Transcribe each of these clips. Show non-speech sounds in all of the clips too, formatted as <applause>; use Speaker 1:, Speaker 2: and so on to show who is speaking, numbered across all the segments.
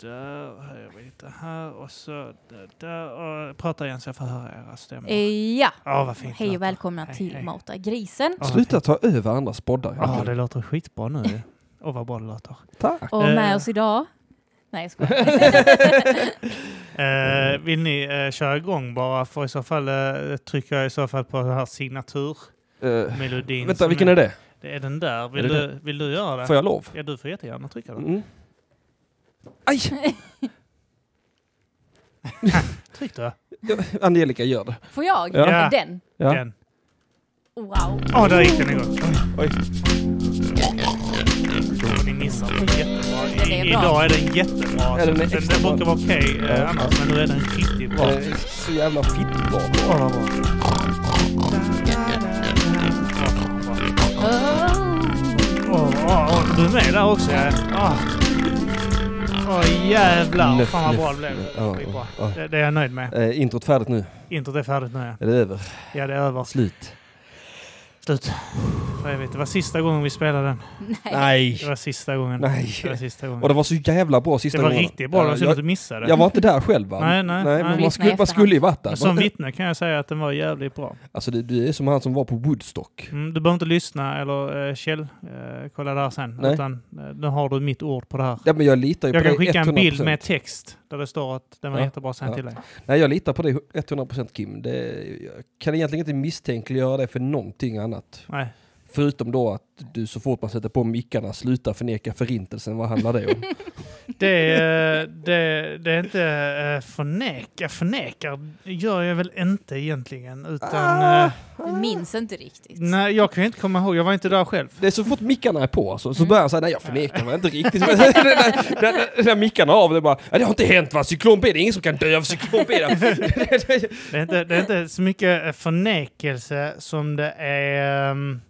Speaker 1: där och höjer vi lite här och så där, där. Och prata igen så jag får höra era stämmor.
Speaker 2: Eh, Ja,
Speaker 1: Ja, vad fint.
Speaker 2: hej
Speaker 1: låter.
Speaker 2: och välkomna
Speaker 1: Hej,
Speaker 2: till
Speaker 1: hej.
Speaker 2: Mata grisen.
Speaker 1: Ja, vad
Speaker 3: Sluta
Speaker 1: fint.
Speaker 3: ta över andras poddar.
Speaker 1: Ja, det låter skitbra nu. Åh, vad bra det låter.
Speaker 3: Tack.
Speaker 2: Och med
Speaker 1: Eh.
Speaker 2: oss idag... Nej, jag skojar.
Speaker 1: <laughs> Eh, vill ni eh, köra igång bara? För i så fall eh, trycker jag i så fall på den här signaturmelodin.
Speaker 3: Eh, vänta,
Speaker 1: som
Speaker 3: vilken är det?
Speaker 1: Det är den där. Vill,
Speaker 3: Är det
Speaker 1: du, vill du göra det?
Speaker 3: Får jag lov?
Speaker 1: Ja, du får jättegärna trycka den.
Speaker 3: Mm. Aj!
Speaker 1: Tryck då.
Speaker 3: Ja, Angelica gör det.
Speaker 2: Får jag?
Speaker 1: Ja.
Speaker 2: Den?
Speaker 3: Ja.
Speaker 1: Den.
Speaker 2: Wow.
Speaker 1: Åh, där gick den igång.
Speaker 3: Oj.
Speaker 1: Och Ni missar den jättebra. I,
Speaker 2: Den är bra.
Speaker 1: idag är den jättebra.
Speaker 3: Ja, den är
Speaker 1: den, den,
Speaker 3: extra bra.
Speaker 1: brukar vara okej eh,
Speaker 3: Ja.
Speaker 1: annars, men nu är den riktigt bra.
Speaker 3: Eh, Så jävla fittbra.
Speaker 1: Åh, vad bra.
Speaker 2: Oh.
Speaker 1: Åh, åh, åh, du är med där också? ja. Åh, Åh, jävlar.
Speaker 3: Luff,
Speaker 1: Fan vad bra det
Speaker 3: luff.
Speaker 1: blev.
Speaker 3: Ja,
Speaker 1: Det är bra.
Speaker 3: ja.
Speaker 1: Det, det är jag nöjd med.
Speaker 3: Eh, introt färdigt nu.
Speaker 1: Introt är färdigt nu.
Speaker 3: Är det över?
Speaker 1: Ja, det är över.
Speaker 3: Slut.
Speaker 1: Slut. För jag vet, det var sista gången vi spelade den.
Speaker 2: Nej.
Speaker 3: Nej.
Speaker 1: Det var sista gången.
Speaker 3: Nej.
Speaker 1: Det var sista gången.
Speaker 3: Och det var så jävla bra
Speaker 1: Det
Speaker 3: sista
Speaker 1: var
Speaker 3: gången. Eh,
Speaker 1: riktigt bra. Det var synd att du
Speaker 3: jag,
Speaker 1: missade.
Speaker 3: jag var inte där själv va?
Speaker 1: Nej, nej, nej.
Speaker 3: men
Speaker 1: Vittna
Speaker 3: man
Speaker 2: i
Speaker 3: skulle, man
Speaker 2: efterhand.
Speaker 3: skulle ju varit där.
Speaker 1: Men som vittne kan jag säga att den var jävligt bra.
Speaker 3: Alltså du, du är som han som var på Woodstock.
Speaker 1: Mm, du behöver inte lyssna eller eh, käll, eh, kolla där sen.
Speaker 3: Nej.
Speaker 1: Utan eh, nu har du mitt ord på det här.
Speaker 3: Ja men jag litar ju
Speaker 1: Jag
Speaker 3: på
Speaker 1: kan
Speaker 3: dig
Speaker 1: skicka
Speaker 3: 100%.
Speaker 1: en bild med text där det står att den var
Speaker 3: Ja.
Speaker 1: jättebra sen
Speaker 3: Ja.
Speaker 1: till dig.
Speaker 3: Nej jag litar på dig 100% Kim. Det, jag kan egentligen inte misstänkliggöra dig för någonting annat.
Speaker 1: Nej.
Speaker 3: Förutom då att du så fort man sätter på mickarna slutar förneka förintelsen. Vad handlar det om?
Speaker 1: Det, eh, det, det är inte eh, förneka. Förnekar gör jag väl inte egentligen. Utan,
Speaker 3: Ah.
Speaker 1: eh,
Speaker 2: Du minns inte riktigt.
Speaker 1: nej, jag kan ju inte komma ihåg. Jag var inte där själv.
Speaker 3: Det är så fort mickarna är på alltså, så börjar han säga nej jag förnekar mig inte riktigt. <laughs> Men när, när, när, när mickarna är av, det är bara "Ja, det har inte hänt va, cyklon B, det är ingen som kan dö av cyklon B.
Speaker 1: Det är, inte, det är inte så mycket eh, förnekelse som det är um,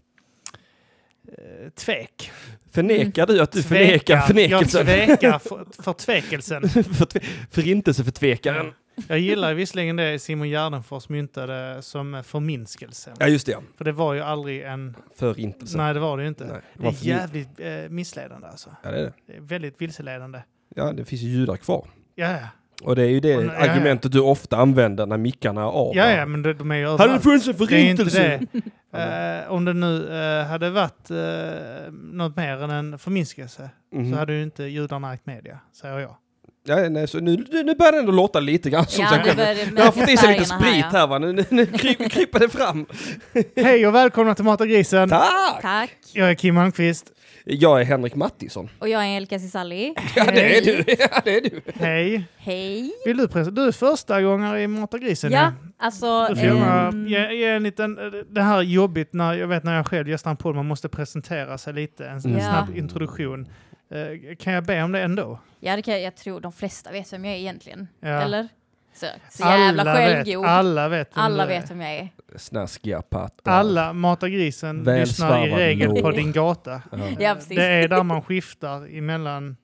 Speaker 1: tvek.
Speaker 3: Förnekar du att du förnekar förnekelsen?
Speaker 1: Jag tvekar
Speaker 3: <laughs>
Speaker 1: för, förtvekelsen.
Speaker 3: Förtve- Förintelse för tvekaren.
Speaker 1: Jag gillar ju visserligen det Simon Gärdenfors myntade som eh, förminskelse.
Speaker 3: Ja just det, ja.
Speaker 1: För det var ju aldrig en...
Speaker 3: förintelsen.
Speaker 1: Nej, det var det ju inte.
Speaker 3: Nej, det
Speaker 1: Det
Speaker 3: var
Speaker 1: är
Speaker 3: för-
Speaker 1: jävligt eh, missledande alltså.
Speaker 3: Ja, det är det.
Speaker 1: Det är väldigt vilseledande.
Speaker 3: Ja, det finns ju judar kvar.
Speaker 1: Ja, ja.
Speaker 3: Och det är ju det
Speaker 1: Ja, ja, ja.
Speaker 3: argumentet du ofta använder när mickarna är av.
Speaker 1: ja, ja men de, de är ju
Speaker 3: Hade det
Speaker 1: överallt.
Speaker 3: funnits en
Speaker 1: Det är inte
Speaker 3: förintelse?
Speaker 1: det.
Speaker 3: <laughs>
Speaker 1: Eh, om det nu eh, hade varit eh, något mer än en förminskelse
Speaker 3: Mhm.
Speaker 1: så hade ju inte judarna ägt media, säger jag.
Speaker 3: Ja, nej, så nu, nu börjar det ändå låta lite grann som sig
Speaker 2: Ja,
Speaker 3: själv.
Speaker 2: det började
Speaker 3: Jag har fått i sig lite
Speaker 2: färgerna här,
Speaker 3: sprit
Speaker 2: ja.
Speaker 3: här va, nu, nu, nu kryper, kryper
Speaker 1: <laughs>
Speaker 3: det fram.
Speaker 1: Hej och välkomna till Mata grisen!
Speaker 3: Tack!
Speaker 2: Tack.
Speaker 1: Jag är Kim Almqvist.
Speaker 3: Jag är Henrik Mattisson. <laughs>
Speaker 2: Och jag är Angelica Cisalli.
Speaker 3: Ja det är du! <laughs> Ja, det är du.
Speaker 1: Hej!
Speaker 2: Hej.
Speaker 1: Vill du presentera? Du är första gångare i Mata grisen
Speaker 2: Ja,
Speaker 1: nu.
Speaker 2: alltså...
Speaker 1: Du får
Speaker 3: ehm,
Speaker 1: gärna ge, ge en liten... eh, Det här är jobbigt när jag vet när jag själv gästar en podd, man måste presentera sig lite, en, en
Speaker 2: Mm. Ja.
Speaker 1: snabb introduktion. Eh, kan jag be om det ändå?
Speaker 2: Ja, det kan jag, jag tror de flesta vet vem jag är egentligen.
Speaker 1: Ja.
Speaker 2: Eller? Så, så jävla
Speaker 1: vet,
Speaker 2: självgod. Alla,
Speaker 1: alla vet vem du är.
Speaker 2: vet vem jag är.
Speaker 3: Snaskiga pattar.
Speaker 1: Alla matar grisen
Speaker 3: Väl
Speaker 1: lyssnar i
Speaker 3: svarvad
Speaker 1: regel på
Speaker 3: lår.
Speaker 1: din gata.
Speaker 3: <laughs> Ja.
Speaker 2: Ja,
Speaker 1: Eh,
Speaker 2: precis.
Speaker 1: det är där man skiftar emellan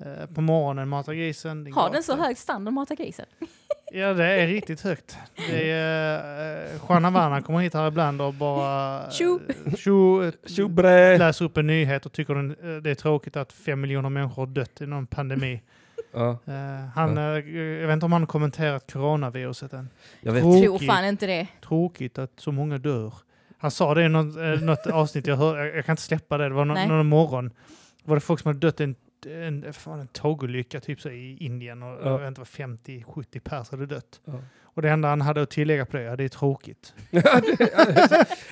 Speaker 1: eh, på morgonen matar grisen. Din
Speaker 2: Har
Speaker 1: gata.
Speaker 2: den så hög standard, Mata grisen?
Speaker 1: Ja, det är riktigt högt. Det är, eh, Juan Havana kommer hit här ibland och bara eh,
Speaker 2: Tjo.
Speaker 1: tjo,
Speaker 3: Tjobre!
Speaker 1: läser upp en nyhet och tycker den, eh, det är tråkigt att fem miljoner människor har dött i någon pandemi.
Speaker 3: Ja,
Speaker 1: Eh, han, eh, Jag vet inte om han har kommenterat coronaviruset än.
Speaker 3: jag vet.
Speaker 1: Tråkigt.
Speaker 2: Tror fan inte det.
Speaker 1: tråkigt att så många dör. Han sa det i något, eh,
Speaker 2: <laughs>
Speaker 1: något avsnitt, jag, hör, jag, jag kan inte släppa det, det var någon,
Speaker 2: Nej.
Speaker 1: någon morgon. Var det folk som hade dött i en, en, fan, en tågolycka typ så i Indien och
Speaker 3: Ja.
Speaker 1: jag vet inte, 50-70 pers hade dött.
Speaker 3: Ja.
Speaker 1: Och det enda han hade att tillägga på det, ja det är tråkigt.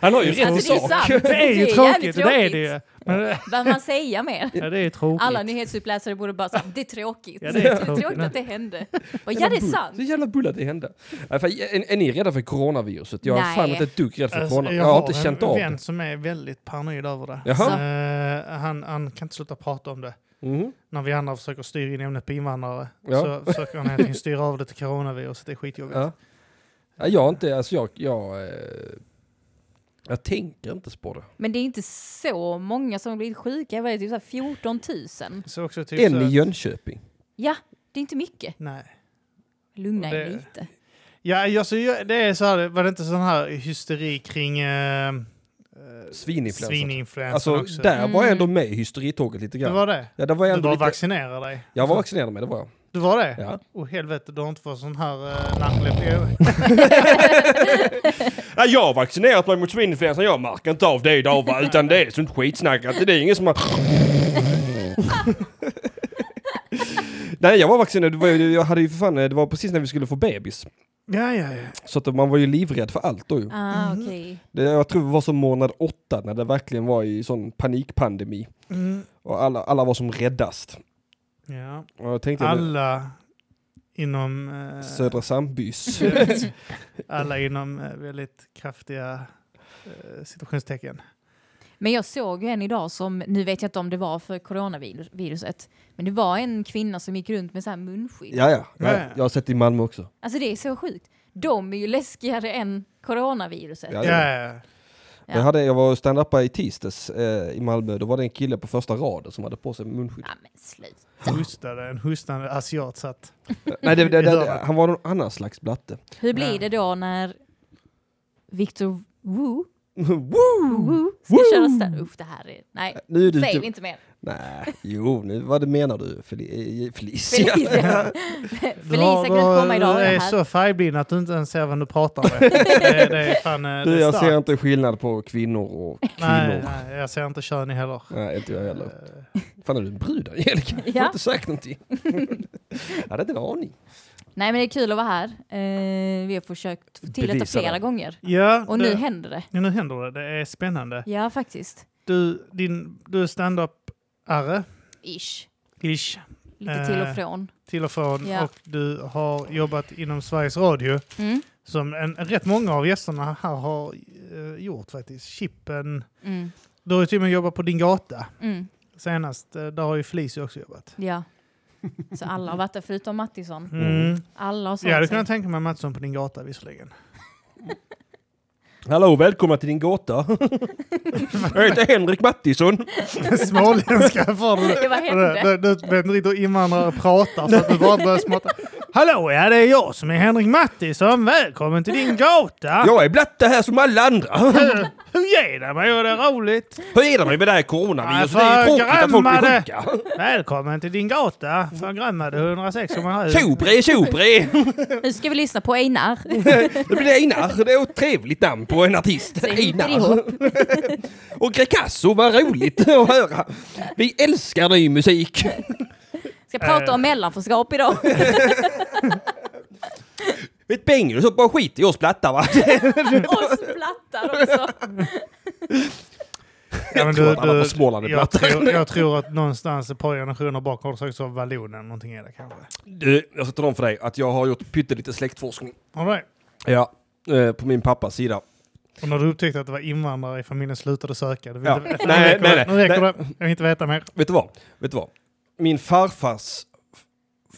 Speaker 3: Han har ju rätt i
Speaker 2: Alltså, <laughs> det är
Speaker 3: sak.
Speaker 2: sant.
Speaker 1: Det är ju
Speaker 2: jävligt
Speaker 1: tråkigt, det är det ju. Men, det-
Speaker 2: Behöver man säga mer?
Speaker 1: ja, det är tråkigt.
Speaker 2: Alla nyhetsuppläsare borde bara säga det är tråkigt.
Speaker 1: Ja,
Speaker 2: det,
Speaker 1: det är
Speaker 2: är
Speaker 1: tråkigt.
Speaker 2: tråkigt att det hände. Bara, ja, det är
Speaker 3: Jävla bull.
Speaker 2: sant.
Speaker 3: Så jävla bull att det hände. Ja, fan, Är, är ni rädda för coronaviruset? Jag är
Speaker 2: Nej.
Speaker 3: fan inte ett dugg rädd för
Speaker 1: Alltså,
Speaker 3: corona. Jag har inte
Speaker 1: en
Speaker 3: känt av
Speaker 1: vän
Speaker 3: det.
Speaker 1: som är väldigt paranoid över det.
Speaker 3: Jaha.
Speaker 1: Eh, han, han kan inte sluta prata om det.
Speaker 3: Mhm.
Speaker 1: när vi andra försöker styra in ämnet på invandrare
Speaker 3: Ja.
Speaker 1: så försöker han helt enkelt styra av det till coronaviruset. Det är skitjobbigt.
Speaker 3: Ja. Ja, jag har inte, alltså jag, jag, eh, jag tänker inte på det.
Speaker 2: Men det är inte så många som har blivit sjuka. Jag vet, typ så här 14 000.
Speaker 1: Så också typ
Speaker 3: Än
Speaker 1: så
Speaker 3: i
Speaker 1: att-
Speaker 3: Jönköping.
Speaker 2: Ja, det är inte mycket.
Speaker 1: Nej.
Speaker 2: Lugna er
Speaker 1: Det-
Speaker 2: lite.
Speaker 1: Ja, alltså, jag- det är så här, var det inte sån här hysteri kring eh, eh, eh,
Speaker 3: Svininfluensan.
Speaker 1: svininfluensan
Speaker 3: Alltså,
Speaker 1: också.
Speaker 3: där var jag ändå
Speaker 2: Mm.
Speaker 3: med i hysteritåget lite
Speaker 1: Det
Speaker 3: grann.
Speaker 1: var det?
Speaker 3: Ja, det var jag
Speaker 1: Du
Speaker 3: ändå
Speaker 1: var
Speaker 3: lite...
Speaker 1: vaccinerad dig?
Speaker 3: Jag var vaccinerad med, det var jag.
Speaker 1: Du var det?
Speaker 3: Ja.
Speaker 1: Åh helvete, du har inte fått sån här uh, larmläpp?
Speaker 3: Ja, jag har vaccinerat mig mot svininfluensan, jag märker inte av det idag va? utan det är sånt skitsnack att det är ingen som har... <laughs> Nej, jag var vaccinerad, det var ju- jag hade ju för fan, det var precis när vi skulle få bebis.
Speaker 1: Ja, ja, ja.
Speaker 3: Så att man var ju livrädd för allt då ju.
Speaker 2: Ah,
Speaker 1: Mhm.
Speaker 2: okej.
Speaker 3: Det, jag tror det var som månad åtta när det verkligen var i sån panikpandemi.
Speaker 1: Mm.
Speaker 3: Och alla, alla var som räddast.
Speaker 1: ja.
Speaker 3: Och jag tänkte,
Speaker 1: Alla inom... eh, <laughs>
Speaker 3: Södra Sandbys.
Speaker 1: alla inom eh, väldigt kraftiga eh, situationstecken.
Speaker 2: Men jag såg ju en idag som, nu vet jag inte om det var för coronaviruset, men det var en kvinna som gick runt med så här munskydd.
Speaker 3: ja, ja, ja,
Speaker 1: Ja, ja.
Speaker 3: jag har sett det i Malmö också.
Speaker 2: Alltså det är så sjukt. De är ju läskigare än coronaviruset.
Speaker 3: Ja,
Speaker 1: Ja,
Speaker 3: det-
Speaker 1: ja, ja.
Speaker 2: Ja.
Speaker 3: Jag, hade, jag var och stand upa i tisdags eh, i Malmö, då var det en kille på första raden som hade på sig munskydd.
Speaker 2: Ja, men sluta.
Speaker 1: Hostade, en hostande asiat satt.
Speaker 3: Nej,
Speaker 1: <laughs>
Speaker 3: det, det,
Speaker 1: Det hör
Speaker 3: det,
Speaker 1: man.
Speaker 3: han var någon annan slags blatte. <laughs>
Speaker 2: Hur
Speaker 1: Ja.
Speaker 2: blir det då när Victor Wu,
Speaker 3: Woo!
Speaker 2: Wu ska
Speaker 3: Wu!
Speaker 2: köra stand? Uff, det här är... Nej,
Speaker 3: Nu är typ- du
Speaker 2: säg
Speaker 3: dum.
Speaker 2: inte mer.
Speaker 3: Nej, jo, nu, vad det menar du Fel- eh, Felicia? <laughs>
Speaker 2: Felicia, Felicia kan inte komma idag
Speaker 1: Du
Speaker 2: med det
Speaker 1: är
Speaker 2: här.
Speaker 1: så färgblind att du inte ens ser vem du pratar
Speaker 2: <laughs>
Speaker 1: med. det, det är fan... eh, det
Speaker 3: Du,
Speaker 1: är
Speaker 3: jag ser
Speaker 1: starkt.
Speaker 3: inte skillnad på kvinnor och kvinnor.
Speaker 1: nej,
Speaker 3: Nej,
Speaker 1: nej, jag ser inte kön i heller.
Speaker 3: inte jag heller.
Speaker 1: Eh,
Speaker 3: Fan, är du en brud Angelica? Jag har
Speaker 2: Ja.
Speaker 3: inte
Speaker 2: <laughs>
Speaker 3: sagt någonting. jag hade inte en aning.
Speaker 2: Nej, men det är kul att vara här. Eh, vi har försökt få till detta
Speaker 3: Bevisa
Speaker 2: flera
Speaker 3: det.
Speaker 2: gånger.
Speaker 1: Ja,
Speaker 2: Och
Speaker 1: det,
Speaker 2: nu händer det.
Speaker 1: ja, nu händer det. Det är spännande.
Speaker 2: Ja, faktiskt.
Speaker 1: Du, din, du är stand-up-are,
Speaker 2: Ish.
Speaker 1: ish,
Speaker 2: Lite till
Speaker 1: Eh.
Speaker 2: och från.
Speaker 1: till och från.
Speaker 2: Ja.
Speaker 1: Och du har jobbat inom Sveriges Radio.
Speaker 2: Mm.
Speaker 1: Som en, rätt många av gästerna här har eh, gjort faktiskt. Chippen.
Speaker 2: Mm.
Speaker 1: Du har ju till och med jobbat på Din Gata
Speaker 2: Mm.
Speaker 1: senast. eh, Där har ju Felicia också jobbat.
Speaker 2: Ja. Så alla har varit där förutom Mattisson.
Speaker 1: Mm.
Speaker 2: Alla har sålt
Speaker 1: Jag hade
Speaker 2: sig.
Speaker 1: kunnat tänka mig Mattsson på Din Gata visserligen. <laughs>
Speaker 3: Hallå, välkomna till din gåta. <laughs> jag heter Henrik Mattisson.
Speaker 1: Småländska får
Speaker 2: <laughs>
Speaker 1: du.
Speaker 2: Det var hände.
Speaker 1: <laughs> Du- Du du vet inte riktigt hur invandrare pratar så att du bara börjar småta. Hallå, ja det är jag som är Henrik Mattisson. Välkommen till Din Gata!
Speaker 3: Jag är blatte här som alla andra.
Speaker 1: Hur- Hur ger det mig? Och det är roligt.
Speaker 3: Hur är det med det här coronaviruset? Det
Speaker 1: Nej,
Speaker 3: är
Speaker 1: för
Speaker 3: tråkigt att folk blir
Speaker 1: grammade.
Speaker 3: sjuka.
Speaker 1: Välkommen till din gata, förgrömmade 106,7.
Speaker 3: Sobre, sobre!
Speaker 2: Nu ska vi lyssna på Einar.
Speaker 3: Det blir Einar. Det är ett trevligt namn på en artist.
Speaker 2: Säg inte
Speaker 3: Einar. <laughs> Och Grecasso, vad roligt att höra. Vi älskar ny musik.
Speaker 2: Ska prata
Speaker 1: Eh.
Speaker 2: om mellanförskap idag.
Speaker 3: Vet Bengt, så bara skit i oss plattar va?
Speaker 2: <laughs> Och splattar också.
Speaker 1: Ja, men
Speaker 3: tror att alla på Småland är
Speaker 1: jag,
Speaker 3: platta.
Speaker 1: tror,
Speaker 3: <laughs>
Speaker 1: jag tror att någonstans ett par generationer bak har du säkert så vallonen någonting är det kanske.
Speaker 3: Du, jag ska tala om för dig att jag har gjort pyttelite släktforskning.
Speaker 1: All right.
Speaker 3: Ja, eh, på min pappas sida.
Speaker 1: Och när du upptäckte att det var invandrare i familjen slutade söka. Du vill
Speaker 3: Ja.
Speaker 1: inte, nu
Speaker 3: Nej,
Speaker 1: räcker
Speaker 3: nej,
Speaker 1: det.
Speaker 3: nej.
Speaker 1: Nu räcker det. Jag vill inte veta mer.
Speaker 3: Vet du vad? Vet du vad? Min farfars f-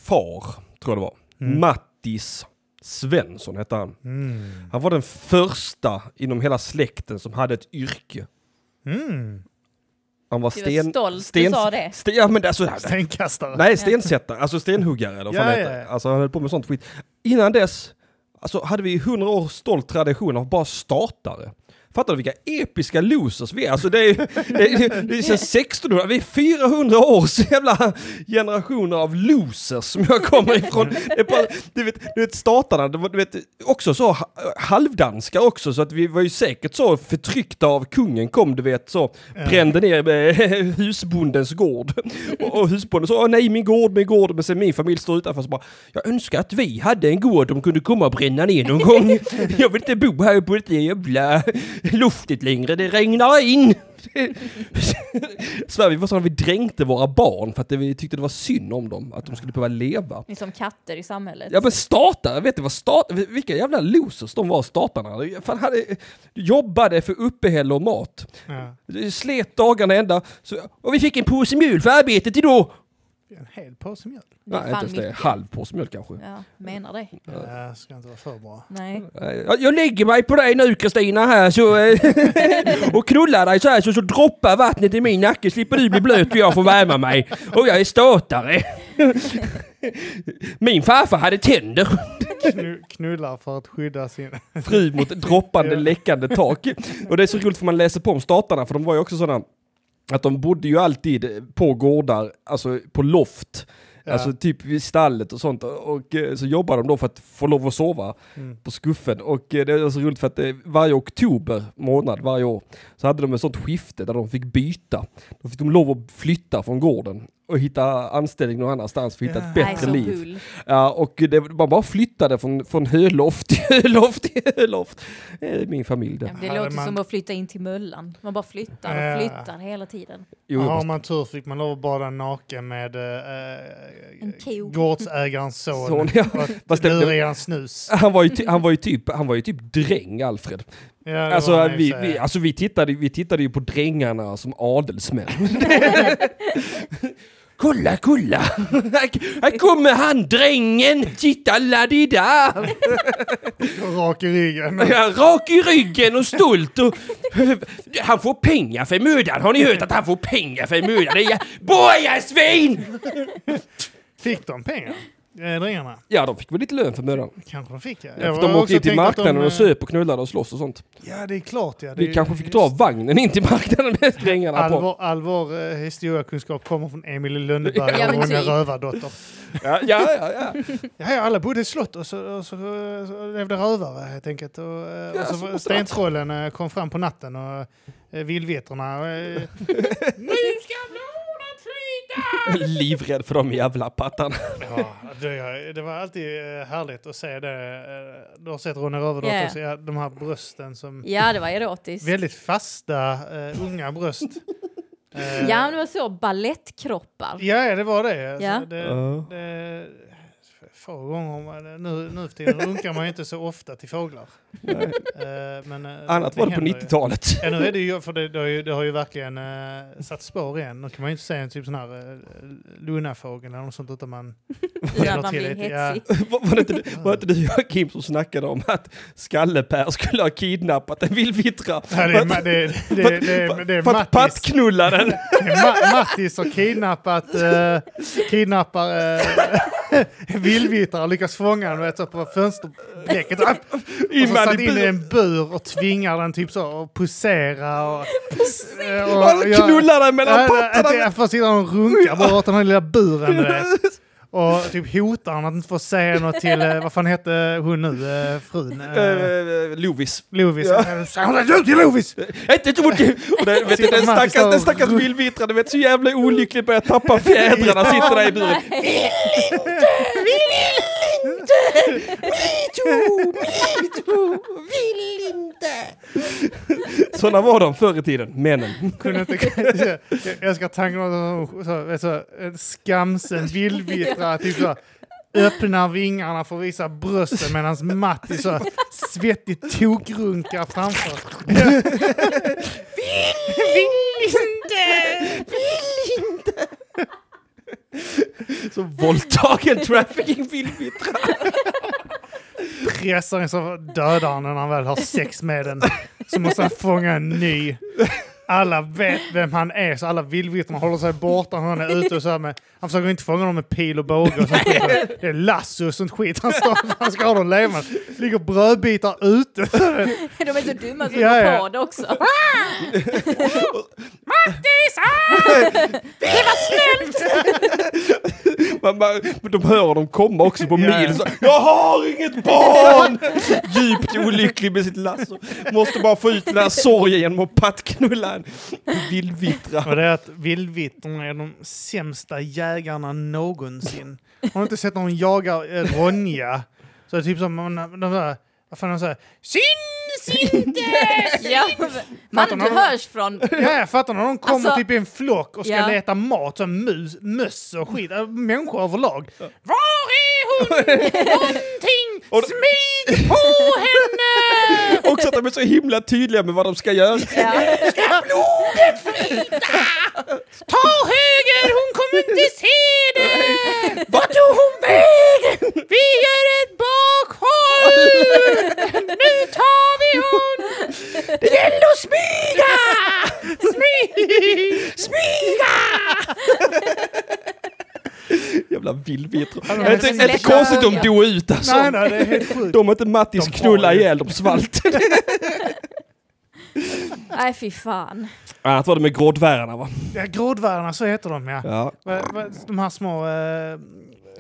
Speaker 3: far, tror jag det var,
Speaker 1: Mm.
Speaker 3: Mattis Svensson hette han.
Speaker 1: Mm.
Speaker 3: Han var den första inom hela släkten som hade ett yrke.
Speaker 1: Mm.
Speaker 3: Han var
Speaker 2: Du
Speaker 3: sten...
Speaker 2: var stolt du
Speaker 3: stens-
Speaker 2: sa det.
Speaker 3: Sten, ja, men alltså,
Speaker 1: Stenkastare.
Speaker 3: nej, stensättare, alltså stenhuggare eller vad fan
Speaker 1: Ja,
Speaker 3: det heter.
Speaker 1: ja, ja.
Speaker 3: Alltså han höll på med sånt skit. Innan dess, alltså hade vi hundra års stolt tradition av bara startare. Fattar du vilka episka losers vi är? Alltså det är, det är, det är sen 1600, vi är 400 års jävla generationer av losers som jag kommer ifrån. Det är bara, du, vet, du vet startarna, det var, du vet, också så ha- halvdanska också, så att vi var ju säkert så förtryckta av kungen kom, du vet, så brände ner eh, <laughs> husbondens gård. Och, och husbonden sa, "Åh, nej min gård, min gård, men sen min familj står utanför så bara, jag önskar att vi hade en gård de kunde komma och bränna ner någon gång. Jag vill inte bo här på det jävla luftet längre, det regnar in. <laughs> Sverige var sådana, vi dränkte våra barn för att det- vi tyckte det var synd om dem, att de skulle behöva leva.
Speaker 2: Ni som katter i samhället.
Speaker 3: Ja men startare, vet du vad startare, vilka jävla losers de var startarna. Fan, hade, jobbade för uppehälle och mat.
Speaker 1: Ja.
Speaker 3: Slet dagarna ända. Så, och vi fick en påse mjöl för arbetet idag!
Speaker 1: En hel påse mjöl.
Speaker 2: Det är
Speaker 3: Nej, inte
Speaker 2: fan
Speaker 3: ens det.
Speaker 2: mycket.
Speaker 3: Halv påse mjöl kanske.
Speaker 2: Ja, menar det.
Speaker 1: Ja, ska inte vara för
Speaker 3: <laughs>
Speaker 1: bra.
Speaker 2: Nej.
Speaker 3: Nej, Jag, jag lägger mig på dig nu Kristina här så, eh, <laughs> och knullar dig så här så, så droppar vattnet i min nacke slipper du bli blöt och jag får värma mig. <laughs> Och jag är startare. Min farfar hade tänder.
Speaker 1: Knu, knullar för att skydda sin...
Speaker 3: fru
Speaker 1: <laughs>
Speaker 3: mot droppande,
Speaker 1: Ja.
Speaker 3: läckande tak. Och det är så roligt för man läser på om statarna, för de var ju också sådana att de bodde ju alltid på gårdar, alltså på loft.
Speaker 1: Ja.
Speaker 3: Alltså typ vid stallet och sånt. Och eh, så jobbar de då för att få lov att sova
Speaker 1: Mm.
Speaker 3: på skuffen. Och eh, det är så roligt för att eh, varje oktober månad varje år så hade de ett sånt skifte där de fick byta. Då fick de lov att flytta från gården och hitta anställning någon annanstans för att hitta ett
Speaker 1: Ja.
Speaker 3: bättre
Speaker 2: Nej, så
Speaker 3: liv.
Speaker 2: cool.
Speaker 3: Ja, och det, man bara flyttade från, från höloft till höloft till höloft. Det är min familj
Speaker 2: Ja,
Speaker 3: det.
Speaker 2: Det
Speaker 1: Hade
Speaker 2: låter
Speaker 1: man-
Speaker 2: som att flytta in till möllan. Man bara flyttar
Speaker 1: Ja.
Speaker 2: och flyttar hela tiden.
Speaker 3: Jo, jag
Speaker 1: har
Speaker 3: måste-
Speaker 1: man tur fick man lov att bada naken med eh,
Speaker 2: En ko.
Speaker 1: gårdsägarens son.
Speaker 3: Son, ja. Fast
Speaker 1: Fast
Speaker 3: det-
Speaker 1: snus.
Speaker 3: han, var ju ty, han, var ju typ, han var ju typ dräng, Alfred.
Speaker 1: Ja, det var
Speaker 3: Alltså,
Speaker 1: han i och
Speaker 3: vi,
Speaker 1: för sig.
Speaker 3: vi, alltså vi, tittade, vi tittade ju på drängarna som
Speaker 1: <laughs>
Speaker 3: adelsmän. kolla, kolla! Här, här kommer han, drängen! Titta, alla de där!
Speaker 1: Rak i ryggen.
Speaker 3: Ja, Rak i ryggen och stolt och... Han får pengar för mödan, har ni hört att han får pengar för mödan? Det är jä- Borgarsvin!
Speaker 1: Fick de pengar? Eh, Drängarna?
Speaker 3: Ja, de fick väl lite lön för mödan.
Speaker 1: Kanske de fick, ja.
Speaker 3: Ja,
Speaker 1: Jag
Speaker 3: för
Speaker 1: har
Speaker 3: de
Speaker 1: också
Speaker 3: åkte in till
Speaker 1: tänkt att de,
Speaker 3: marknaden och
Speaker 1: eh,
Speaker 3: söp och knullade och sloss och sånt.
Speaker 1: Ja, det är klart ja. Det
Speaker 3: Vi
Speaker 1: är-
Speaker 3: kanske fick dra vagnen in till marknaden med strängarna på.
Speaker 1: All vår eh, historiekunskap kommer från Emil i Lönneberga
Speaker 2: Ja,
Speaker 1: och
Speaker 2: men
Speaker 1: Ronja
Speaker 2: typ.
Speaker 1: Rövardotter.
Speaker 3: Ja, ja, ja. ja.
Speaker 1: Ja, ja, alla bodde i slott och så, och så, eh, så levde rövare helt enkelt. Och, eh,
Speaker 3: Ja,
Speaker 1: och
Speaker 3: så
Speaker 1: så
Speaker 3: måste
Speaker 1: var-
Speaker 3: det
Speaker 1: stentrollen eh, kom fram på natten och eh, vildvetterna. och, eh,
Speaker 3: Livrädd för de jävla pattarna.
Speaker 1: Ja, det, det var alltid eh, härligt att se det. eh, Du har sett Ronja Rövardotter,
Speaker 2: Ja.
Speaker 1: så ja, de här brösten som...
Speaker 2: Ja, det var erotiskt.
Speaker 1: Väldigt fasta, eh, unga bröst. Eh,
Speaker 2: Ja, men det var så. Balettkroppar.
Speaker 1: Ja, ja, det var det. Alltså,
Speaker 2: Ja.
Speaker 1: det, det få gånger, man- nu, nu för tiden runkar man ju inte så ofta till fåglar.
Speaker 3: Nej.
Speaker 1: Eh, men, eh,
Speaker 3: Annat var det på
Speaker 1: händer ju.
Speaker 3: <laughs> 90-talet.
Speaker 1: Ja, nu är det ju, för det, det, har ju, det har ju verkligen eh, satt spår igen. Nu kan man ju inte säga en typ sån här eh, lunafågel eller något sånt utan
Speaker 3: <laughs>
Speaker 1: man
Speaker 2: Ja, man blir
Speaker 1: lite, ja.
Speaker 2: <laughs> hetsig.
Speaker 3: Var, var, det inte, du- var det inte du Joakim som snackade om att Skalle-Per skulle ha kidnappat en vildvittra?
Speaker 1: Ja, det, är, ma- det, är- det, är- det, är- det är
Speaker 3: För att
Speaker 1: Mattis.
Speaker 3: pattknulla den.
Speaker 1: Det är Ma- Mattis har kidnappat eh, kidnappar eh, <laughs> vildvittrar och lyckas fånga den vet, så på fönsterblecket. Och så
Speaker 3: man i
Speaker 1: satt in i
Speaker 3: bur.
Speaker 1: en bur och tvingar den typ så att posera. Och, eh,
Speaker 3: Och han
Speaker 1: jag-
Speaker 3: knullar den mellan
Speaker 1: Ja, att
Speaker 3: pattarna.
Speaker 1: jag får sitta och runka bara åt den här lilla buren. du vet. Och typ hotar han att inte få säga något till, eh, vad fan hette hon nu, eh, frun? Eh,
Speaker 3: Eh, Lovis.
Speaker 1: Lovis.
Speaker 3: ja.
Speaker 1: Eh, Säg hon ut till Lovis!
Speaker 3: Inte ett ord till! <laughs> Och den, vet du, den stackars, den stackars vildvittran, du vet så jävla olyckligt börjar tappa fjädrarna, sitter där i buren.
Speaker 2: Nej.
Speaker 4: Vill inte!
Speaker 3: Sådana var de förr i tiden, männen.
Speaker 1: Kunde inte, <laughs> jag älskar tanken om så, så, vet du, så, en skamsen vildvittra, typ så. Öppnar vingarna för att visa brösten medan Matti så svettigt tokrunkar framför.
Speaker 3: Så våldtagen trafficking vildvittra.
Speaker 1: Pressar in så dödar han när han väl har sex med den. Så måste han fånga en ny. Alla vet vem han är så alla vildvittrarna håller sig borta när han är ute och så här med. Han försöker inte fånga dem med pil och båge och sånt. Det är lasso och sånt skit han står Han ska ha dem levande. Ligger brödbitar ute.
Speaker 2: <laughs> De är så dumma som
Speaker 1: Ja, ja.
Speaker 2: går på
Speaker 1: <laughs>
Speaker 2: det också.
Speaker 3: Man, man, de hör dem komma också på
Speaker 1: Ja, ja.
Speaker 3: mil. Så, jag har inget barn! Djupt olycklig med sitt lasso. Måste bara få ut den här sorgen genom att pattknulla en vildvittra.
Speaker 1: Och det är att vildvittrorna är de sämsta jägarna någonsin. Har du inte sett någon jaga eh, Ronja? Så det är typ som man, de där, vad fan de säger, syns inte!
Speaker 2: Ja. Man inte hörs från...
Speaker 1: Ja, jag fattar när de kommer
Speaker 2: Alltså-
Speaker 1: typ i en flock och ska
Speaker 2: Ja.
Speaker 1: leta mat, så mus, möss och skit, äh, människor överlag. Var är hon?
Speaker 2: <laughs>
Speaker 1: Någonting!
Speaker 3: Och-
Speaker 1: Smid på henne!
Speaker 3: Också att de är så himla tydliga med vad de ska göra.
Speaker 2: Ja.
Speaker 1: Ta höger, hon kommer
Speaker 3: <laughs>
Speaker 1: inte se det!
Speaker 3: Vart tog hon vägen?
Speaker 1: Vi gör ett bakhåll! Nu tar vi hon!
Speaker 3: Det gäller att smyga!
Speaker 1: Smid!
Speaker 3: Smyga! Jävla vill vi tro.
Speaker 1: Ja,
Speaker 3: Det
Speaker 1: men
Speaker 3: är
Speaker 1: det
Speaker 3: inte,
Speaker 1: är
Speaker 3: inte
Speaker 2: lätt att
Speaker 3: konstigt om
Speaker 2: höja.
Speaker 3: dog ut alltså.
Speaker 1: Nej, nej, det är helt sjukt.
Speaker 3: De har inte Mattis
Speaker 1: De har
Speaker 3: knulla
Speaker 1: ju-
Speaker 3: ihjäl, de svalt.
Speaker 2: Nej, fy fan.
Speaker 3: Annat var det med groddvärarna va?
Speaker 1: Ja, grodvärarna, så heter de ja.
Speaker 3: Ja.
Speaker 1: Va- va- De här små... eh,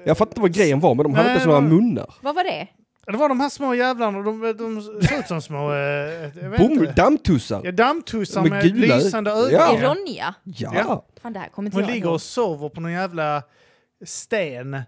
Speaker 3: Jag fattar inte vad grejen var, men de hade
Speaker 1: Nej,
Speaker 3: inte sådana
Speaker 1: vad-
Speaker 3: munnar.
Speaker 2: Vad var det?
Speaker 1: det var de här små jävlarna, de, de såg ut som små... eh, jag vet
Speaker 3: Bom,
Speaker 1: inte.
Speaker 3: dammtussar.
Speaker 1: Ja, dammtussar
Speaker 3: Med
Speaker 1: med,
Speaker 3: gula-
Speaker 1: lysande ögon.
Speaker 3: Ja.
Speaker 2: I Ronja?
Speaker 3: Ja.
Speaker 1: Ja.
Speaker 2: Fan, det här kommer inte
Speaker 1: Hon
Speaker 2: jag
Speaker 1: ligger
Speaker 2: ihåg.
Speaker 1: och sover på någon jävla sten.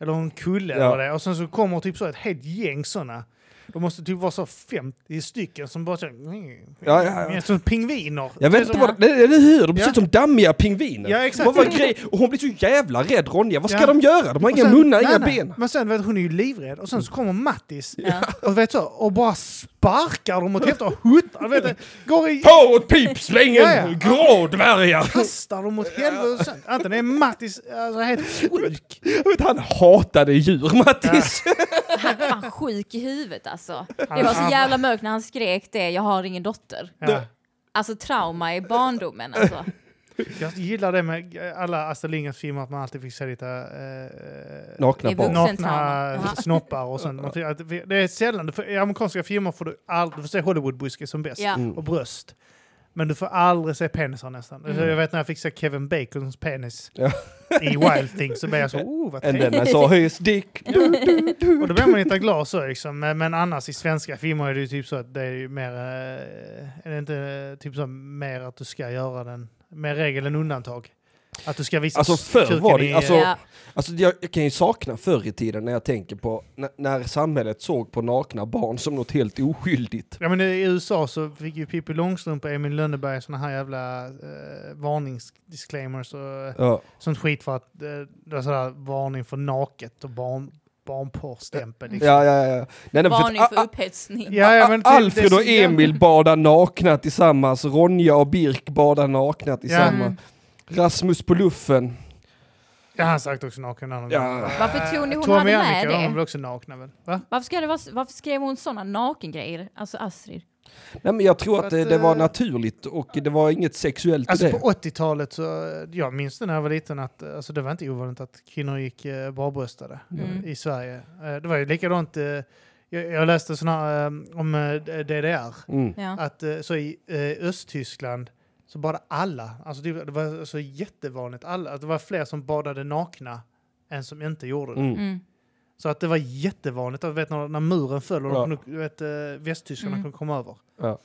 Speaker 1: Eller en kulle
Speaker 3: Ja.
Speaker 1: eller vad det är. Och sen så kommer typ så ett helt gäng sådana. De måste typ vara så 50 stycken som bara så... "Mm,
Speaker 3: Ja, ja, ja.
Speaker 1: Som pingviner.
Speaker 3: Jag vet
Speaker 1: Det är
Speaker 3: inte
Speaker 1: som-
Speaker 3: vad... Eller eller hur? De ser
Speaker 1: Ja.
Speaker 3: ut som dammiga pingviner.
Speaker 1: Ja, exakt.
Speaker 3: Vad var grej? Och hon blir så jävla rädd, Ronja. Vad ska
Speaker 1: Ja.
Speaker 3: de göra? De har
Speaker 1: Och
Speaker 3: inga
Speaker 1: sen-
Speaker 3: munnar,
Speaker 1: nej,
Speaker 3: inga
Speaker 1: nej.
Speaker 3: ben.
Speaker 1: Men sen vet du, hon är ju livrädd och sen så kommer Mattis
Speaker 2: Ja.
Speaker 1: <laughs> och, vet så, och bara sparkar dem åt helvete och huttar. Vet du, går
Speaker 3: <laughs>
Speaker 1: i,
Speaker 3: Ta åt pipslängen,
Speaker 1: Ja, ja.
Speaker 3: <laughs> grådvärgar!
Speaker 1: kastar dem åt helvete. och Sen, antingen är Mattis alltså, helt sjuk.
Speaker 3: Jag vet, han hatade djur, Mattis.
Speaker 2: Han är fan sjuk i huvudet alltså. Det
Speaker 1: Han-
Speaker 2: var så
Speaker 1: han-
Speaker 2: jävla mörkt när han skrek det, jag har ingen dotter.
Speaker 1: Ja.
Speaker 2: Alltså trauma i barndomen alltså.
Speaker 1: Jag gillar det med alla Astrid Lindgrens filmer att man alltid fick se lite eh,
Speaker 2: Det
Speaker 3: Nakna
Speaker 2: är
Speaker 3: barn.
Speaker 2: vuxen-
Speaker 1: nakna
Speaker 2: Vuxentrauma. Jaha. snoppar
Speaker 1: snoppar och sånt. Man får- att vi- Det är sällan, du får, i amerikanska filmer får du aldrig, du får se Hollywoodbuske som bäst
Speaker 2: Ja.
Speaker 3: Mm.
Speaker 1: och bröst. Men du får aldrig se penisar nästan.
Speaker 2: Mm.
Speaker 1: Jag vet när jag fick se Kevin Bacons penis
Speaker 3: Ja.
Speaker 1: i Wild Things så blev jag så oh vad
Speaker 3: <laughs> And
Speaker 1: trevligt.
Speaker 3: then I saw
Speaker 1: <laughs>
Speaker 3: his dick.
Speaker 1: Och då blir man lite glad så liksom. Men men annars i svenska filmer är det ju typ så att det är ju mer, eh, är det inte eh, typ så mer att du ska göra den, mer regel än undantag. Att du ska visa
Speaker 3: Alltså, förr
Speaker 1: kuken
Speaker 3: var det-
Speaker 1: i,
Speaker 3: alltså-
Speaker 1: eh,
Speaker 2: Ja.
Speaker 3: Alltså jag, jag kan ju sakna förr i tiden när jag tänker på när, när samhället såg på nakna barn som något helt oskyldigt.
Speaker 1: Ja, men i USA så fick ju Pippi Långstrump och Emil Lönneberg såna här jävla eh, varningsdisclaimers och eh,
Speaker 3: Ja.
Speaker 1: sånt skit för att eh, det var sådär varning för naket och barn, barnporrstämpel. Liksom.
Speaker 3: Ja, ja, ja. Nej, Ah, nej,
Speaker 2: Varning
Speaker 1: ah,
Speaker 3: a-
Speaker 2: för
Speaker 3: a-
Speaker 2: upphetsning.
Speaker 1: Ja, ja, men typ,
Speaker 3: Alfred
Speaker 1: det är
Speaker 3: och
Speaker 1: så jävla- <laughs>
Speaker 3: Emil badar nakna tillsammans, Ronja och Birk badar nakna tillsammans.
Speaker 2: Mm.
Speaker 3: Rasmus på luffen.
Speaker 1: Ja, han sagt också naken någon
Speaker 3: Ja.
Speaker 1: gång.
Speaker 2: Varför tror ni hon
Speaker 1: Tom
Speaker 2: hade
Speaker 1: och
Speaker 2: med
Speaker 1: Annika,
Speaker 2: det?
Speaker 1: De blev också nakna väl? Va?
Speaker 2: Varför, ska det vara, s- varför skrev hon såna nakengrejer? Alltså Astrid.
Speaker 3: Nej, men jag tror
Speaker 1: För
Speaker 3: att det,
Speaker 1: att,
Speaker 3: det var
Speaker 1: eh,
Speaker 3: naturligt och det var inget sexuellt i
Speaker 1: Alltså
Speaker 3: det.
Speaker 1: på 80-talet så, eh, jag minns det när jag var liten att eh, alltså, det var inte ovanligt att kvinnor gick eh, barbröstade
Speaker 2: Mm.
Speaker 1: i Sverige. Eh, det var ju likadant, eh, jag, jag läste såna här eh, om eh, DDR.
Speaker 3: Mm.
Speaker 2: Ja.
Speaker 1: att eh, så i eh, Östtyskland så badade alla, alltså det, det var så jättevanligt, alla, att det var fler som badade nakna än som inte gjorde det.
Speaker 3: Mm.
Speaker 2: Mm.
Speaker 1: Så att det var jättevanligt, att, vet, när, när muren föll och
Speaker 3: Ja.
Speaker 1: de kunde, du vet, eh, västtyskarna
Speaker 2: Mm.
Speaker 1: kunde komma över.
Speaker 3: Ja.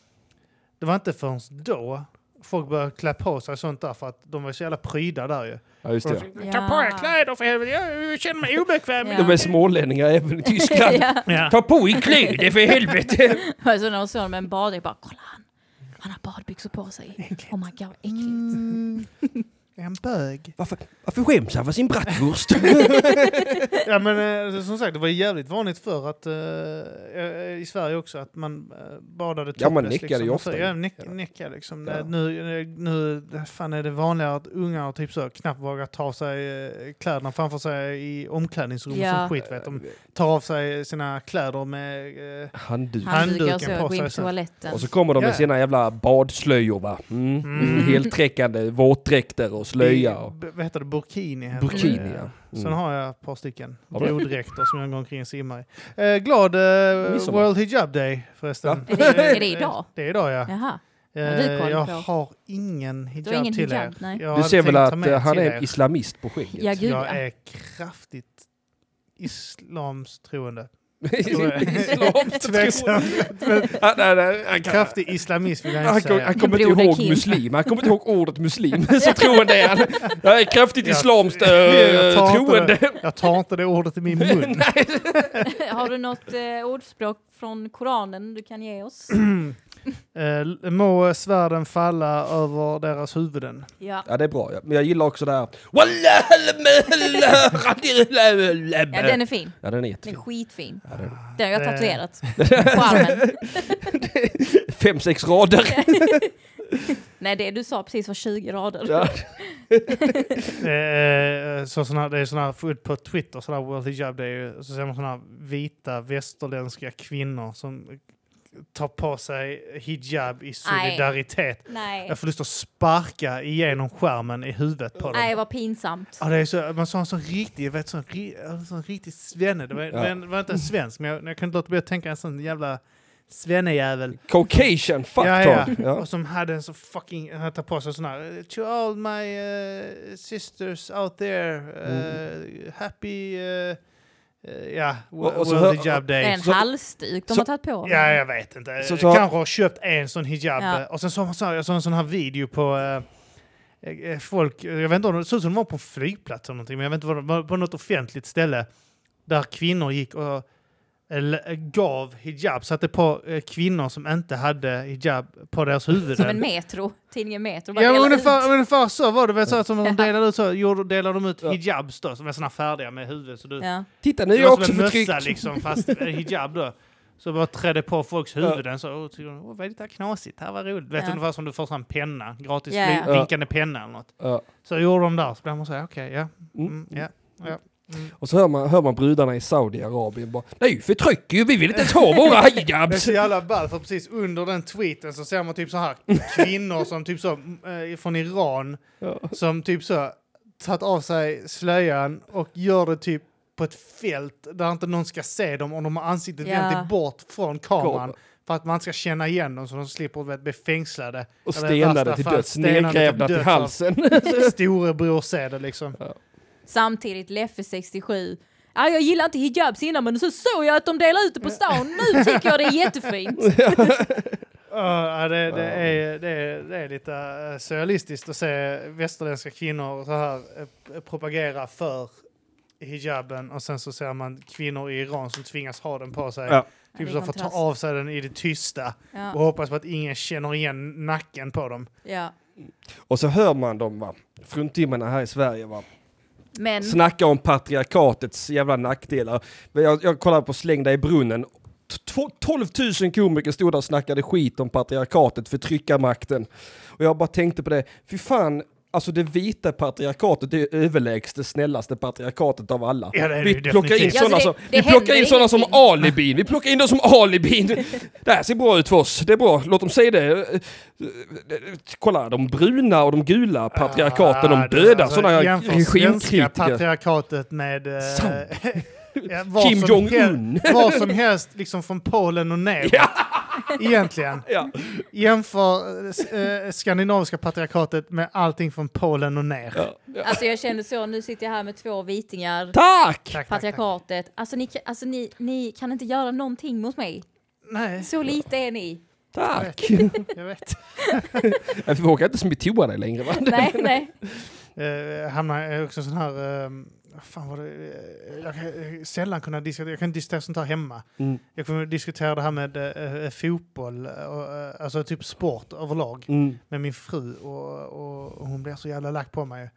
Speaker 1: Det var inte förrän då folk började klä på sig och sånt där för att de var så jävla pryda där ju.
Speaker 3: Ja, just det.
Speaker 2: Mm.
Speaker 1: De, Ta på er kläder för helvete, jag känner mig obekväm.
Speaker 2: Ja.
Speaker 3: De är smålänningar
Speaker 1: <laughs>
Speaker 3: även i Tyskland.
Speaker 2: <laughs> ja.
Speaker 1: Ja.
Speaker 3: Ta på er kläder för helvete!
Speaker 2: Alltså när hon såg honom med en baddräkt bara kolla han. Han har badbyxor på sig. Oh my god, äckligt.
Speaker 1: Mm. En bög.
Speaker 3: Varför, varför skäms han för
Speaker 1: <laughs>
Speaker 3: sin bratwurst?
Speaker 1: Ja men eh, som sagt, det var jävligt vanligt för att eh, eh, i Sverige också att man eh, badade topless.
Speaker 3: Ja, man nickade
Speaker 1: liksom.
Speaker 3: ju ofta ju.
Speaker 1: Ja, nick,
Speaker 3: Ja.
Speaker 1: nickade liksom.
Speaker 3: Ja.
Speaker 1: Eh, Nu, nu fan är det vanligare att unga och typ så knappt vågar ta sig eh, kläderna framför sig i omklädningsrum och
Speaker 2: Ja.
Speaker 1: sånt skit. Vet. De tar av sig sina kläder med... Eh,
Speaker 3: Handduk.
Speaker 2: Handdukar
Speaker 1: Handduken på
Speaker 2: så, gå in
Speaker 1: sig
Speaker 2: på
Speaker 1: sen.
Speaker 2: toaletten.
Speaker 3: Och så kommer de med
Speaker 1: Ja.
Speaker 3: sina jävla badslöjor va? Mm.
Speaker 1: Mm.
Speaker 3: Heltäckande våtdräkter och slöja.
Speaker 1: i-
Speaker 3: Och
Speaker 1: b- Vad heter det? Burkini? heter det.
Speaker 3: burkini ja.
Speaker 1: Sen
Speaker 3: Mm.
Speaker 1: har jag ett par stycken
Speaker 3: Har du?
Speaker 1: bloddräkter som jag går omkring och simmar i. Eh, glad eh,
Speaker 3: Midsommar.
Speaker 1: World Hijab Day förresten. Eh,
Speaker 2: Ja. Är <laughs> det- är det idag?
Speaker 1: Det är idag ja.
Speaker 2: Jaha.
Speaker 1: Eh,
Speaker 2: du koll
Speaker 1: jag
Speaker 2: på?
Speaker 1: har ingen hijab
Speaker 2: ingen
Speaker 1: till
Speaker 2: hijab,
Speaker 1: er.
Speaker 2: nej.
Speaker 1: Jag
Speaker 3: Du
Speaker 1: hade
Speaker 3: ser
Speaker 1: tänkt
Speaker 3: väl
Speaker 1: ta
Speaker 3: att
Speaker 1: med
Speaker 3: eh, han
Speaker 1: till
Speaker 3: är
Speaker 1: er.
Speaker 3: islamist på skägget?
Speaker 2: Ja gud
Speaker 1: Jag
Speaker 2: ja.
Speaker 1: är kraftigt islamstroende.
Speaker 3: Islamist, tror jag.
Speaker 1: Tveksam.
Speaker 2: <laughs>
Speaker 3: Han- han- han- han kan-
Speaker 1: Kraftig islamism vill jag
Speaker 3: Han,
Speaker 1: inte
Speaker 3: kom,
Speaker 1: säga.
Speaker 3: han kommer inte
Speaker 2: Broder
Speaker 3: ihåg
Speaker 2: Kim.
Speaker 3: muslim, han kommer inte ihåg
Speaker 2: <laughs>
Speaker 3: ordet muslim. Så troende är han. Jag är kraftigt
Speaker 1: Ja.
Speaker 3: islamskt eh,
Speaker 1: Jag tar inte
Speaker 3: troende.
Speaker 1: Jag tar inte det ordet i min
Speaker 3: <laughs>
Speaker 1: mun.
Speaker 2: <laughs> Har du något eh, ordspråk från Koranen du kan
Speaker 1: <clears throat>
Speaker 2: ge oss?
Speaker 1: Eh, må svärden falla över deras huvuden.
Speaker 2: Ja.
Speaker 3: Ja det är bra, ja. men jag gillar också det här Wallahalmelahalmelahalmelahalmel.
Speaker 2: Ja, den är fin.
Speaker 3: Ja den är
Speaker 2: Den är
Speaker 3: jättefin.
Speaker 2: skitfin.
Speaker 3: Ja, den-
Speaker 2: Den har jag
Speaker 1: Det-
Speaker 2: tatuerat på armen.
Speaker 3: <laughs> Fem, sex rader.
Speaker 2: Nej, det du sa precis var 20 rader.
Speaker 3: Ja.
Speaker 1: Eh, så såna, det är såna här fullt på Twitter, sådana här World Hijab, det är ju, så ser man såna här vita västerländska kvinnor som tar på sig hijab i solidaritet.
Speaker 2: Nej.
Speaker 1: Jag får lust att sparka igenom skärmen i huvudet på dem.
Speaker 2: Nej, vad pinsamt.
Speaker 1: Ja, det är så, man sa en sån riktig, jag vet, sån, ri- en sån riktig svenne. Det var,
Speaker 3: Ja.
Speaker 1: det var inte en svensk, men jag, jag kunde inte låta bli att tänka en sån jävla svennejävel.
Speaker 3: Caucasian
Speaker 1: Ja,
Speaker 3: fucktard.
Speaker 1: ja.
Speaker 3: Ja,
Speaker 1: Och som hade en så fucking, han tar på sig sån här, to all my eh, sisters out there,
Speaker 3: Mm.
Speaker 1: eh, happy, eh, eh, ja,
Speaker 3: Och- och så
Speaker 1: world
Speaker 3: hör-
Speaker 1: hijab
Speaker 2: Det
Speaker 1: day.
Speaker 2: är en
Speaker 3: Så-
Speaker 2: halsduk de
Speaker 3: så-
Speaker 2: har tagit på.
Speaker 1: Ja, jag vet inte.
Speaker 3: Så-
Speaker 1: Så,
Speaker 3: så-
Speaker 1: Kanske har köpt en sån hijab.
Speaker 2: Mm. Ja.
Speaker 1: eh, Och sen så, så, jag såg en sån här video på eh, eh, folk, jag vet inte om det såg ut som de var på en flygplats eller någonting, men jag vet inte vad de var på något offentligt ställe där kvinnor gick och eller, gav hijab, satte på eh, kvinnor som inte hade hijab på deras huvuden.
Speaker 2: Som en metro, tidningen Metro. bara
Speaker 1: Ja, men
Speaker 2: delar ut.
Speaker 1: ungefär, ungefär så var det väl. Så att som de
Speaker 2: <laughs> Ja.
Speaker 1: delade ut så gjorde, delade de ut
Speaker 3: Ja.
Speaker 1: hijabs då, som är såna färdiga med huvudet. Så du,
Speaker 2: Ja.
Speaker 3: Titta, nu
Speaker 1: det
Speaker 3: är jag
Speaker 1: var
Speaker 3: också
Speaker 1: som en
Speaker 3: förtryckt.
Speaker 1: mössa liksom, fast eh, hijab då. Så bara trädde på folks huvuden så och tyckte de, åh vad är det där knasigt, det här var roligt. Vet
Speaker 2: Ja.
Speaker 1: du, ungefär som du får en penna, gratis
Speaker 2: Ja, ja.
Speaker 1: bli- blinkande penna eller något.
Speaker 3: Ja.
Speaker 1: Så gjorde de där, så blev man så här, okej, ja. Mm, ja. Mm.
Speaker 3: Och så hör man, hör man brudarna i Saudiarabien bara Nej, förtryck ju, vi vill inte ens ha
Speaker 1: <laughs>
Speaker 3: våra
Speaker 1: Det är
Speaker 3: hijabs!
Speaker 1: så jävla ball för precis under den tweeten så ser man typ så här kvinnor som typ så, eh, från Iran
Speaker 3: Ja.
Speaker 1: som typ så tagit av sig slöjan och gör det typ på ett fält där inte någon ska se dem om de har ansiktet
Speaker 2: Ja.
Speaker 1: vänt bort från kameran.
Speaker 3: Kameran.
Speaker 1: För att man ska känna igen dem så de slipper vet, bli fängslade.
Speaker 3: Och
Speaker 1: Eller i värsta
Speaker 3: stenade till
Speaker 1: fall
Speaker 3: döds,
Speaker 1: stenade
Speaker 3: nedgrävda till
Speaker 1: döds
Speaker 3: halsen. <laughs>
Speaker 1: av Storebror ser det liksom.
Speaker 2: Samtidigt Leffe 67. Ah, jag gillar inte hijabs innan men så såg jag att de delar ut det på stan. Nu tycker jag det
Speaker 1: <laughs>
Speaker 2: är jättefint.
Speaker 1: Ja, det, det, är, det, är, det är lite eh, surrealistiskt att se västerländska kvinnor så här, eh, propagera för hijaben och sen så ser man kvinnor i Iran som tvingas ha den på sig.
Speaker 3: Ja.
Speaker 2: Ja, det
Speaker 1: Typ
Speaker 2: är
Speaker 1: så får ta
Speaker 2: kontrast.
Speaker 1: av sig den i det tysta och
Speaker 2: Ja,
Speaker 1: hoppas på att ingen känner igen nacken på dem.
Speaker 2: ja.
Speaker 3: Och så hör man dem va, fruntimmerna här i Sverige va,
Speaker 2: Men
Speaker 3: snacka om patriarkatets jävla nackdelar. Men Jag, jag kollade på Släng dig i brunnen. Tw- 12 000 komiker stod där och snackade skit om patriarkatet, förtryckarmakten. Och jag bara tänkte på det, fy fan, alltså det vita patriarkatet är överlägset det snällaste patriarkatet av alla.
Speaker 1: Ja, det är det ju
Speaker 3: vi plockar in
Speaker 1: definitivt.
Speaker 3: sådana
Speaker 2: Ja, så
Speaker 3: som,
Speaker 2: Alltså, det- det
Speaker 3: vi plockar in
Speaker 2: händer
Speaker 3: sådana som
Speaker 2: ingenting.
Speaker 3: alibin, vi plockar in dem som alibin. Det här ser bra ut för oss, det är bra, låt dem säga det. Kolla, de bruna och de gula patriarkaten,
Speaker 1: Ah,
Speaker 3: de döda, sådana
Speaker 1: jämför alltså svenska
Speaker 3: regimkritiker.
Speaker 1: patriarkatet med eh, <laughs>
Speaker 3: Sant.
Speaker 1: ja, vad
Speaker 3: Kim
Speaker 1: som
Speaker 3: Jong-Un.
Speaker 1: hel- Vad som helst liksom från Polen och ner.
Speaker 3: <laughs> Ja.
Speaker 1: Egentligen.
Speaker 3: Ja.
Speaker 1: Jämför eh, s- eh, skandinaviska patriarkatet med allting från Polen och ner.
Speaker 3: Ja.
Speaker 2: alltså jag känner så, nu sitter jag här med två vitingar.
Speaker 3: Tack!
Speaker 1: Tack, tack, tack.
Speaker 2: Patriarkatet. Alltså ni, kan- alltså ni, ni kan inte göra någonting mot mig.
Speaker 1: Nej,
Speaker 2: Så lite
Speaker 1: <laughs>
Speaker 2: är ni.
Speaker 3: Tack!
Speaker 1: jag vet.
Speaker 3: Jag vågar inte smittoa dig längre va?
Speaker 2: Nej, nej.
Speaker 1: Eh, han är också sån här... eh, vad fan var det? Eh, Jag kan sällan kunna diskutera, jag kan inte diskutera sånt här hemma.
Speaker 3: Mm.
Speaker 1: Jag kommer att diskutera det här med eh, eh, fotboll, eh, och, eh, alltså typ sport överlag.
Speaker 3: Mm.
Speaker 1: med min fru och, och, och hon blev så jävla lack på mig.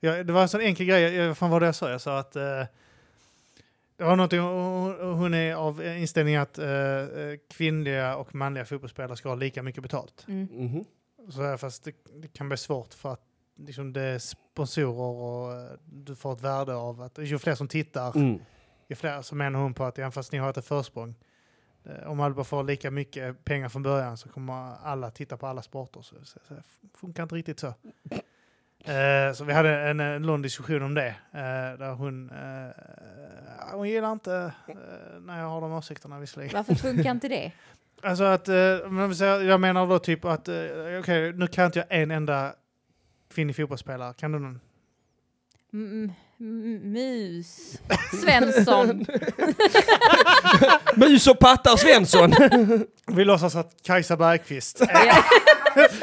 Speaker 1: Jag, det var en sån enkel grej, jag, vad fan var det jag sa? Jag sa att eh, det var någonting, hon- hon är av inställningen att eh, eh, kvinnliga och manliga fotbollsspelare ska ha lika mycket betalt.
Speaker 2: Mm.
Speaker 3: Mhm.
Speaker 1: Så här, fast det, det kan bli svårt för att liksom, det är sponsorer och eh, du får ett värde av att ju fler som tittar,
Speaker 3: Mm.
Speaker 1: ju fler så menar hon på att även fast ni har ett försprång, eh, om alla bara får lika mycket pengar från början så kommer alla titta på alla sporter. Så, så, så funkar inte riktigt så. Eh, så vi hade en, eh, lång diskussion om det. eh, där hon, eh, hon gillar inte eh, när jag har de åsikterna visserligen.
Speaker 2: Varför funkar inte det?
Speaker 1: Alltså att, eh, men vi säger- jag menar då typ att, eh, okej nu kan inte jag en enda kvinnlig fotbollsspelare, kan du någon?
Speaker 2: Mm, mm,
Speaker 1: <laughs>
Speaker 2: mus. Svensson.
Speaker 3: Mus och pattar Svensson!
Speaker 1: Vi låtsas att Kajsa Bergqvist eh,
Speaker 2: Ja.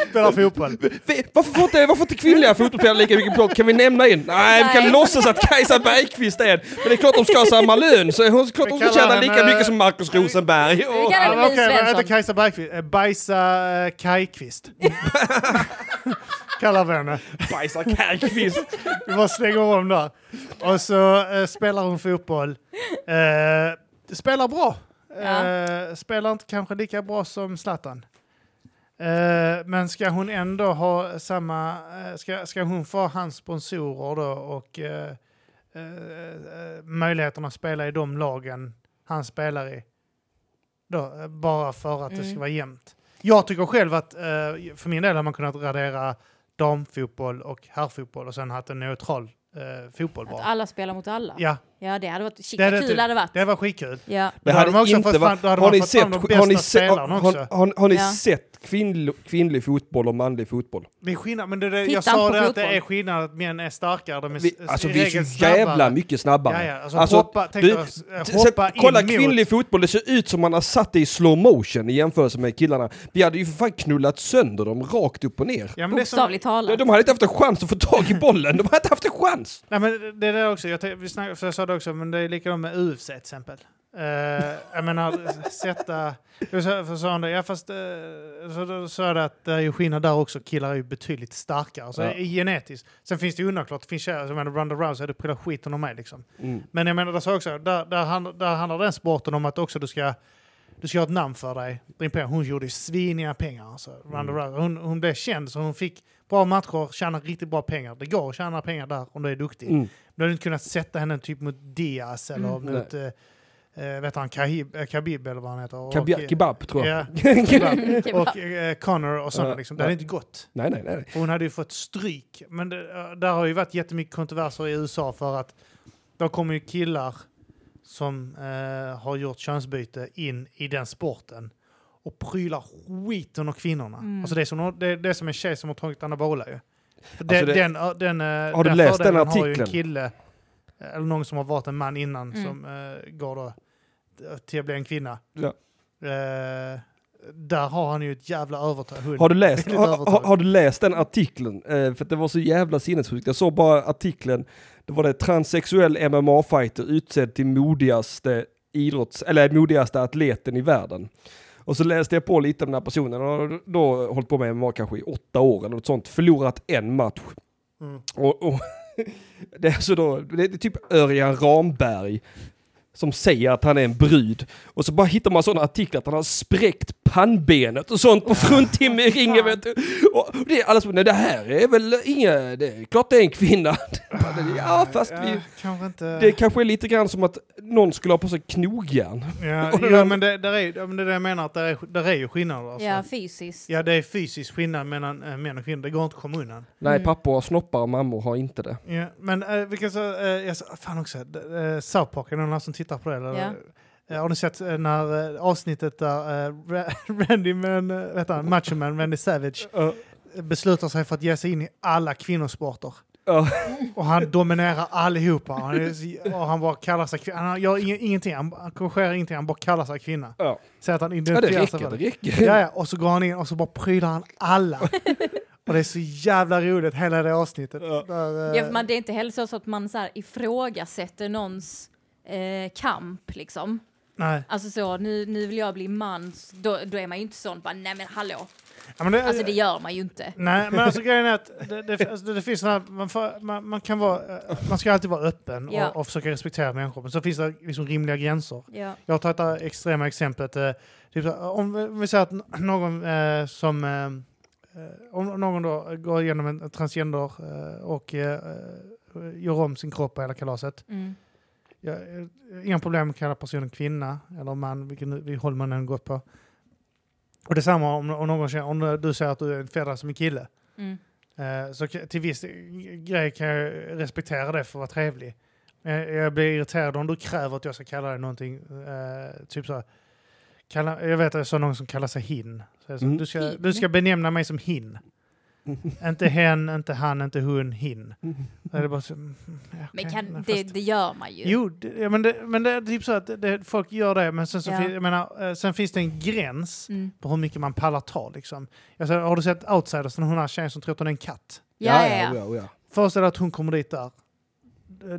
Speaker 1: spelar fotboll.
Speaker 3: Vi- Varför får inte, varför inte kvinnliga fotbollsspelare lika mycket plåt? Kan vi nämna en? Nej, vi kan
Speaker 2: Nej.
Speaker 3: låtsas att Kajsa Bergqvist är en. Men det är klart de ska ha samma lön, så hon, klart
Speaker 1: Vi kallar
Speaker 3: hon förtjänar
Speaker 1: henne-
Speaker 3: lika mycket som Markus Rosenberg. Och,
Speaker 2: kallar
Speaker 1: Ja,
Speaker 2: henne
Speaker 1: men Okej,
Speaker 2: Louise
Speaker 1: vad heter
Speaker 2: Svensson.
Speaker 1: Kajsa Bergqvist? Eh, Bajsa eh, Kajqvist. Kallar vi henne.
Speaker 3: bajsar Bergqvist.
Speaker 1: Vi bara slänger om där. Och så eh, spelar hon fotboll. Eh, spelar bra. Eh, spelar inte kanske lika bra som Zlatan. Eh, men ska hon ändå ha samma... Eh, ska, ska hon få hans sponsorer då och eh, eh, eh, möjligheten att spela i de lagen han spelar i? Då, eh, bara för att det ska
Speaker 2: Mm.
Speaker 1: vara jämnt. Jag tycker själv att eh, för min del har man kunnat radera damfotboll och herrfotboll och sen haft en neutral eh, fotboll
Speaker 2: Att
Speaker 1: bara.
Speaker 2: alla spelar mot alla. Ja,
Speaker 1: Ja,
Speaker 2: det hade varit... Shit,
Speaker 1: Det
Speaker 2: vad
Speaker 1: hade
Speaker 2: kul
Speaker 1: typ-
Speaker 2: det hade varit.
Speaker 1: det var skitkul.
Speaker 2: Ja.
Speaker 1: Då hade man också fått
Speaker 3: varit-
Speaker 1: fram- då hade
Speaker 3: har
Speaker 1: man
Speaker 3: ni
Speaker 1: fått
Speaker 3: sett,
Speaker 1: fram de
Speaker 3: har ni
Speaker 1: bästa
Speaker 3: sett, har,
Speaker 1: spelarna också.
Speaker 3: har, har, har ni
Speaker 2: Ja.
Speaker 3: sett kvinnl, kvinnlig fotboll och manlig fotboll?
Speaker 1: Det är skillnad, men det, det,
Speaker 2: Titta
Speaker 1: jag sa
Speaker 2: inte på
Speaker 1: det att det är
Speaker 2: fotboll.
Speaker 1: skillnad att män är starkare. De är
Speaker 3: Vi,
Speaker 1: s-
Speaker 3: alltså
Speaker 1: i
Speaker 3: vi är
Speaker 1: regel
Speaker 3: så jävla
Speaker 1: snabbare.
Speaker 3: mycket snabbare.
Speaker 1: Ja, ja. Alltså, hoppa, tänk
Speaker 3: du-
Speaker 1: oss, eh,
Speaker 3: t-
Speaker 1: hoppa
Speaker 3: sätt- kolla
Speaker 1: in mot-
Speaker 3: kvinnlig fotboll, det ser ut som man har satt det i slow motion i jämförelse med killarna. Vi hade ju för fan knullat sönder dem rakt upp och ner.
Speaker 1: Ja, men det är som,
Speaker 2: Bokstavligt <laughs>
Speaker 3: De,
Speaker 2: talat.
Speaker 3: de hade inte haft en chans att få tag i bollen, de hade inte haft en chans!
Speaker 1: nej, men det- det är det också. Jag, tänkte- vi snackade, för jag sa det också, men det är likadant med UFC till exempel. Uh, jag menar, sätta... Jag sa, för sa han det, ja, fast, eh, så då sa jag det att det är ju skillnad där också. Killar är ju betydligt starkare. Så
Speaker 3: Ja.
Speaker 1: i genetiskt. Sen finns det ju undantag. Det finns tjejer som menar Ronda Rousey, hade pillat skiten om mig liksom.
Speaker 3: Mm.
Speaker 1: Men jag menar, det sa jag också, där, där, hand, där handlar den sporten om att också du ska, du ska ha ett namn för dig. Din pengar. Hon gjorde ju sviniga pengar. Alltså. Ronda Rousey. Hon, hon blev känd så hon fick bra matcher, tjänade riktigt bra pengar. Det går att tjäna pengar där om du är duktig.
Speaker 3: Mm.
Speaker 1: Du hade inte kunnat sätta henne typ mot Diaz eller
Speaker 2: Mm.
Speaker 1: mot eh, eh, vet han, Kahib, eh, Khabib eller vad han heter. Och,
Speaker 3: Kabia, kebab tror jag.
Speaker 1: Ja,
Speaker 3: <laughs> nej,
Speaker 1: och eh, Connor och sådana.
Speaker 3: Ja,
Speaker 1: Liksom. Det hade
Speaker 3: ja.
Speaker 1: inte gått.
Speaker 3: nej, nej. nej.
Speaker 1: För hon hade ju fått stryk. Men det, där har ju varit jättemycket kontroverser i USA för att då kommer ju killar som eh, har gjort könsbyte in i den sporten och prylar skiten av kvinnorna.
Speaker 2: Mm.
Speaker 1: Alltså det, är som, det, det är som en tjej som har tagit anabola ju. För
Speaker 3: Alltså
Speaker 1: det,
Speaker 3: det-
Speaker 1: den, ö, den, har
Speaker 3: du läst den
Speaker 1: Har ju en
Speaker 3: artikeln?
Speaker 1: kille, eh, eller någon som har varit en man innan,
Speaker 2: Mm.
Speaker 1: som eh, går då eh, till att bli en kvinna.
Speaker 3: Ja.
Speaker 1: Eh, där har han ju ett jävla övertag.
Speaker 3: Har du läst,
Speaker 1: Väldigt
Speaker 3: har,
Speaker 1: övertag.
Speaker 3: har- har du läst den artikeln? Eh, för att det var så jävla sinnessjukt. Jag såg bara artikeln, det var det transsexuell MMA-fighter utsedd till modigaste idrotts, eller modigaste atleten i världen. Och så läste jag på lite om den här personen, och har då hållit på med MMA kanske i åtta år eller något sånt, förlorat en match.
Speaker 1: Mm.
Speaker 3: Och, och <laughs> det är alltså då, det är typ Örjan Ramberg som säger att han är en brud. Och så bara hittar man sådana artiklar att han har spräckt pannbenet och sånt
Speaker 2: <laughs>
Speaker 3: på fruntimmerringen. vet du. Och det är alla som, nej det här är väl inga, det är klart det är en kvinna. <laughs> Ah, ja
Speaker 2: Ah,
Speaker 3: fast vi,
Speaker 1: kanske inte...
Speaker 3: det kanske är lite grann som att någon skulle ha på sig knogjärn.
Speaker 1: Ja,
Speaker 3: <laughs> Och den
Speaker 1: ja
Speaker 3: andra-
Speaker 1: men det, där är, ja, men det är det jag menar, att där är, där är ju skillnader. Alltså.
Speaker 2: Ja,
Speaker 1: Ja.
Speaker 2: fysiskt.
Speaker 1: det är fysisk skillnad mellan äh, män och kvinnor, det går inte att komma undan.
Speaker 3: Nej
Speaker 2: Mm.
Speaker 3: pappor har snoppar och mammor har inte det.
Speaker 1: Ja, men äh, vi kan så, eh, jag sa, fan också, d- eh, South Park, är det någon här som tittar på det? Eller?
Speaker 2: Ja.
Speaker 1: Eh, har ni sett eh, när eh, avsnittet där eh, Ra- <laughs> Randy Man, eh, vet han, Macho Man, Randy Savage eh, beslutar sig för att ge sig in i alla kvinnosporter?
Speaker 3: Ja.
Speaker 1: Och han dominerar allihopa. Han, är, så- och han bara kallar sig kvinna. Han gör ing- ingenting, han, han korrigerar ingenting, han bara kallar sig kvinna.
Speaker 3: Ja.
Speaker 1: Säger att han
Speaker 3: ja det
Speaker 1: identifierar sig
Speaker 3: räcker,
Speaker 1: med
Speaker 3: det
Speaker 1: det.
Speaker 3: räcker.
Speaker 1: Ja, ja, och så går han in och så bara prylar han alla. och det är så jävla roligt, hela det avsnittet.
Speaker 3: Ja.
Speaker 1: Där, eh,
Speaker 2: Ja, för man, det är inte heller så så att man så här ifrågasätter någons eh, kamp liksom.
Speaker 1: Nej.
Speaker 2: Alltså så, nu, nu vill jag bli man, så då, då är man ju inte sån bara, nej men hallå.
Speaker 1: Ja, men det,
Speaker 2: Alltså det gör man ju inte.
Speaker 1: Nej, men alltså grejen är att det, det, alltså, det finns såna här, man, får, man, man kan vara, eh, man ska alltid vara öppen
Speaker 2: Ja.
Speaker 1: och, och försöka respektera människor. Men så finns det liksom rimliga gränser.
Speaker 2: Ja.
Speaker 1: Jag har tagit det här extrema exemplet. Eh, typ, så här, om, vi, om vi säger att n- någon eh, som... Eh, eh, om någon då går igenom en transgender eh, och eh, eh, gör om sin kropp och hela kalaset.
Speaker 2: Mm.
Speaker 1: Ja, eh, inga problem att kalla personen kvinna eller man, vilken vi- håll man än går på. Och detsamma om, om någon känner, om du säger att du är en förälder som är kille.
Speaker 2: Mm.
Speaker 1: Eh, så k- till viss grej kan jag respektera det för att vara trevlig. Eh, jag blir irriterad om du kräver att jag ska kalla dig någonting. Eh, typ så här, kalla, jag vet att jag såg någon som kallar sig hin. Så jag sa,
Speaker 3: Mm.
Speaker 1: du, ska, du ska benämna mig som hin. inte hen, inte han, inte hon, hin. Då är det bara så, mm, okej,
Speaker 2: Men kan,
Speaker 1: men
Speaker 2: det,
Speaker 1: fast-
Speaker 2: det gör man ju.
Speaker 1: Jo, det, ja, men, det, men det är typ så att det- det, folk gör det, men sen, så
Speaker 2: Ja.
Speaker 1: fin, jag menar, eh, sen finns det en gräns
Speaker 2: Mm.
Speaker 1: på hur mycket man pallar ta. Liksom. Jag säger, har du sett Outsiders, den här tjejen som tror att hon är en katt?
Speaker 2: Ja, ja, ja.
Speaker 3: ja, ja.
Speaker 1: Föreställ dig att hon kommer dit där.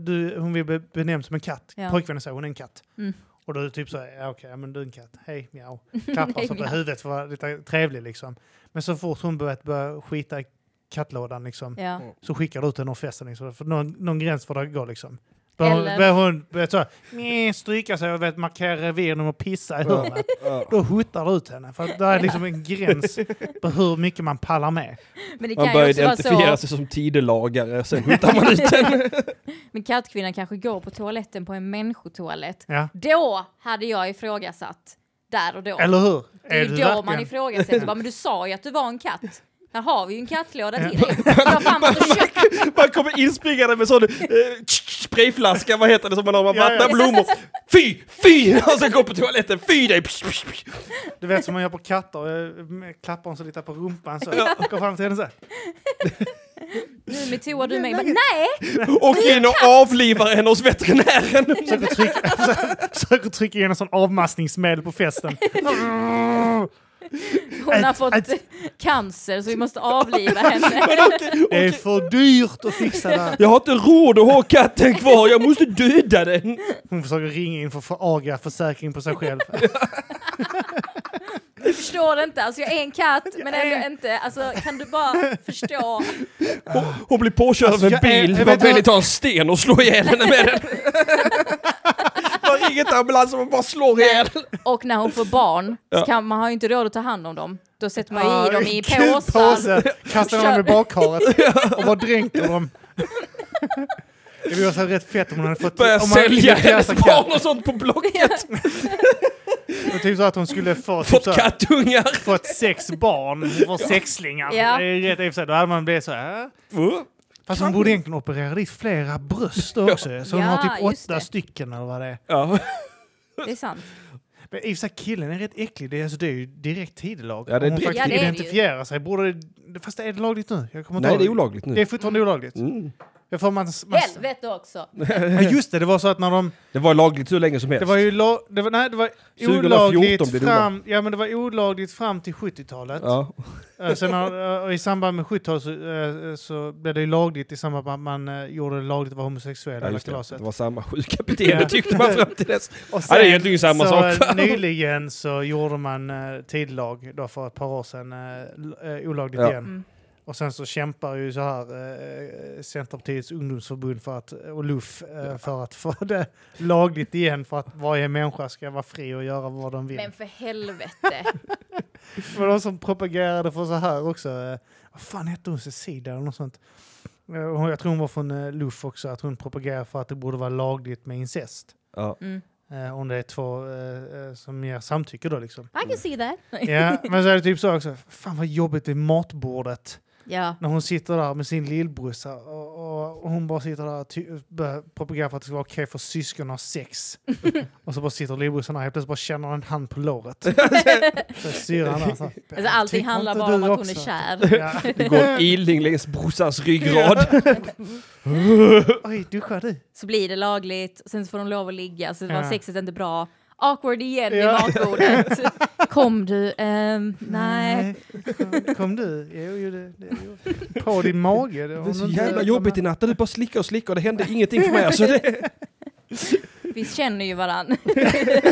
Speaker 1: Du, hon vill bli benämnd som en katt.
Speaker 2: Ja.
Speaker 1: Pojkvännen säger hon är en katt.
Speaker 2: Mm.
Speaker 1: Och då är det typ så här, ja, okej, ja, men du är en katt. Hej,
Speaker 2: <laughs>
Speaker 1: mjau. Klappar så på
Speaker 2: Mjau.
Speaker 1: huvudet för att vara lite trevlig liksom. Men så fort hon börjat börja skita i kattlådan liksom,
Speaker 2: ja.
Speaker 1: så skickar du ut henne ur festen. Liksom, för någon, någon gräns får det gå liksom. Börjar hon,
Speaker 2: Eller-
Speaker 1: börjar hon börjar så här, "Mjä", stryka sig och vet, markera revir genom att pissa i hörnet.
Speaker 3: <laughs> ja.
Speaker 1: Då huttar du ut henne. För att det
Speaker 2: <laughs>
Speaker 1: är liksom en gräns på hur mycket man pallar med.
Speaker 2: Men det
Speaker 3: Man
Speaker 2: kan
Speaker 3: börjar
Speaker 2: ju också vara så,
Speaker 3: identifiera sig som tidelagare, sen hittar man
Speaker 1: <laughs>
Speaker 3: ut den.
Speaker 2: men kattkvinnan kanske går på toaletten på en människotoalett.
Speaker 1: Ja.
Speaker 2: Då hade jag ifrågasatt där och då.
Speaker 1: Eller hur?
Speaker 2: det är ju då
Speaker 1: <laughs>
Speaker 2: man ifrågasätter. Bara, men du sa ju att du var en katt. Här har vi ju en
Speaker 1: <laughs>
Speaker 2: kattlåda till dig. Jag fan måste köpa
Speaker 3: Man kommer inspringande med sån eh, sprayflaska, vad heter det som man har, man
Speaker 1: Ja, ja.
Speaker 3: vattnar blommor. Fy, fy! Och sen går på toaletten, fy dig!
Speaker 1: Du vet som man gör på katter, eh, klappar hon så lite på rumpan så. Går fram till henne så här.
Speaker 2: nu med toa du med. Bara, Nej!
Speaker 3: Och in och avlivar henne hos veterinären.
Speaker 1: Försöker trycka, <laughs> försöker trycka in en sån avmaskningsmedel på
Speaker 3: <laughs>
Speaker 1: festen.
Speaker 2: Hon har
Speaker 1: Ett-
Speaker 2: fått
Speaker 1: ett-
Speaker 2: cancer så vi måste avliva henne.
Speaker 1: <laughs>
Speaker 3: Men okej,
Speaker 1: Det är
Speaker 3: okej.
Speaker 1: för dyrt att fixa det här.
Speaker 3: Jag har inte råd att ha katten kvar, jag måste döda den!
Speaker 1: Hon försöker ringa in för att få AGA försäkring på sig själv.
Speaker 2: Du förstår inte. Alltså jag är en katt men ändå inte. Alltså kan du bara förstå?
Speaker 3: Hon, hon blir påkörd av en
Speaker 1: Alltså, jag är-
Speaker 3: bil,
Speaker 1: jag
Speaker 3: men
Speaker 1: vet
Speaker 3: Benny
Speaker 1: inte-
Speaker 3: tar en sten och slår ihjäl henne med den. Man ringer till ambulansen och bara slår ihjäl.
Speaker 2: Och när hon får barn
Speaker 3: Ja.
Speaker 2: så kan man har ju inte råd att ta hand om dem. Då sätter man ju
Speaker 1: Ah,
Speaker 2: i dem i
Speaker 1: kul
Speaker 2: påsar.
Speaker 1: påse. Kastar dem i
Speaker 2: <laughs>
Speaker 1: bakharet och bara dränker dem. Det vore så rätt fett om hon hade fått...
Speaker 3: Börjar
Speaker 1: om man
Speaker 3: sälja
Speaker 1: hade
Speaker 3: hennes
Speaker 1: deras katt.
Speaker 3: barn och sånt på Blocket.
Speaker 1: Och typ så att hon skulle få... Typ så
Speaker 3: Fått
Speaker 1: här,
Speaker 3: kattungar.
Speaker 1: fått sex barn, hon får sexlingar.
Speaker 2: Ja.
Speaker 1: Det är rätt i och för sig. Då hade man blivit så här... "Äh, Fast hon
Speaker 3: Kan-
Speaker 1: borde egentligen operera dit flera bröst
Speaker 2: <laughs>
Speaker 1: också. Så hon
Speaker 2: Ja,
Speaker 1: har typ
Speaker 2: just
Speaker 1: åtta
Speaker 2: det.
Speaker 1: stycken eller vad det är.
Speaker 3: Ja.
Speaker 2: Det är sant.
Speaker 1: Men i och för sig, killen är rätt äcklig. Det är, alltså, det är ju direkt tidelag.
Speaker 3: Ja, det
Speaker 1: Om
Speaker 3: är
Speaker 1: hon
Speaker 3: direkt
Speaker 1: faktiskt
Speaker 2: tidelag. Ja, det är det ju.
Speaker 1: identifierar sig borde det... Fast är det lagligt nu? Jag kommer inte
Speaker 3: Nej,
Speaker 1: ihåg.
Speaker 3: det är olagligt
Speaker 1: Det är
Speaker 3: nu.
Speaker 1: fortfarande olagligt.
Speaker 3: Mm.
Speaker 1: Jag får man, man,
Speaker 2: Helvete också!
Speaker 1: ja, just det, det var så att när de...
Speaker 3: Det var lagligt hur länge som helst.
Speaker 1: Det var ju lo, det var, nej, det var
Speaker 3: 2014
Speaker 1: olagligt
Speaker 3: blev det
Speaker 1: fram, ja, men det var olagligt fram till 70-talet.
Speaker 3: Ja.
Speaker 1: Eh, Sen, har- eh, I samband med 70-talet så, eh, så blev det ju lagligt i samband med att man eh, gjorde det lagligt att vara homosexuell.
Speaker 3: Ja,
Speaker 1: eller
Speaker 3: just det.
Speaker 1: kalaset.
Speaker 3: det var samma sjuka beteende
Speaker 1: Ja.
Speaker 3: tyckte man fram
Speaker 1: <laughs>
Speaker 3: till dess.
Speaker 1: Och
Speaker 3: Ja, det är egentligen samma
Speaker 1: så,
Speaker 3: sak.
Speaker 1: eh, <laughs> nyligen så gjorde man eh, tidlag då för ett par år sedan eh, l- eh, olagligt
Speaker 3: Ja.
Speaker 1: igen.
Speaker 2: Mm.
Speaker 1: Och sen så kämpar ju så här eh, Centerpartiets ungdomsförbund för att, och LUF eh, för att få <laughs> det lagligt igen för att varje människa ska vara fri och göra vad de vill.
Speaker 2: Men för helvete.
Speaker 1: Det var de som propagerade för så här också. eh, Vad fan hette hon? Cecilia eller något sånt. Eh, hon- Jag tror hon var från eh, LUF också, att hon propagerade för att det borde vara lagligt med incest.
Speaker 3: Ja.
Speaker 2: Mm.
Speaker 1: Eh, Om det är två eh, eh, som ger samtycke då liksom.
Speaker 2: I can see that.
Speaker 3: <laughs>
Speaker 1: Ja, men så är det typ så också. Fan vad jobbigt vid matbordet.
Speaker 2: <laughs> Ja.
Speaker 1: När hon sitter där med sin lillbrorsa och, och, och hon bara sitter där och ty- börjar propagera för att det ska vara okej för syskon att ha
Speaker 3: <laughs>
Speaker 1: sex. och så bara sitter lillbrorsan där och helt plötsligt bara känner en hand på
Speaker 3: <laughs>
Speaker 1: låret. så syrran där så här,
Speaker 2: Alltså, allting
Speaker 1: "Tycker
Speaker 2: handlar
Speaker 1: inte
Speaker 2: bara om
Speaker 1: du
Speaker 2: att hon är
Speaker 1: också?" <laughs>
Speaker 2: kär.
Speaker 1: Ja.
Speaker 3: Det går en iling längs brorsans ryggrad.
Speaker 1: Oj, duschar du?
Speaker 2: Så blir det lagligt, sen så får de lov att ligga, så var
Speaker 1: Ja.
Speaker 2: sexet inte bra. Awkward igen vid
Speaker 1: Ja. <laughs>
Speaker 2: matbordet. Kom du? Ehm, nej.
Speaker 1: Kom- Kom du? Jo, jo, det, det, jo. På din mage? Det,
Speaker 3: Det är så jävla jobbigt i natt, du bara slickar och slickar och det hände ingenting för mig. Alltså det,
Speaker 2: Vi känner ju varann.
Speaker 1: <laughs>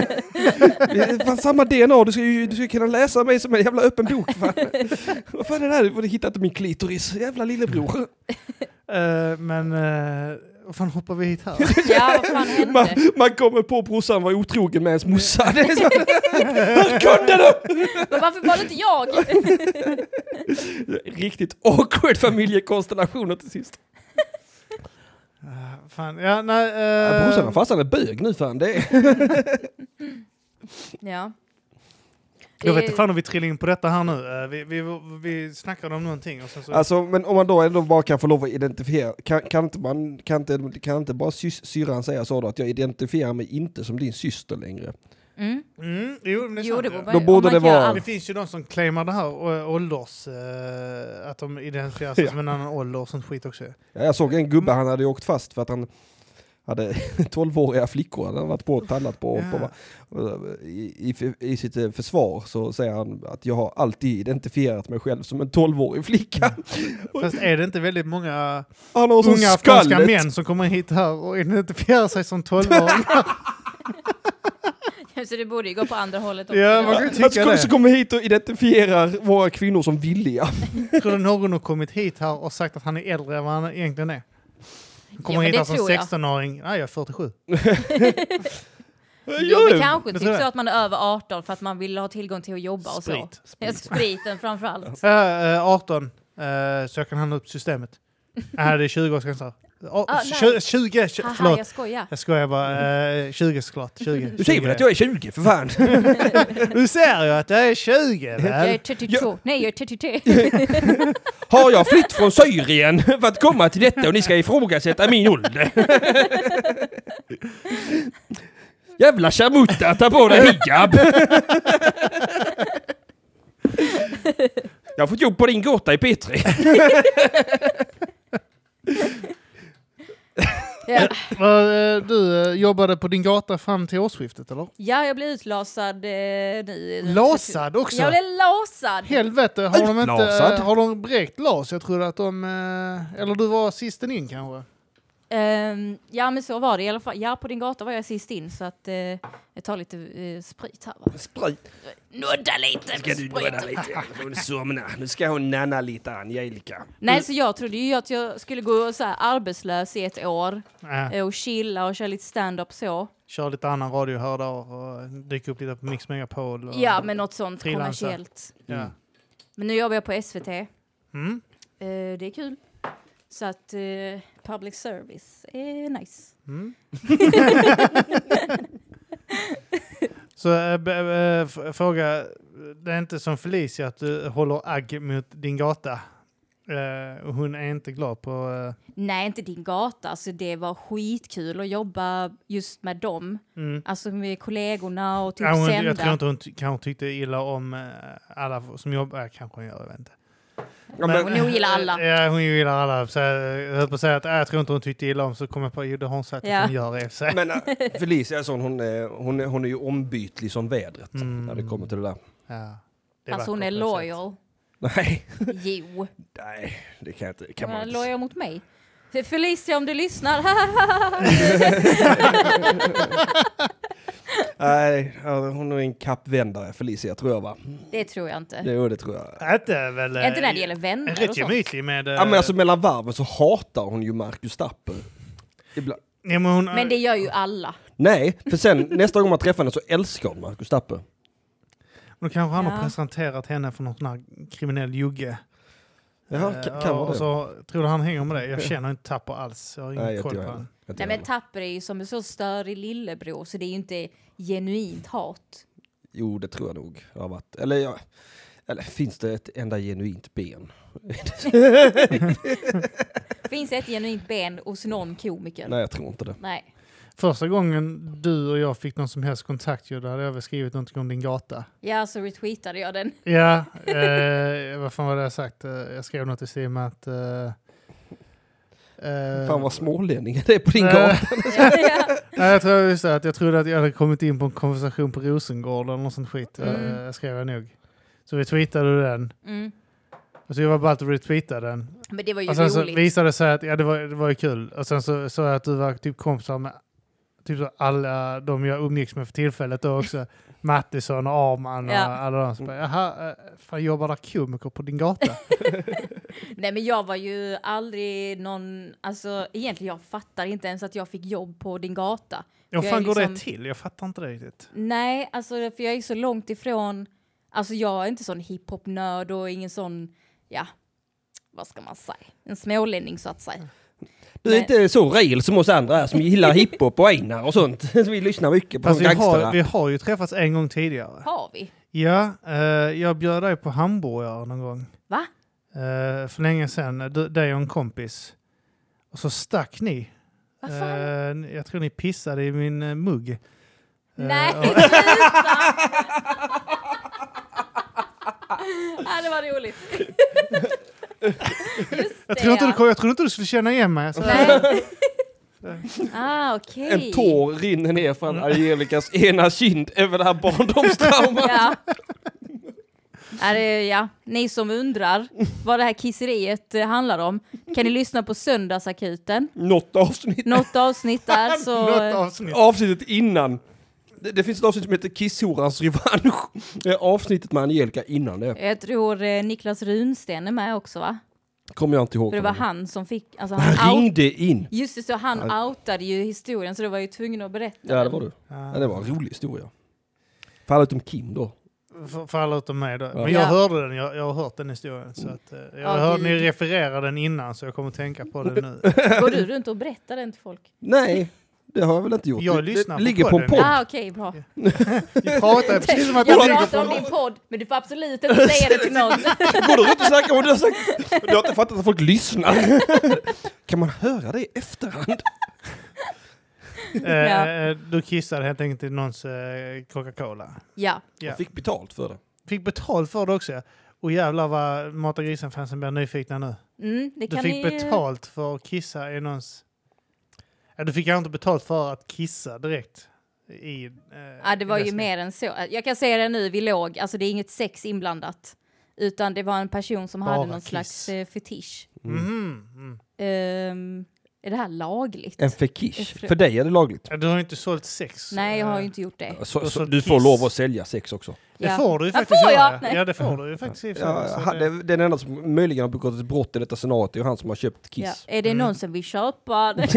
Speaker 3: det är fan samma DNA, du ska ju du ska ju kunna läsa mig som en jävla öppen bok. Fan. Vad fan är det här? Du hittar inte min klitoris, jävla lillebror.
Speaker 1: Eh, men... eh, Vad fan hoppar vi hit här?
Speaker 2: Ja, vad fan
Speaker 3: Man,
Speaker 2: hände?
Speaker 3: man kommer på brorsan var otrogen med ens morsa. Det är så, hur kunde du?
Speaker 2: Men varför var det inte
Speaker 1: <laughs>
Speaker 2: jag?
Speaker 3: <laughs> Riktigt awkward familjekonstellationer till sist.
Speaker 1: Eh, fan, ja, nej... eh,
Speaker 3: Ja, brorsan var fast han är bög nu fan. Det är...
Speaker 2: Ja.
Speaker 1: Jag vet
Speaker 2: Det-
Speaker 1: inte fan om vi trillar in på detta här nu. Eh, Vi, vi, vi snackade om någonting och sen <laughs> så...
Speaker 3: Alltså, men om man då ändå bara kan få lov att identifiera, kan, kan, inte, man, kan, inte, kan inte bara sys, syran säga så då att jag identifierar mig inte som din syster längre?
Speaker 2: Mm.
Speaker 1: Mm, jo, men det är
Speaker 2: Jo,
Speaker 1: sant,
Speaker 2: det
Speaker 1: ja.
Speaker 2: borde,
Speaker 3: Då borde det vara-
Speaker 1: det finns ju de som claimar det här å- ålders... eh, att de identifierar sig
Speaker 3: Ja.
Speaker 1: som en annan ålder och sånt skit också.
Speaker 3: Ja, Jag såg en gubbe, han hade ju åkt fast för att han hade <laughs> 12-åriga flickor han hade varit på och tallat på.
Speaker 1: Ja.
Speaker 3: Och bara, i, i, I sitt eh, försvar så säger han att jag har alltid identifierat mig själv som en 12-årig flicka.
Speaker 1: Fast är det inte väldigt många
Speaker 3: Han har sån
Speaker 1: Mm. unga afghanska
Speaker 3: skallet.
Speaker 1: män som kommer hit här och identifierar sig som
Speaker 3: <laughs>
Speaker 1: 12-åringar?
Speaker 2: Så det borde ju gå på andra hållet också.
Speaker 1: Ja, man kan ju
Speaker 3: Han
Speaker 1: tycka
Speaker 3: skulle
Speaker 1: det.
Speaker 3: så kommer hit och identifierar våra kvinnor som villiga.
Speaker 1: Tror du någon har kommit hit här och sagt att han är äldre än vad han egentligen är? Han kommer
Speaker 2: men
Speaker 1: hit
Speaker 2: det
Speaker 1: här som
Speaker 2: tror jag.
Speaker 1: 16-åring. Nej, jag är 47.
Speaker 2: Jo, men kanske
Speaker 1: Det
Speaker 2: typ
Speaker 1: tror jag.
Speaker 2: så att man är över 18 för att man vill ha tillgång till att jobba och så.
Speaker 1: Sprit.
Speaker 2: Ja, spriten framför allt.
Speaker 1: Äh, äh, 18. Äh, så jag kan handla upp systemet. Nej, det Äh, är 20 årsgräns här. Oh,
Speaker 2: Ah,
Speaker 1: tju-
Speaker 2: nej.
Speaker 1: 20, 20
Speaker 2: Haha,
Speaker 1: förlåt.
Speaker 2: jag skojar.
Speaker 1: Jag skojar bara. Eh, 20 såklart. 20.
Speaker 3: Mm. Du säger väl att jag är 20 för fan?
Speaker 1: <laughs> Du ser ju att jag är 20
Speaker 2: Jag är
Speaker 1: väl?
Speaker 2: 32. Nej, jag är 33.
Speaker 1: <laughs>
Speaker 3: Har jag flytt från Syrien för att komma till detta och ni ska ifrågasätta min ålder? Jävla Sharmutta, ta på dig hijab! Jag har fått jobb på din gåta i P3.
Speaker 2: Ja.
Speaker 1: Vad, eh, Du eh, jobbade på din gata fram till årsskiftet eller?
Speaker 2: ja, jag blev utlasad eh, nu.
Speaker 1: Lasad också?
Speaker 2: Jag blev lasad!
Speaker 1: Helvete, har de inte...
Speaker 3: Utlasad.
Speaker 1: eh, Har de bräckt las? Jag trodde att de... eh, Eller du var sisten in kanske?
Speaker 2: Ehm, ja, men så var det i alla fall. Ja, på din gata var jag sist in så att eh, jag tar lite eh, sprit här va.
Speaker 3: Sprit.
Speaker 2: Nudda lite!
Speaker 3: Ska du
Speaker 2: sprit.
Speaker 3: nudda lite? Hon somnar. Nu ska hon nanna lite Angelica.
Speaker 2: Nej, så jag trodde ju att jag skulle gå så här arbetslös i ett år
Speaker 1: Nej.
Speaker 2: eh, och chilla och köra lite stand-up så.
Speaker 1: Äh, Kör lite annan radio här och där och dyker upp lite på Mix Megapol. Och,
Speaker 2: Ja, men något sånt
Speaker 1: Frilansa.
Speaker 2: kommersiellt.
Speaker 3: Mm.
Speaker 1: Ja.
Speaker 2: Men nu jobbar jag på SVT. Eh,
Speaker 1: Mm.
Speaker 2: det är kul. Så att eh, public service är nice.
Speaker 1: Mm. <laughs> Så äh, b- äh, f- fråga, det är inte som Felicia att du håller agg mot din gata? Eh, och hon är inte glad på... eh,
Speaker 2: Nej, inte din gata. Alltså, det var skitkul att jobba just med dem.
Speaker 1: mm.
Speaker 2: Alltså med kollegorna och typ
Speaker 1: ja, hon,
Speaker 2: sända.
Speaker 1: jag tror inte hon ty- kanske tyckte illa om eh, alla f- som jobbar. Ja, kanske hon gör, jag vet inte.
Speaker 3: Ja,
Speaker 2: men- hon gillar alla.
Speaker 1: Ja, hon gillar alla. Så eh, jag jag höll på att säga att äh, jag tror inte hon tyckte illa om, så kom jag på jo, det har hon sagt
Speaker 2: Ja.
Speaker 1: att hon gör. i och för sig.
Speaker 3: <laughs> Men äh, Felicia är sån, hon är, hon, är, hon är ju ombytlig som vädret
Speaker 1: Mm.
Speaker 3: när det kommer till det där.
Speaker 1: Ja, det
Speaker 2: Alltså hon är
Speaker 1: vackert på ett sätt.
Speaker 2: loyal.
Speaker 3: <laughs>
Speaker 1: <laughs>
Speaker 3: Nej,
Speaker 2: Jo.
Speaker 3: nej, det kan jag inte. Kan
Speaker 2: Hon
Speaker 3: man
Speaker 2: är
Speaker 3: inte.
Speaker 2: loyal mot mig. Felicia om du lyssnar. <laughs>
Speaker 3: säga. Nej, ja, hon är en kappvändare Felicia tror jag va?
Speaker 2: det tror jag inte.
Speaker 3: Jo, det tror jag.
Speaker 1: Inte väl... eh,
Speaker 2: Inte när det gäller vänner och
Speaker 1: Rätt
Speaker 2: sånt.
Speaker 1: gemytlig med... eh,
Speaker 3: Ja, men alltså mellan varven så hatar hon ju Marcus Tapper. Ibland.
Speaker 1: ja, men eh, hon,
Speaker 2: Men det gör ju alla.
Speaker 3: Nej, för sen
Speaker 1: <laughs>
Speaker 3: nästa gång man träffar henne så älskar hon Marcus Tapper.
Speaker 1: Då kanske han har
Speaker 2: Ja.
Speaker 1: presenterat henne för någon sån här kriminell jugge.
Speaker 3: Jaha,
Speaker 1: Eh,
Speaker 3: kan, kan vara
Speaker 1: och
Speaker 3: det.
Speaker 1: så tror du han hänger med det? Jag känner inte Tapper alls. Jag har ingen
Speaker 3: Nej, jag
Speaker 1: koll
Speaker 3: tror
Speaker 1: på
Speaker 3: jag
Speaker 1: honom.
Speaker 3: Jag tror
Speaker 2: Nej
Speaker 3: jag
Speaker 2: men Tapper är ju som en så störig lillebror så det är ju inte genuint hat.
Speaker 3: Jo, det tror jag nog. Jag har varit. Eller, ja. Eller finns det ett enda genuint ben?
Speaker 2: Finns ett genuint ben hos någon komiker?
Speaker 3: Nej, jag tror inte det.
Speaker 2: Nej.
Speaker 1: Första gången du och jag fick någon som helst kontakt, ju, då hade jag väl skrivit någonting om din gata.
Speaker 2: Ja, så retweetade
Speaker 1: <laughs>
Speaker 2: jag den.
Speaker 1: Ja, eh, <laughs> vad fan var det jag sagt? Eh, Jag skrev något i stil med att... Eh, eh,
Speaker 3: Fan vad smålänningar det är på din
Speaker 1: eh,
Speaker 3: gata.
Speaker 2: ja.
Speaker 1: Nej, jag tror just det, att jag trodde att jag hade kommit in på en konversation på Rosengård eller något sånt skit.
Speaker 2: Mm.
Speaker 1: Eh, skrev jag nog. Så vi tweetade den. Och
Speaker 2: mm.
Speaker 1: så Alltså, jag var bara att retweeta den.
Speaker 2: Men det var ju
Speaker 1: Och sen så
Speaker 2: roligt.
Speaker 1: visade det sig att ja, det, var, det var ju kul. Och sen så såg jag att du var typ kompisar med typ så alla de jag umgicks med för tillfället då
Speaker 2: <laughs>
Speaker 1: också. Mattisson och Arman och
Speaker 2: Ja.
Speaker 1: alla de. Så bara, Jaha, eh, fan jobbar där komiker på din
Speaker 2: <laughs>
Speaker 1: gata?
Speaker 2: Nej men jag var ju aldrig någon, alltså egentligen jag fattar inte ens att jag fick jobb på din gata.
Speaker 1: Ja,
Speaker 2: Jag är
Speaker 1: fan går det
Speaker 2: liksom-
Speaker 1: till? Jag fattar inte det riktigt.
Speaker 2: Nej, alltså för jag är så långt ifrån, alltså jag är inte sån hiphop-nörd och ingen sån, ja, vad ska man säga, en smålänning så att säga.
Speaker 3: Du är inte så real som oss andra är som gillar hiphop och Einar och sånt. <laughs> Så vi lyssnar mycket på
Speaker 1: Alltså, vi, har,
Speaker 3: gangsterrap.
Speaker 1: vi har ju träffats en gång tidigare.
Speaker 2: Har vi?
Speaker 1: Ja, eh, jag bjöd dig på hamburgare någon gång.
Speaker 2: Va?
Speaker 1: Eh, för länge sedan, du, dig och en kompis. Och så stack ni.
Speaker 2: Vad fan?
Speaker 1: Eh, jag tror ni pissade i min eh, mugg. Eh,
Speaker 2: Nej,
Speaker 1: och-
Speaker 2: sluta! <laughs> ja, det var roligt.
Speaker 1: <laughs>
Speaker 2: Just
Speaker 1: jag, trodde inte
Speaker 2: det,
Speaker 1: du, kom- jag trodde inte du skulle känna igen mig. alltså. Så,
Speaker 2: Nej. Ah, okej.
Speaker 3: <laughs> En tår rinner ner från Angelicas ena kind över det här
Speaker 2: <laughs>
Speaker 3: barndomstraumat.
Speaker 2: Ja. Är det, ja. Ni som undrar vad det här kisseriet eh, handlar om kan ni lyssna på Söndagsakuten.
Speaker 3: Något avsnitt.
Speaker 2: Något avsnitt där
Speaker 1: <laughs>
Speaker 2: så...
Speaker 1: Något avsnitt.
Speaker 3: Avsnittet innan. Det, det finns ett avsnitt som heter Kisshorans revansch. Det är avsnittet med Angelica innan det.
Speaker 2: Jag tror eh, Niklas Runsten är med också va?
Speaker 3: Kommer jag inte ihåg.
Speaker 2: För det var
Speaker 3: honom.
Speaker 2: han som fick...
Speaker 1: <laughs>
Speaker 2: Alltså
Speaker 3: Han
Speaker 2: han out,
Speaker 3: ringde in.
Speaker 2: just det, så han outade ju historien så det var ju tvungen att berätta
Speaker 3: Ja, det
Speaker 2: den.
Speaker 3: var du.
Speaker 1: Ja.
Speaker 3: Ja, det var en rolig historia. För alla utom Kim då.
Speaker 1: För, för alla utom mig då. Men
Speaker 3: Ja.
Speaker 1: jag hörde den, jag, jag har hört den historien. Så att, eh, jag
Speaker 2: Ja,
Speaker 1: hörde
Speaker 2: gud.
Speaker 1: ni referera den innan så jag kommer tänka på det nu.
Speaker 2: Går du runt och berättar den till
Speaker 1: <laughs>
Speaker 2: folk?
Speaker 3: Nej, det har jag väl inte gjort.
Speaker 1: Jag
Speaker 3: Det-
Speaker 1: lyssnar på
Speaker 3: det ligger på en
Speaker 1: podden.
Speaker 3: podd.
Speaker 2: Ah, okej, bra.
Speaker 1: Vi pratar precis som att
Speaker 2: jag
Speaker 1: det ligger
Speaker 2: pratar om
Speaker 1: på...
Speaker 2: din podd, men du får absolut inte säga det till någon.
Speaker 1: <laughs>
Speaker 3: Går du runt och snackar om det? Sagt, du har inte fattat att folk <laughs> lyssnar. Kan man höra det i efterhand?
Speaker 2: Ja.
Speaker 1: Eh, eh, du kissade helt enkelt i någons eh, Coca-Cola.
Speaker 2: Ja,
Speaker 1: Ja.
Speaker 3: Jag fick betalt för det.
Speaker 1: Fick betalt för det också. ja. Och jävlar vad Mata Grisen-fansen blir nyfikna nu.
Speaker 2: mm, det
Speaker 1: Du
Speaker 2: kan
Speaker 1: fick
Speaker 2: ni...
Speaker 1: betalt för att kissa i någons... Ja, du fick ju inte betalt för att kissa direkt. I, eh,
Speaker 2: Ja, det var
Speaker 1: i
Speaker 2: ju
Speaker 1: läsken.
Speaker 2: mer än så. Jag kan säga det nu, vi låg, alltså det är inget sex inblandat. Utan det var en person som
Speaker 1: Bara
Speaker 2: hade någon
Speaker 1: kiss.
Speaker 2: slags eh, fetisch.
Speaker 1: Mhm, mm.
Speaker 2: Ehm, är det här lagligt?
Speaker 3: En fetisch.
Speaker 2: Efter-
Speaker 3: För dig är det lagligt.
Speaker 1: Ja, Du har ju inte sålt sex.
Speaker 2: Nej, jag
Speaker 1: Eh,
Speaker 2: har ju inte gjort det.
Speaker 3: Så,
Speaker 1: Och
Speaker 3: så
Speaker 1: så
Speaker 3: du
Speaker 1: kiss.
Speaker 3: får lov att sälja sex också.
Speaker 1: Det
Speaker 2: Ja.
Speaker 1: får du ju
Speaker 2: Ja,
Speaker 1: faktiskt
Speaker 2: får jag?
Speaker 1: göra.
Speaker 2: Nej.
Speaker 1: Ja, det får du ju faktiskt. i och för sig.
Speaker 3: Ja,
Speaker 1: Så eh,
Speaker 3: han,
Speaker 1: det-
Speaker 3: det, den enda som möjligen har begått ett brott i detta scenariot är ju han som har köpt Kiss.
Speaker 2: Ja. Är det någon som vill köpa? <laughs> den?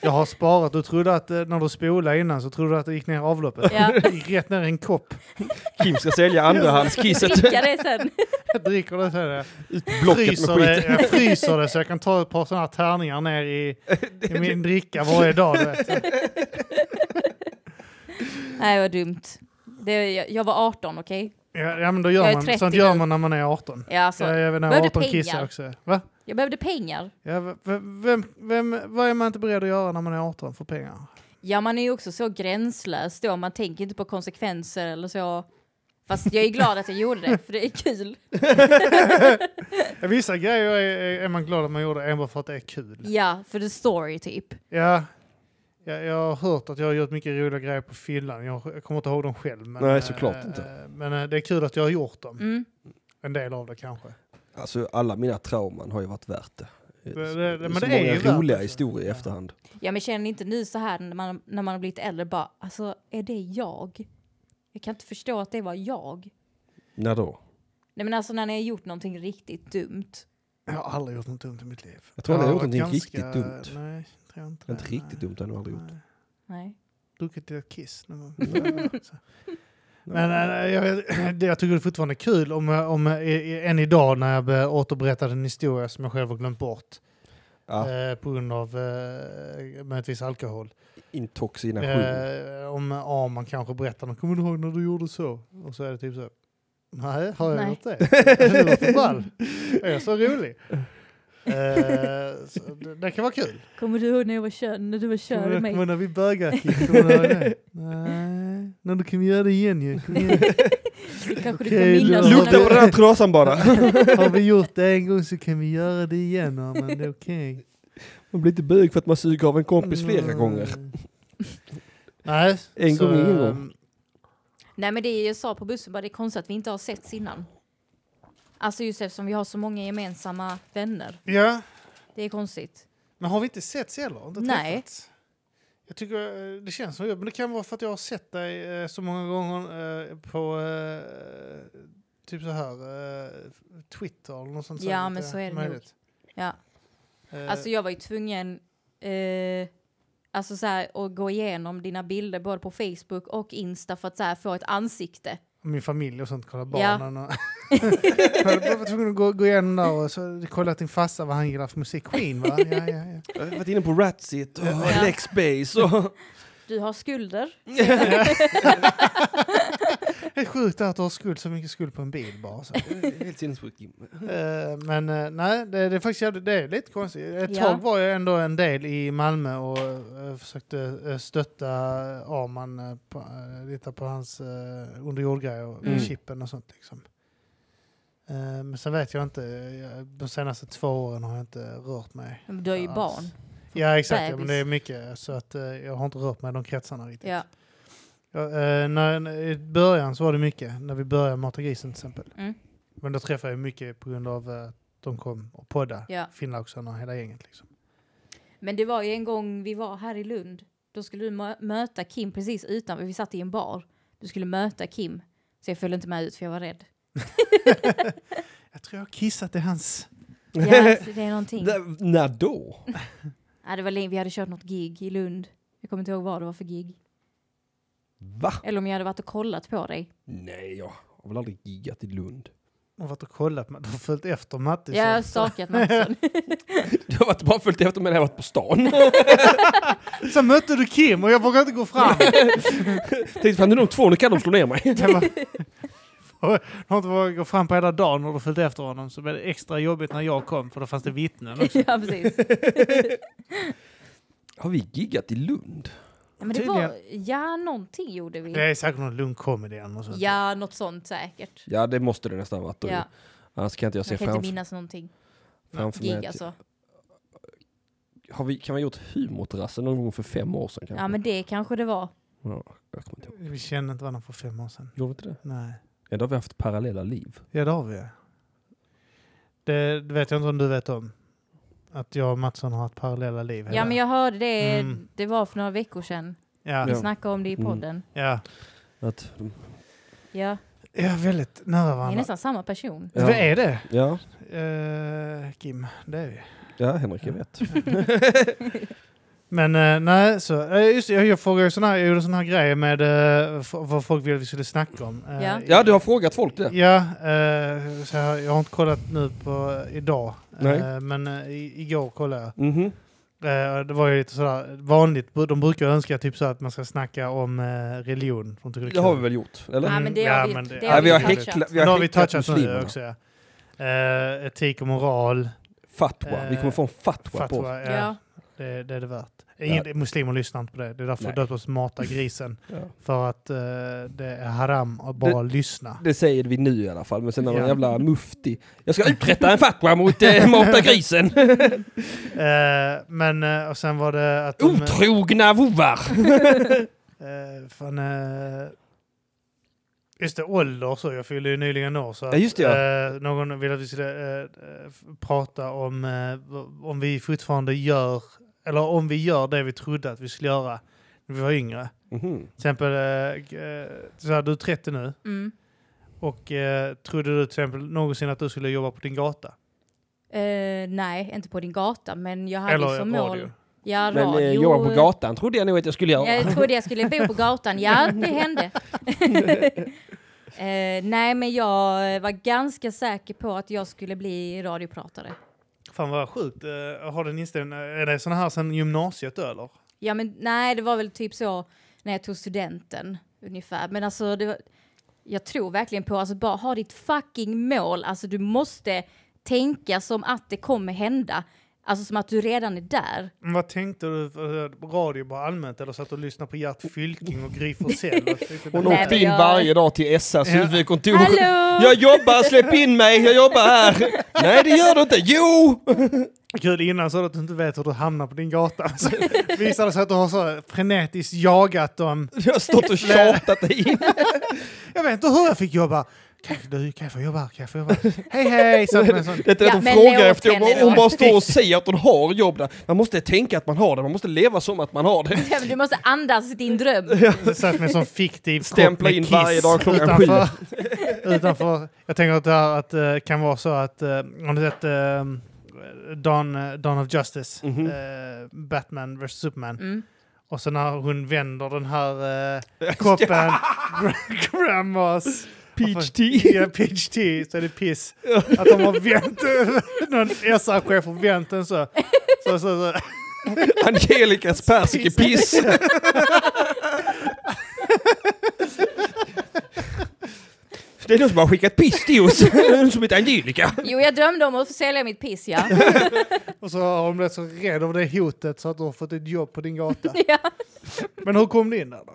Speaker 1: Jag har sparat. Du trodde att eh, när du spolade innan så trodde du att det gick ner i avloppet.
Speaker 2: Ja.
Speaker 1: Det <laughs> gick rätt ner i en kopp.
Speaker 3: Kim ska sälja andrahandskisset
Speaker 1: <laughs>
Speaker 2: Dricka det sen.
Speaker 1: Jag dricker det så jag
Speaker 3: ut blocket med
Speaker 1: fryser det,
Speaker 3: skiten.
Speaker 1: jag fryser det så jag kan ta ett par sådana här tärningar ner
Speaker 3: <laughs>
Speaker 1: i, i min dricka varje dag. Du vet.
Speaker 2: Nej, vad dumt. Det, jag, jag var 18, okej?
Speaker 1: Ja, ja, men då
Speaker 2: Jag
Speaker 1: gör
Speaker 2: är
Speaker 1: man,
Speaker 2: 30
Speaker 1: sånt gör
Speaker 2: nu.
Speaker 1: man när man är 18.
Speaker 2: Ja, så.
Speaker 1: Jag är även när jag
Speaker 2: Behöver
Speaker 1: var
Speaker 2: du
Speaker 1: 18
Speaker 2: pengar?
Speaker 1: kissar jag också. Va?
Speaker 2: Jag behövde pengar.
Speaker 1: Ja, v- v- vem, vem, vad är man inte beredd att göra när man är 18 för
Speaker 2: <laughs>
Speaker 1: pengar? <laughs>
Speaker 2: Ja, man är ju också så gränslös då. Man tänker inte på konsekvenser eller så. Fast jag är glad att jag gjorde det, för det är kul.
Speaker 1: Ja, Vissa grejer är, är man glad att man gjorde enbart för att det är kul.
Speaker 2: Ja, för the story typ.
Speaker 1: Ja. Jag, jag har hört att jag har gjort mycket roliga grejer på fyllan. Jag, jag kommer inte ihåg dem själv. Men,
Speaker 3: Nej,
Speaker 1: eh,
Speaker 3: såklart
Speaker 1: eh,
Speaker 3: inte.
Speaker 1: Men eh, det är kul att jag har gjort dem.
Speaker 2: Mm.
Speaker 1: En del av det kanske.
Speaker 3: Alltså alla mina trauman har ju varit värt det.
Speaker 1: Det- det-
Speaker 3: Så
Speaker 1: men det
Speaker 3: många
Speaker 1: är ju värt
Speaker 3: roliga
Speaker 1: det.
Speaker 3: historier i
Speaker 1: Ja.
Speaker 3: efterhand.
Speaker 2: Ja, men känner ni inte nu så här när man, när man har blivit äldre bara, alltså är det jag? Jag kan inte förstå att det var jag.
Speaker 3: När då?
Speaker 2: Nej men alltså när ni har gjort någonting riktigt dumt.
Speaker 1: Jag har aldrig gjort något dumt i mitt liv.
Speaker 3: Jag tror aldrig jag har
Speaker 1: har
Speaker 3: gjort
Speaker 1: varit
Speaker 3: någonting
Speaker 1: ganska-
Speaker 3: riktigt
Speaker 1: Nej, jag tror inte
Speaker 3: Inte
Speaker 1: det,
Speaker 3: riktigt dumt har jag nog aldrig gjort.
Speaker 1: Nej.
Speaker 2: Nej.
Speaker 1: Druckit ett kiss någon gång.
Speaker 3: Mm.
Speaker 1: Så. Men eh, jag, det- <clears throat> jag tycker det fortfarande är kul om, jag- om, jag- i- i- än idag när jag be- återberättar en historia som jag själv har glömt bort
Speaker 3: Ja,
Speaker 1: eh, på grund av eh, möjligtvis alkohol.
Speaker 3: intoxination.
Speaker 1: Eh, om Arman kanske berättar, "Men kommer du ihåg när du gjorde så? Och så är det typ så. Nej, har jag
Speaker 2: Nej.
Speaker 1: gjort det? Det låter ball. Är jag så
Speaker 3: <laughs>
Speaker 1: rolig? Eh, så det, det kan vara kul.
Speaker 2: Kommer du ihåg när jag var kön, när du var kär i
Speaker 1: Kommer du
Speaker 2: mig?
Speaker 1: ihåg när vi bögade? Kommer du ihåg det? Nej, när du kan göra det igen ju. Kom igen.
Speaker 2: Det kanske du
Speaker 1: Okej,
Speaker 2: kan minnas.
Speaker 1: då.
Speaker 2: när
Speaker 3: Lukta
Speaker 2: du-
Speaker 3: på den här trasan bara.
Speaker 1: Har vi gjort det en gång så kan vi göra det igen Arman, det är okej.
Speaker 3: <laughs> Man blir inte bög för att man suger av en kompis flera
Speaker 1: Nej.
Speaker 3: gånger.
Speaker 1: Nej.
Speaker 3: En gång är ingen gång.
Speaker 1: ehm,
Speaker 2: Nej men det är- jag sa på bussen bara, det är konstigt att vi inte har setts innan. Alltså just eftersom vi har så många gemensamma vänner.
Speaker 1: Ja,
Speaker 2: Det är konstigt.
Speaker 1: Men har vi inte setts heller? Inte
Speaker 2: Nej.
Speaker 1: träffats? Jag tycker eh, det känns som jag, men det kan vara för att jag har sett dig eh, så många gånger eh, på eh, typ så här eh, Twitter eller något sånt.
Speaker 2: Ja, men så är det nog. Ja.
Speaker 1: nog.
Speaker 2: Alltså jag var ju tvungen eh, alltså så här, att gå igenom dina bilder både på Facebook och Insta för att så här, få ett ansikte.
Speaker 1: Min familj och sånt, kolla
Speaker 2: Ja.
Speaker 1: barnen. Och jag var tvungen att gå, gå igenom där och så kolla att din farsa vad han gillar för musik. Queen va? Ja, ja, ja.
Speaker 3: Jag har varit inne på Ratsit och
Speaker 2: Ja.
Speaker 3: Lexbase och...
Speaker 2: Du har skulder.
Speaker 1: Det är sjukt att du har skuld, så mycket skuld på en bil bara. Så.
Speaker 3: Helt sinnessjukt Kim.
Speaker 1: Eh, men eh, nej, det, det är faktiskt jävligt, det är lite konstigt. Ett
Speaker 2: Ja.
Speaker 1: tag var jag ändå en del i Malmö och eh, försökte eh, stötta Arman eh, på, eh, lite på hans eh, underjordgrejer och
Speaker 2: Mm.
Speaker 1: chippen och sånt. Liksom. Eh, men sen vet jag inte, jag, de senaste två åren har jag inte rört mig.
Speaker 2: Men Du har ju
Speaker 1: alls.
Speaker 2: barn.
Speaker 1: Ja exakt, ja, men
Speaker 2: Bebis.
Speaker 1: det är mycket så att eh, jag har inte rört mig i de kretsarna riktigt.
Speaker 2: Ja.
Speaker 1: Ja, eh, när, när, I början så var det mycket, när vi började Mata grisen till exempel.
Speaker 2: Mm.
Speaker 1: Men då träffade jag mycket på grund av eh, att de kom och poddade.
Speaker 2: Ja.
Speaker 1: Finnlaxarna och hela gänget. Liksom.
Speaker 2: Men det var ju en gång vi var här i Lund. Då skulle du mö- möta Kim precis utanför. Vi satt i en bar. Du skulle möta Kim. Så jag följde inte med ut för jag var
Speaker 3: <laughs>
Speaker 2: rädd.
Speaker 1: Jag tror jag har kissat i hans...
Speaker 2: Ja, så det är någonting.
Speaker 3: Där- När då?
Speaker 2: Ja, det var länge. Vi hade kört något gig i Lund. Jag kommer inte ihåg vad det var för gig.
Speaker 3: Va?
Speaker 2: Eller om jag hade varit och kollat på dig.
Speaker 3: Nej, jag har väl aldrig giggat i Lund.
Speaker 1: Jag har varit och kollat, men du har följt efter Mattis.
Speaker 2: Jag har
Speaker 1: också.
Speaker 2: stalkat
Speaker 3: <laughs>
Speaker 2: Mattsson.
Speaker 3: Du har varit bara följt efter mig när jag har varit på stan.
Speaker 1: Sen mötte du Kim och jag vågade inte gå
Speaker 2: <laughs>
Speaker 1: fram.
Speaker 3: Tänkte fan, nu är de två, nu kan de slå ner mig.
Speaker 1: Jag bara, jag har inte vågat gå fram på hela dagen och du har följt efter honom så blev det extra jobbigt när jag kom för då fanns det vittnen. också.
Speaker 2: <laughs> ja, precis.
Speaker 3: Har vi giggat i Lund?
Speaker 2: Ja, men det var, ja, någonting gjorde
Speaker 1: Det
Speaker 2: vi.
Speaker 1: är säkert någon lugn comedy eller något sånt.
Speaker 2: Ja, något sånt säkert.
Speaker 3: Ja, det måste det nästan ha varit. då ju.
Speaker 2: Ja,
Speaker 3: Annars kan inte jag se
Speaker 2: jag kan inte
Speaker 3: framför,
Speaker 2: minnas någonting.
Speaker 3: framför mig.
Speaker 2: Gig
Speaker 3: att-
Speaker 2: alltså.
Speaker 3: Har vi, kan vi ha gjort humorterrassen någon gång för fem år sedan kanske?
Speaker 2: Ja, men det kanske det var.
Speaker 3: Ja, jag kommer inte ihåg.
Speaker 1: Vi kände inte varandra för fem år sedan.
Speaker 3: Gjorde vi inte det?
Speaker 1: Nej.
Speaker 3: Ändå har vi haft parallella liv.
Speaker 1: Ja, det har vi. Det, det vet jag inte om du vet om. Att jag och Mattsson har haft parallella liv.
Speaker 2: Ja, men jag hörde det.
Speaker 1: Mm.
Speaker 2: Det var för några veckor sedan. Vi
Speaker 1: ja,
Speaker 3: Ja.
Speaker 2: snackade om det i
Speaker 3: Mm.
Speaker 2: podden.
Speaker 1: ja.
Speaker 3: Att,
Speaker 2: Ja,
Speaker 1: ja, väldigt nära
Speaker 2: vi är
Speaker 1: varandra.
Speaker 2: nästan samma person.
Speaker 1: Vad är det?
Speaker 3: ja,
Speaker 1: Eh, Kim, det är vi.
Speaker 3: ja, Henrik, jag vet.
Speaker 1: Men eh, nej, så, eh, just det, jag, jag frågade ju sån här, jag gjorde sån här grej med eh, f- vad folk ville vi skulle snacka om. Eh,
Speaker 2: Ja.
Speaker 3: Ja, du har frågat folk det.
Speaker 1: Ja, eh, så jag, jag har inte kollat nu på idag,
Speaker 3: Nej.
Speaker 1: Eh, men eh, i, igår kollade jag.
Speaker 3: Mhm.
Speaker 1: Eh, och det var ju lite sådär vanligt, de brukar ju önska typ så att man ska snacka om eh, religion. De tycker det är
Speaker 3: Det har
Speaker 1: kul.
Speaker 3: vi väl gjort? Eller?
Speaker 2: Ja,
Speaker 1: Mm,
Speaker 2: men det
Speaker 1: ja,
Speaker 2: har vi,
Speaker 1: men
Speaker 2: det
Speaker 1: det-
Speaker 3: Nej,
Speaker 2: har
Speaker 3: vi har
Speaker 2: vi touchat.
Speaker 3: häcklat, vi
Speaker 1: Men
Speaker 3: har
Speaker 1: då har vi
Speaker 3: häcklat
Speaker 1: touchat nu
Speaker 3: muslimerna.
Speaker 1: också. Ja. Eh, etik och moral,
Speaker 3: Fatwa. Vi kommer få en fatwa, på oss.
Speaker 1: Eh, fatwa, ja,
Speaker 2: Ja.
Speaker 1: Det, det är det värt. Ingen, Muslimer lyssnar inte på det, det är därför
Speaker 3: Nej.
Speaker 1: de döpt oss Mata grisen.
Speaker 3: <laughs> Ja.
Speaker 1: För att eh, det är haram att bara lyssna.
Speaker 3: Det säger vi nu i alla fall, men sen när någon
Speaker 1: Ja.
Speaker 3: jävla mufti. Jag ska uträtta en fatwa mot eh,
Speaker 1: <laughs>
Speaker 3: Mata grisen!
Speaker 1: Eh, men eh, och sen var det att... de-
Speaker 3: Otrogna vovar!
Speaker 1: Eh, fan, eh, just det, ålder så. Jag fyllde ju nyligen år. Så
Speaker 3: Ja, just det,
Speaker 1: eh, någon ville att vi skulle eh, eh, f- prata om eh, v- om vi fortfarande gör, eller om vi gör det vi trodde att vi skulle göra när vi var yngre.
Speaker 3: Mhm.
Speaker 1: Till exempel, eh, g- eh, så här, du är 30 nu
Speaker 2: Mm.
Speaker 1: och eh, trodde du till exempel någonsin att du skulle jobba på din gata?
Speaker 2: Eh, nej, inte på din gata, men jag hade
Speaker 1: eller
Speaker 2: som mål...
Speaker 1: radio?
Speaker 2: Ja,
Speaker 3: Men eh,
Speaker 2: radio.
Speaker 3: jobba på gatan trodde jag nog att jag skulle göra.
Speaker 2: Jag trodde jag skulle bo på gatan. Ja, det hände. <laughs> Eh, nej, men jag var ganska säker på att jag skulle bli radiopratare.
Speaker 1: Fan vad sjukt. Eh, har den inställningen, är det såna här sen gymnasiet då, eller?
Speaker 2: Ja, men nej, det var väl typ så när jag tog studenten ungefär. Men alltså, det var, jag tror verkligen på alltså bara ha ditt fucking mål. Alltså du måste tänka som att det kommer hända. Alltså som att du redan är där. <laughs>
Speaker 1: Men Vad tänkte du för- på radio bara allmänt? Eller satt du och lyssnade på Gert Fylking och Gry Forssell? Och tyckte
Speaker 3: Hon
Speaker 1: det-
Speaker 2: Nej,
Speaker 3: åkte
Speaker 2: men
Speaker 3: in
Speaker 2: jag-
Speaker 3: varje dag till SRs
Speaker 1: Ja.
Speaker 3: huvudkontor.
Speaker 2: Hallå!
Speaker 3: Jag jobbar, släpp in mig, jag jobbar
Speaker 2: <laughs>
Speaker 3: här! Nej det gör du inte, jo!
Speaker 1: Kul, innan sa du att du inte vet hur du hamnar på din gata. <laughs> Så visade det sig att du har så här frenetiskt jagat dem.
Speaker 3: Jag har stått och tjatat dig.
Speaker 1: Jag vet inte hur jag fick jobba. Kan jag, du, kan jag få jobba? Kan jag få jobba? Hej hej! Satt med en sån.
Speaker 3: Det är inte
Speaker 2: Ja,
Speaker 3: att hon
Speaker 2: men
Speaker 3: frågar
Speaker 2: låt
Speaker 3: efter jobb,
Speaker 2: henne
Speaker 3: hon
Speaker 2: då.
Speaker 3: bara står och säger att hon har jobb där. Man måste tänka att man har det, man måste leva som att man har
Speaker 1: <laughs>
Speaker 3: det.
Speaker 2: Ja, men Du måste andas din dröm.
Speaker 1: Jag satt med en sån fiktiv kopp
Speaker 3: Stämpla
Speaker 1: med
Speaker 3: in
Speaker 1: Kiss
Speaker 3: varje dag klockan
Speaker 1: utanför, utanför. Jag tänker att det här att, eh, kan vara så att, uh, om du sett uh, Dawn, Dawn of Justice,
Speaker 3: Mhm.
Speaker 1: eh, Batman vs Superman.
Speaker 2: Mm.
Speaker 1: Och sen när hon vänder den här
Speaker 3: <laughs>
Speaker 1: eh, koppen, <laughs> gra- grandmas
Speaker 3: Peach tea.
Speaker 1: ja, peach tea, så är det piss. Att de har vänt, <laughs> någon SR-chef har vänt den så. så, så, så.
Speaker 3: <laughs> Angelicas
Speaker 1: <laughs>
Speaker 3: persikepiss. Det är någon som har skickat piss till oss, som heter Angelica.
Speaker 2: Jo, jag drömde om att få sälja mitt piss, ja.
Speaker 1: Och så har hon blivit så rädd av det hotet så att du har fått ett jobb på din
Speaker 2: <laughs>
Speaker 1: gata. Men hur kom du in där då?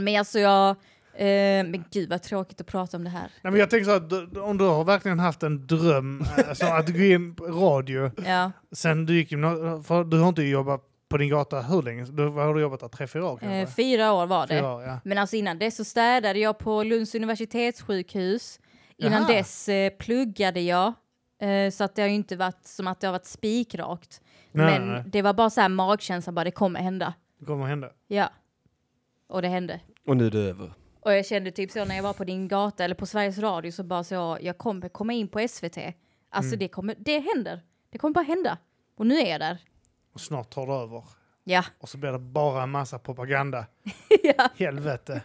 Speaker 2: Men alltså jag... Eh, men gud vad tråkigt att prata om det här.
Speaker 1: Nej, men jag tänker så att du- om du har verkligen haft en dröm, eh, alltså att gå in på radio,
Speaker 2: Ja.
Speaker 1: sen du gick gymnasiet, för du har inte jobbat på din gata hur länge? Du, vad har du jobbat där? Tre, fyra år kanske?
Speaker 2: Eh, fyra år var det.
Speaker 1: Fyra år, ja.
Speaker 2: Men alltså innan dess så städade jag på Lunds universitetssjukhus. Innan
Speaker 1: Jaha.
Speaker 2: dess eh, pluggade jag. Eh, så att det har ju inte varit som att det har varit spikrakt.
Speaker 1: Nej,
Speaker 2: Men
Speaker 1: nej, nej.
Speaker 2: det var bara så här magkänslan bara det kommer hända.
Speaker 1: Det kommer att hända.
Speaker 2: Ja. Och det hände.
Speaker 3: Och nu är det över.
Speaker 2: Och jag kände typ så när jag var på din gata eller på Sveriges Radio så bara så jag kommer komma in på SVT.
Speaker 1: Mm.
Speaker 2: Alltså det kommer, det händer. Det kommer bara hända. Och nu är jag där.
Speaker 1: Och snart tar det över.
Speaker 2: Ja,
Speaker 1: Och så blir det bara en massa propaganda.
Speaker 2: <laughs> ja.
Speaker 1: Helvete.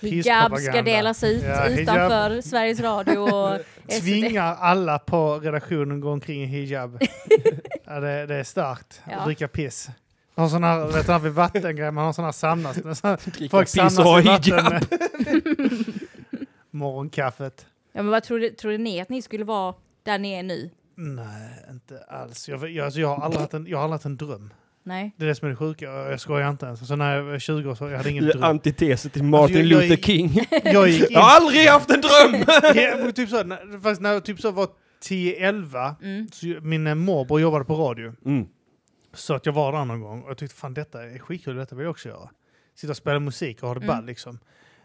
Speaker 2: Hijab ska
Speaker 1: Pisspropaganda.
Speaker 2: delas ut
Speaker 1: Ja, hijab.
Speaker 2: utanför Sveriges
Speaker 1: <laughs>
Speaker 2: Radio och SVT.
Speaker 1: Tvingar alla på redaktionen att gå omkring i hijab. ja, det, det är starkt.
Speaker 2: Ja.
Speaker 1: Att dricka piss. Man har sån här, vet du, här vid vattengrejer, man har sån här samlas. men så här-
Speaker 3: Dricka
Speaker 1: Folk
Speaker 3: piss
Speaker 1: samlas
Speaker 3: och ha
Speaker 1: i
Speaker 3: hijab.
Speaker 1: vatten. Morgonkaffet.
Speaker 2: Ja, men vad trodde, trodde ni att ni skulle vara där ni är nu?
Speaker 1: Nej, inte alls. Jag, jag, alltså, jag, har aldrig haft en, jag har aldrig haft en dröm.
Speaker 2: Nej.
Speaker 1: Det är det som är det sjuka. Jag jag skojar inte ens. Så när jag var 20 år så jag hade ingen
Speaker 3: Du är
Speaker 1: dröm.
Speaker 3: antitesen till Martin
Speaker 1: Alltså, jag- jag-
Speaker 3: Luther King.
Speaker 1: Jag gick in...
Speaker 3: Jag har aldrig haft en dröm!
Speaker 1: Ja, men typ så, när, faktiskt när jag typ så var 10-11,
Speaker 2: Mm.
Speaker 1: så ju- min eh, morbror jobbade på radio.
Speaker 3: Mm.
Speaker 1: Så att jag var där någon gång och jag tyckte fan detta är skitkul, detta vill jag också göra. Sitta och spela musik och ha det
Speaker 2: Mm.
Speaker 1: ball liksom.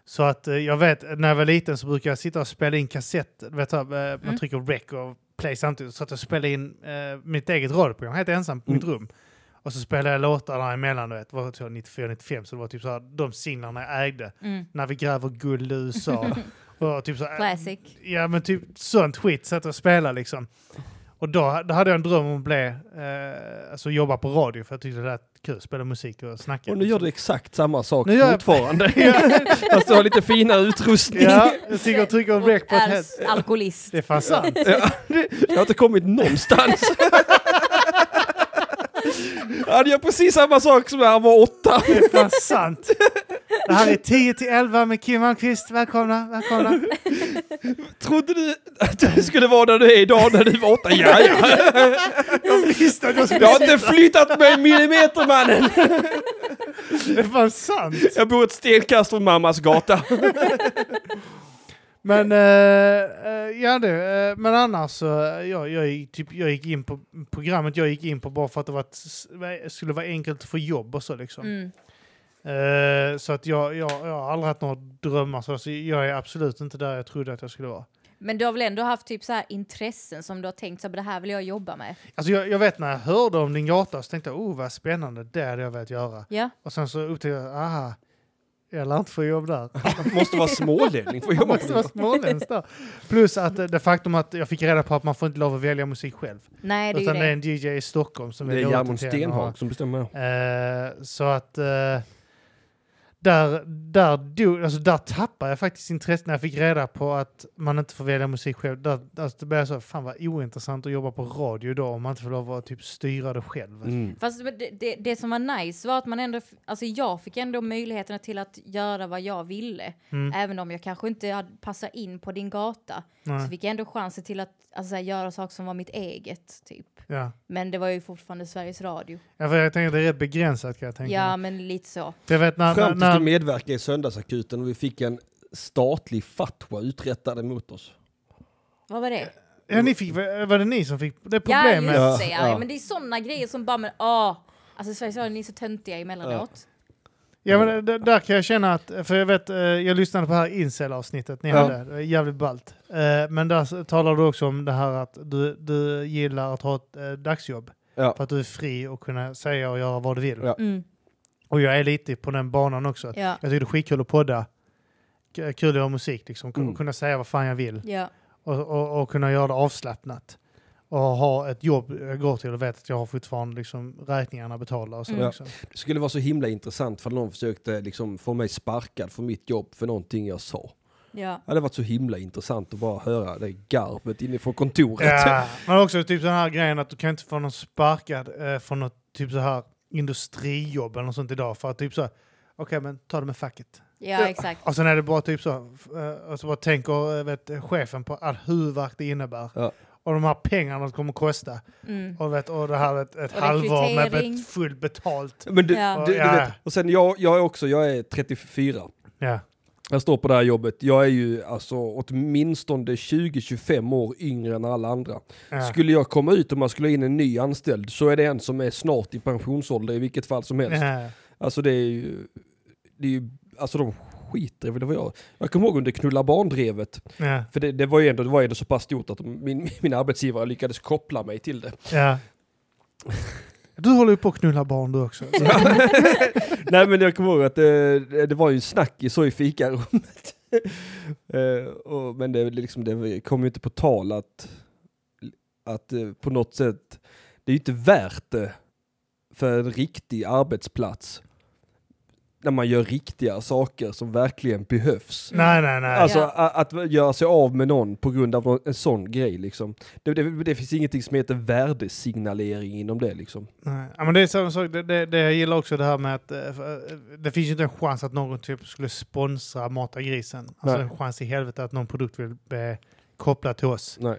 Speaker 1: Så att eh, jag vet, när jag var liten så brukade jag sitta och spela in kassett, vet du, eh, man
Speaker 2: Mm.
Speaker 1: trycker rec och play samtidigt. Så att jag spelade in eh, mitt eget radioprogram helt ensam på
Speaker 2: Mm.
Speaker 1: mitt rum. Och så spelade jag låtar däremellan, du vet, det var tror jag 94-95, så det var typ så här, de singlarna jag ägde.
Speaker 2: Mm.
Speaker 1: När vi gräver guld i
Speaker 2: <laughs>
Speaker 1: USA. och typ så här,
Speaker 2: Classic.
Speaker 1: Ja, men typ sånt skit satt och spelade liksom. Och då, då hade jag en dröm om att bli, eh, alltså jobba på radio för jag tyckte det lät kul, spela musik och snacka. liksom.
Speaker 3: Och nu gör du exakt samma sak
Speaker 1: Nu gör jag- <laughs>
Speaker 3: fortfarande. Fast du har lite finare utrustning.
Speaker 1: Ja, jag tycker jag trycker
Speaker 2: Och
Speaker 1: om rec på ett
Speaker 2: är
Speaker 1: helt...
Speaker 2: alkoholist.
Speaker 1: Det är fan sant.
Speaker 3: Ja, det- Jag har inte kommit någonstans. Han gör precis samma sak som när han var åtta.
Speaker 1: Det är fan sant. Det här är 10 till 11 med Kim Malmqvist. Välkomna, välkomna.
Speaker 3: Trodde du att det skulle vara där du är idag när du var åtta? Ja, ja.
Speaker 1: Jag visste att jag skulle...
Speaker 3: Jag har inte flyttat mig en millimeter mannen.
Speaker 1: Det är fan sant.
Speaker 3: Jag bor ett stenkast från mammas gata.
Speaker 1: Men, eh, eh, ja du, eh, men annars så, eh, jag, jag, gick typ, jag gick in på programmet jag gick in på bara för att det var ett, s- skulle vara enkelt att få jobb och så liksom.
Speaker 2: Mm.
Speaker 1: Eh, så att jag, jag, jag har aldrig haft några drömmar, så alltså, jag är absolut inte där jag trodde att jag skulle vara.
Speaker 2: Men du har väl ändå haft typ så här intressen som du har tänkt så här, det här vill jag jobba med?
Speaker 1: Alltså jag, jag vet när jag hörde om din gata så tänkte jag, oh vad spännande, det hade jag velat göra.
Speaker 2: Ja.
Speaker 1: Och sen så upptäckte jag, aha, jag lär inte få jobb där.
Speaker 3: Man måste vara smålänning för att
Speaker 1: Jag
Speaker 3: jobba
Speaker 1: måste
Speaker 3: på
Speaker 1: vara småländsk där. Plus att eh, det faktum att jag fick reda på att man får inte lov att välja musik själv.
Speaker 2: Nej, det är
Speaker 1: Utan
Speaker 2: ju
Speaker 1: det är
Speaker 2: det.
Speaker 1: en DJ i Stockholm som
Speaker 3: Det är
Speaker 1: väljer åt
Speaker 3: Jarmon
Speaker 1: en till en och-
Speaker 3: Stenhag som bestämmer. Mm.
Speaker 1: Eh, så att eh, där, där, do, alltså där tappade jag faktiskt intresset när jag fick reda på att man inte får välja musik själv. Där, alltså det blev så, fan vad ointressant att jobba på radio idag om man inte får lov att typ styra det själv.
Speaker 3: Mm.
Speaker 2: Fast det, det, det som var nice var att man ändå, f- alltså jag fick ändå möjligheterna till att göra vad jag ville.
Speaker 1: Mm.
Speaker 2: Även om jag kanske inte hade passat in på din gata så
Speaker 1: Nej,
Speaker 2: fick jag ändå chansen till att alltså, så här, göra saker som var mitt eget. Typ.
Speaker 1: ja.
Speaker 2: Men det var ju fortfarande Sveriges Radio.
Speaker 1: ja, för jag tänker att det är rätt begränsat kan jag tänka
Speaker 2: Ja,
Speaker 1: mig.
Speaker 2: men lite så.
Speaker 1: För jag vet när, när,
Speaker 3: Fram tills du
Speaker 1: när,
Speaker 3: medverkade i Söndagsakuten och vi fick en statlig fatwa uträttad mot oss.
Speaker 2: Vad var det?
Speaker 1: ja, ni fick, var det ni som fick det
Speaker 2: Ja, just
Speaker 1: problemet?
Speaker 2: det.
Speaker 1: Ja,
Speaker 2: Ja,
Speaker 3: Ja, ja.
Speaker 2: Men det är sådana grejer som bara, men ah, alltså Sveriges Radio, ni är så töntiga emellanåt.
Speaker 1: men det, där kan jag känna att, för jag vet, eh, jag lyssnade på det här incel-avsnittet ni
Speaker 3: Ja.
Speaker 1: hade, Det är jävligt ballt. Eh, Men där talade du också om det här att du, du gillar att ha ett eh, dagsjobb.
Speaker 3: Ja.
Speaker 1: För att du är fri och kunna säga och göra vad du vill.
Speaker 3: Ja.
Speaker 2: Mm,
Speaker 1: Och jag är lite på den banan också. Att
Speaker 2: ja,
Speaker 1: Jag tycker det är skitkul att podda. K- Kul att göra musik, liksom. K-
Speaker 3: Mm.
Speaker 1: kunna säga vad fan jag vill.
Speaker 2: ja.
Speaker 1: Och, och, och kunna göra det avslappnat. Och ha ett jobb jag går till och vet att jag har fortfarande liksom, räkningarna betalda. Och så,
Speaker 2: Mm.
Speaker 1: liksom.
Speaker 3: Det skulle vara så himla intressant för någon försökte liksom få mig sparkad från mitt jobb för någonting jag sa.
Speaker 2: ja.
Speaker 3: Det hade varit så himla intressant att bara höra det garvet inifrån kontoret.
Speaker 1: ja. Men också typ den här grejen att du kan inte få någon sparkad eh, från något typ så här industrijobb eller något sånt idag. För att typ så här, okej men ta det med facket.
Speaker 2: Ja, exakt.
Speaker 1: Och sen är det bara typ så, eh, och så bara tänker eh, vet, chefen på all huvudvärk det innebär.
Speaker 3: Ja.
Speaker 1: Och de här pengarna det kommer kosta.
Speaker 2: Mm.
Speaker 1: Och, vet, och det här ett, ett
Speaker 2: Och
Speaker 1: halvår med
Speaker 2: rekrytering.
Speaker 1: bet, fullt betalt.
Speaker 3: <laughs> Men du,
Speaker 2: Ja.
Speaker 3: du, du
Speaker 1: Ja.
Speaker 3: vet, och sen jag, jag är också, jag är 34.
Speaker 1: Ja.
Speaker 3: Jag står på det här jobbet, jag är ju alltså åtminstone 20-25 år yngre än alla andra.
Speaker 1: Ja.
Speaker 3: Skulle jag komma ut och man skulle ha in en ny anställd så är det en som är snart i pensionsålder i vilket fall som helst.
Speaker 1: Ja.
Speaker 3: Alltså det är ju, det är ju alltså de skiter väl i vad jag... Jag kommer ihåg under knulla barndrevet,
Speaker 1: Ja.
Speaker 3: för det, det, var ju ändå, det var ju ändå så pass stort att de- min, <laughs> min arbetsgivare lyckades koppla mig till det.
Speaker 1: Ja. Du håller ju på att knulla barn du
Speaker 3: <laughs>
Speaker 1: också.
Speaker 3: Nej men jag kommer ihåg att eh, det, det var ju snack i så i fikarummet. <laughs> Eh, och, men det, liksom, det kom ju inte på tal att, att eh, på något sätt, det är ju inte värt det för en riktig arbetsplats. När man gör riktiga saker som verkligen behövs.
Speaker 1: Nej, nej, nej.
Speaker 3: Alltså
Speaker 2: Ja.
Speaker 3: a- att göra sig av med någon på grund av nå- en sån grej liksom. Det, det, det finns ingenting som heter värdesignalering inom det liksom.
Speaker 1: Nej. Ja, men det är samma sak. Det, det, det jag gillar också det här med att eh, för, eh, det finns ju inte en chans att någon typ skulle sponsra Mata grisen. Alltså
Speaker 3: Nej.
Speaker 1: en chans i helvete att någon produkt vill bli kopplad till oss.
Speaker 3: Nej.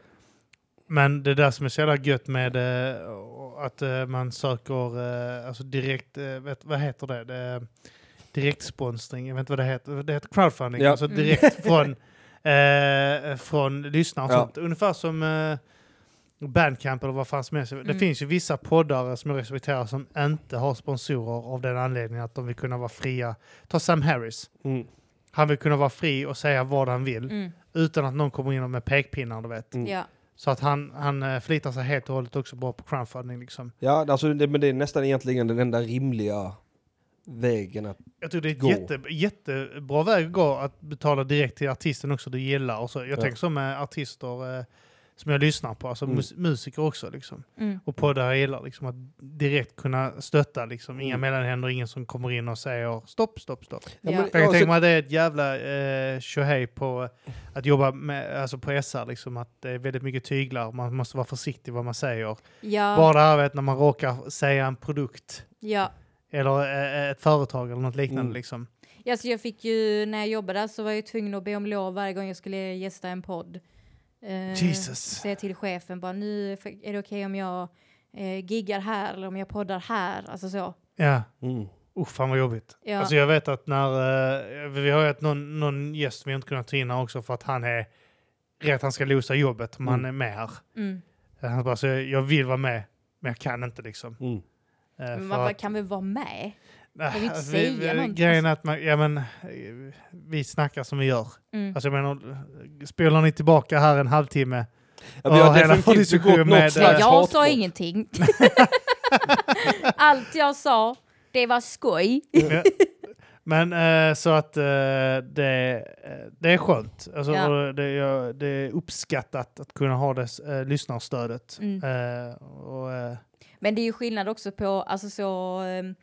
Speaker 1: Men det där som är så jävla gött med eh, och att eh, man söker eh, alltså direkt, eh, vet, vad heter det? det är direktsponsring, jag vet inte vad det heter. Det heter crowdfunding,
Speaker 3: Ja. Mm.
Speaker 1: alltså direkt
Speaker 3: <laughs>
Speaker 1: från, eh, från lyssnare och
Speaker 3: Ja.
Speaker 1: sånt. Ungefär som eh, Bandcamp eller vad fan som helst. Det
Speaker 2: Mm.
Speaker 1: finns ju vissa poddare som jag respekterar som inte har sponsorer av den anledningen att de vill kunna vara fria. Ta Sam Harris.
Speaker 3: Mm.
Speaker 1: Han vill kunna vara fri och säga vad han vill
Speaker 2: Mm.
Speaker 1: utan att någon kommer in med pekpinnar, du vet.
Speaker 3: Mm.
Speaker 2: Ja.
Speaker 1: Så att han, han eh, förlitar sig helt och hållet också bara på crowdfunding. Liksom.
Speaker 3: Ja, alltså, det, men det är nästan egentligen den enda rimliga vägen att...
Speaker 1: Jag tror det är
Speaker 3: Gå.
Speaker 1: ett jätte, jättebra väg att gå att betala direkt till artisten också du gillar. Och så, jag
Speaker 3: Ja.
Speaker 1: tänker så med artister eh, som jag lyssnar på, alltså
Speaker 3: Mm.
Speaker 1: mus- musiker också. Liksom.
Speaker 2: Mm.
Speaker 1: Och poddar jag gillar, liksom, att direkt kunna stötta. Liksom. Inga
Speaker 3: Mm.
Speaker 1: mellanhänder, ingen som kommer in och säger stopp, stopp, stopp.
Speaker 3: Ja,
Speaker 2: Ja.
Speaker 3: men-
Speaker 1: Jag kan
Speaker 3: så-
Speaker 1: tänka mig att det är ett jävla eh, tjohej på eh, att jobba med, alltså på SR, liksom, att det är väldigt mycket tyglar, man måste vara försiktig vad man säger.
Speaker 2: Ja.
Speaker 1: Bara det här vet, när man råkar säga en produkt
Speaker 2: ja.
Speaker 1: Eller eh, ett företag eller något liknande.
Speaker 3: Mm.
Speaker 1: Liksom.
Speaker 2: Ja, så jag fick ju, när jag jobbade där så var jag ju tvungen att be om lov varje gång jag skulle gästa en podd. Eh,
Speaker 1: Jesus.
Speaker 2: Säga till chefen bara, nu är det okej om jag eh, giggar här eller om jag poddar här, alltså så.
Speaker 1: Ja.
Speaker 3: Mm.
Speaker 1: Usch, fan vad jobbigt.
Speaker 2: Ja,
Speaker 1: Alltså jag vet att när... eh, vi har ju haft någon, någon gäst som vi inte kunnat ta in här också för att han är... Rätt, han ska losa jobbet, men han
Speaker 3: Mm.
Speaker 1: är med här. Eh,
Speaker 2: mm.
Speaker 1: Han bara, så jag, jag vill vara med, men jag kan inte liksom.
Speaker 3: Mm.
Speaker 1: Eh,
Speaker 2: Men
Speaker 1: för
Speaker 2: man
Speaker 1: att-
Speaker 2: kan väl vara med?
Speaker 1: Nej,
Speaker 2: kan ju inte
Speaker 1: alltså,
Speaker 2: säga
Speaker 1: vi, vi,
Speaker 2: någonting.
Speaker 1: Grejen är att man, ja men, eh, vi snackar som vi gör.
Speaker 2: Mm.
Speaker 1: Alltså jag menar, spolar ni tillbaka här en halvtimme,
Speaker 3: Ja, vi har
Speaker 1: Ja, hela
Speaker 3: definitivt
Speaker 1: diskussion
Speaker 3: begått
Speaker 1: med-
Speaker 3: något
Speaker 1: det
Speaker 2: Nej,
Speaker 1: är
Speaker 2: jag
Speaker 3: slags
Speaker 2: sa
Speaker 3: hatbrott.
Speaker 2: ingenting. <laughs> Allt jag sa, det var skoj.
Speaker 1: Men eh, så att eh, det, eh, det är skönt. Alltså,
Speaker 2: Ja.
Speaker 1: och det, jag, det är uppskattat att kunna ha det eh, lyssnarstödet.
Speaker 2: Mm.
Speaker 1: Eh, och, eh,
Speaker 2: Men det är ju skillnad också på, alltså så, ehm,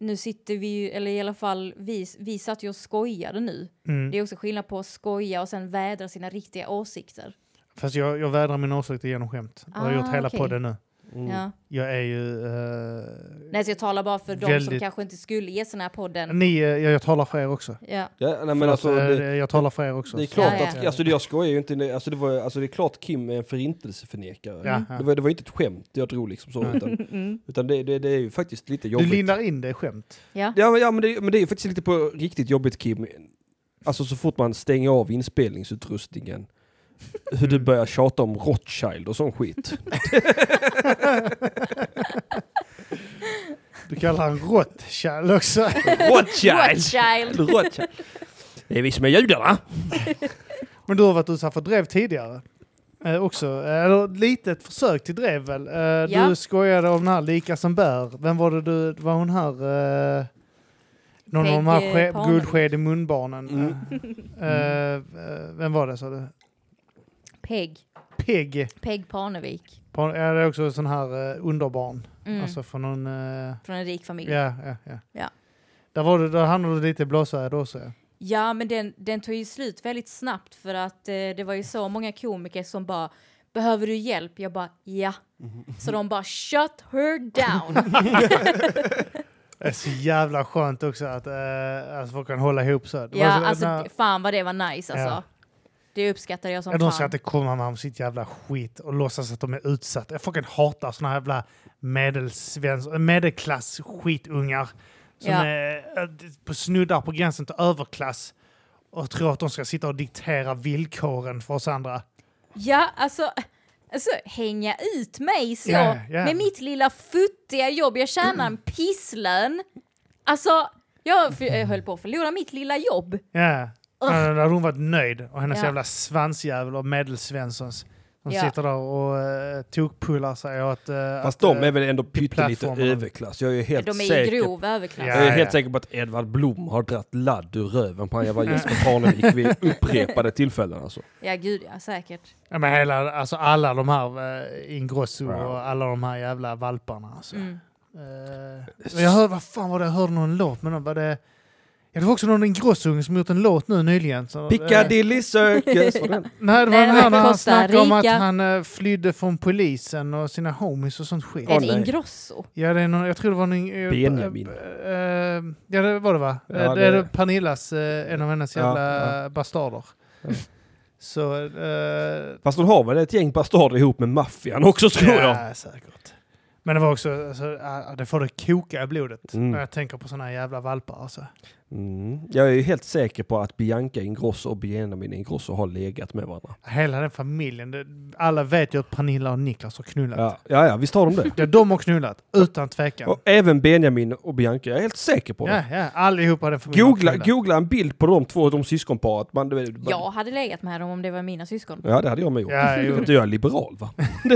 Speaker 2: nu sitter vi ju, eller i alla fall vi, vi satt ju och skojade nu.
Speaker 1: mm.
Speaker 2: Det är också skillnad på att skoja och sen vädra sina riktiga åsikter.
Speaker 1: Fast jag, jag vädrar mina åsikter genom skämt. jag har
Speaker 2: Ah,
Speaker 1: gjort hela
Speaker 2: okej.
Speaker 1: podden nu.
Speaker 3: Mm.
Speaker 2: Ja.
Speaker 1: Jag är ju... Eh,
Speaker 2: Nej, så jag talar bara för de som
Speaker 1: Väldigt-
Speaker 2: kanske inte skulle ge sån här podden.
Speaker 1: ni, eh, jag, jag talar för er också.
Speaker 2: Ja.
Speaker 3: Ja, nej, men
Speaker 1: Förlåt,
Speaker 3: alltså,
Speaker 1: eh,
Speaker 3: det,
Speaker 1: jag talar för er också.
Speaker 3: Det är klart
Speaker 2: Ja, ja.
Speaker 3: att, alltså jag skojar ju inte, det- alltså det, var, alltså det är klart Kim är en förintelseförnekare. Mm.
Speaker 1: Ja,
Speaker 3: Det,
Speaker 1: ja.
Speaker 3: var, det var inte ett skämt jag drog liksom så,
Speaker 1: Nej.
Speaker 3: utan, utan det, det, det är ju faktiskt lite
Speaker 1: Du
Speaker 3: jobbigt.
Speaker 1: lindar in det i skämt.
Speaker 2: Ja.
Speaker 3: Ja, men, ja men, det, men det är ju faktiskt lite på riktigt jobbigt Kim, alltså så fort man stänger av inspelningsutrustningen, hur du börjar tjata om Rothschild och sån <laughs> skit.
Speaker 1: Du kallar han råttkärl också.
Speaker 3: Rothschild!
Speaker 2: Rothschild.
Speaker 3: Rothschild! Det är vi som är judarna!
Speaker 1: Men du har varit utsatt för drev tidigare. Eh, också. Eh, Eller ett litet försök till drev väl? Eh,
Speaker 2: Ja.
Speaker 1: Du skojade om den här Lika som bär. Vem var det du, var hon här? Eh, någon av de här
Speaker 2: Peg, eh,
Speaker 1: ske-
Speaker 2: Parnevik.
Speaker 1: guldsked i munbarnen.
Speaker 3: Mm.
Speaker 1: Eh, eh, vem var det sa du?
Speaker 2: Peg.
Speaker 1: Peg.
Speaker 2: Peg Parnevik.
Speaker 1: Parn- Ja, det är också sån här eh, underbarn.
Speaker 2: Mm.
Speaker 1: Alltså från någon... eh,
Speaker 2: Från en rik familj.
Speaker 1: ja, ja, ja.
Speaker 2: Ja.
Speaker 1: Där, var du, där hamnade du lite i blåsväder också. ja.
Speaker 2: Ja, men den, den tog ju slut väldigt snabbt för att eh, det var ju så många komiker som bara Behöver du hjälp? Jag bara ja.
Speaker 3: Mhm.
Speaker 2: Så de bara shut her
Speaker 3: <laughs>
Speaker 2: down.
Speaker 1: Det är så jävla skönt också att eh, alltså folk kan hålla ihop så. Det
Speaker 2: ja,
Speaker 1: var så-
Speaker 2: alltså
Speaker 1: när-
Speaker 2: d- fan vad det var nice alltså.
Speaker 1: Ja.
Speaker 2: Det uppskattade jag som
Speaker 1: Ja, de ska
Speaker 2: fan.
Speaker 1: inte komma med om sitt jävla skit och låtsas att de är utsatta. Jag fucking hatar såna här jävla medelsvensk, medelklass skitungar som
Speaker 2: Ja.
Speaker 1: är eh, på snuddar på gränsen till överklass och tror att de ska sitta och diktera villkoren för oss andra.
Speaker 2: Ja, alltså, alltså hänga ut mig så
Speaker 1: Ja, ja.
Speaker 2: med mitt lilla futtiga jobb. Jag tjänar en pisslön. Alltså, jag, f- jag höll på att förlora mitt lilla jobb.
Speaker 1: Ja.
Speaker 2: Ugh.
Speaker 1: Men Då hade hon varit nöjd och hennes
Speaker 2: Ja.
Speaker 1: jävla svansjävel och medelsvenssons som
Speaker 2: Ja.
Speaker 1: sitter där och uh, tokpullar sig åt... Uh,
Speaker 3: Fast
Speaker 1: att,
Speaker 3: de
Speaker 1: eh,
Speaker 3: är väl ändå pyttelite
Speaker 1: plattformarna.
Speaker 3: överklass, jag är ju helt
Speaker 2: De är ju
Speaker 3: säker
Speaker 2: grov överklass.
Speaker 1: Ja.
Speaker 3: Jag är helt säker på att Edvard Blom har dragit ladd ur röven på han jävla Jesper Parnevik vid upprepade tillfällen alltså.
Speaker 2: Ja, gud ja, säkert.
Speaker 1: ja, men hela, alltså alla de här eh, Ingrosso
Speaker 3: Ja.
Speaker 1: och alla de här jävla valparna. Alltså.
Speaker 2: Mm.
Speaker 1: Eh, jag hörde, vad fan var det jag hörde någon låt med? någon, Var det, ja, det var också någon Ingrossunge som gjort en låt nu nyligen. Så, eh,
Speaker 3: Piccadilly Circus. var den?
Speaker 1: Nej, det var
Speaker 2: Nej,
Speaker 1: den
Speaker 2: det
Speaker 1: här
Speaker 2: var
Speaker 1: när han
Speaker 2: Costa
Speaker 1: snackade om att
Speaker 2: Rica.
Speaker 1: han eh, flydde från polisen och sina homies och sånt skit.
Speaker 3: Åh,
Speaker 2: är det
Speaker 3: nej.
Speaker 2: Ingrosso?
Speaker 1: Ja, det är någon, jag tror det var någon... eh,
Speaker 3: Benjamin.
Speaker 1: eh, eh, ja, det var det va?
Speaker 3: Ja,
Speaker 1: Eh, det,
Speaker 3: det-
Speaker 1: är Pernillas, eh, en av hennes
Speaker 3: Ja,
Speaker 1: jävla bastarder.
Speaker 3: Ja.
Speaker 1: Så... eh,
Speaker 3: Fast hon har väl ett gäng bastarder ihop med maffian också tror jag.
Speaker 1: Ja, säkert. Men det var också, alltså, ah, det får det koka i blodet
Speaker 3: Mm.
Speaker 1: när jag tänker på såna här jävla valpar alltså.
Speaker 3: Mm. Jag är ju helt säker på att Bianca Ingrosso och Benjamin Ingrosso har legat med varandra.
Speaker 1: Hela den familjen, det, alla vet ju att Pernilla och Niklas har knullat.
Speaker 3: Ja, ja, ja visst har de det.
Speaker 1: Ja, de har knullat, utan tvekan.
Speaker 3: Och även Benjamin och Bianca, jag är helt säker på det.
Speaker 1: ja, ja, allihopa i den familjen har
Speaker 3: Googla,
Speaker 1: knullat.
Speaker 3: googla en bild på de två, de syskonparet. Man, du vet- man,
Speaker 2: Jag hade legat med dem om det var mina syskon.
Speaker 3: ja, det hade jag med gjort.
Speaker 1: Ja, jo.
Speaker 3: Inte jag är liberal va?
Speaker 2: Alltså,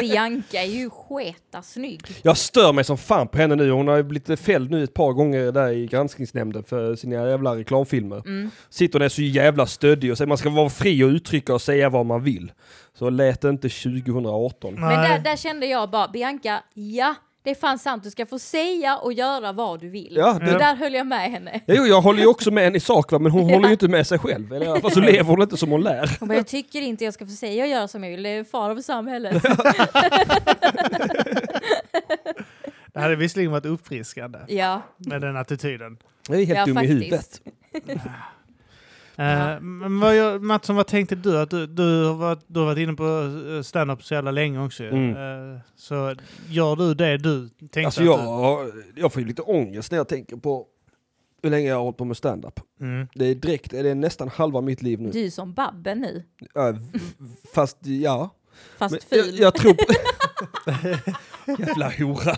Speaker 2: Bianca är ju sketa snygg.
Speaker 3: Jag stör mig som fan på henne nu. Hon har ju blivit fälld nu ett par gånger där i granskningsnämnden för sina jävla reklamfilmer.
Speaker 2: Mm.
Speaker 3: Sitter hon är så jävla stöddig och säger man ska vara fri och uttrycka och säga vad man vill. Så lät det inte 2018.
Speaker 2: Men
Speaker 1: Nej.
Speaker 2: där, där kände jag bara, Bianca, ja, det är fan sant, du ska få säga och göra vad du vill.
Speaker 3: Ja, det,
Speaker 1: Mm.
Speaker 2: Så där höll jag med henne.
Speaker 3: Ja, Jo, jag håller ju också med henne i sak, va? men <laughs> hon håller ju inte med sig själv. Eller i <laughs> alla fall så lever hon inte som hon lär.
Speaker 2: Hon bara, jag tycker inte jag ska få säga och göra som jag vill, det är fara för samhället.
Speaker 3: <laughs>
Speaker 1: Det hade visserligen varit uppfriskande
Speaker 2: Ja,
Speaker 1: med den attityden.
Speaker 3: Jag är helt
Speaker 2: Ja,
Speaker 3: dum i
Speaker 2: faktiskt.
Speaker 3: huvudet.
Speaker 1: Eh, men vad gör, Mattsson, vad tänkte du? Att du, du, har varit, du har varit inne på eh, stand-up så jävla länge också. ju. Eh, så gör du det du tänkte?
Speaker 3: Mm. Alltså
Speaker 1: att
Speaker 3: jag, jag får ju lite ångest när jag tänker på hur länge jag har hållit på med stand-up.
Speaker 1: du, mm.
Speaker 3: Det är direkt, det är nästan halva mitt liv nu.
Speaker 2: du är som Babben nu,
Speaker 3: Ja, v- v- Fast ja.
Speaker 2: fast
Speaker 3: Men jag,
Speaker 2: ful.
Speaker 3: jag tror på...
Speaker 2: <laughs>
Speaker 3: Jävla hora.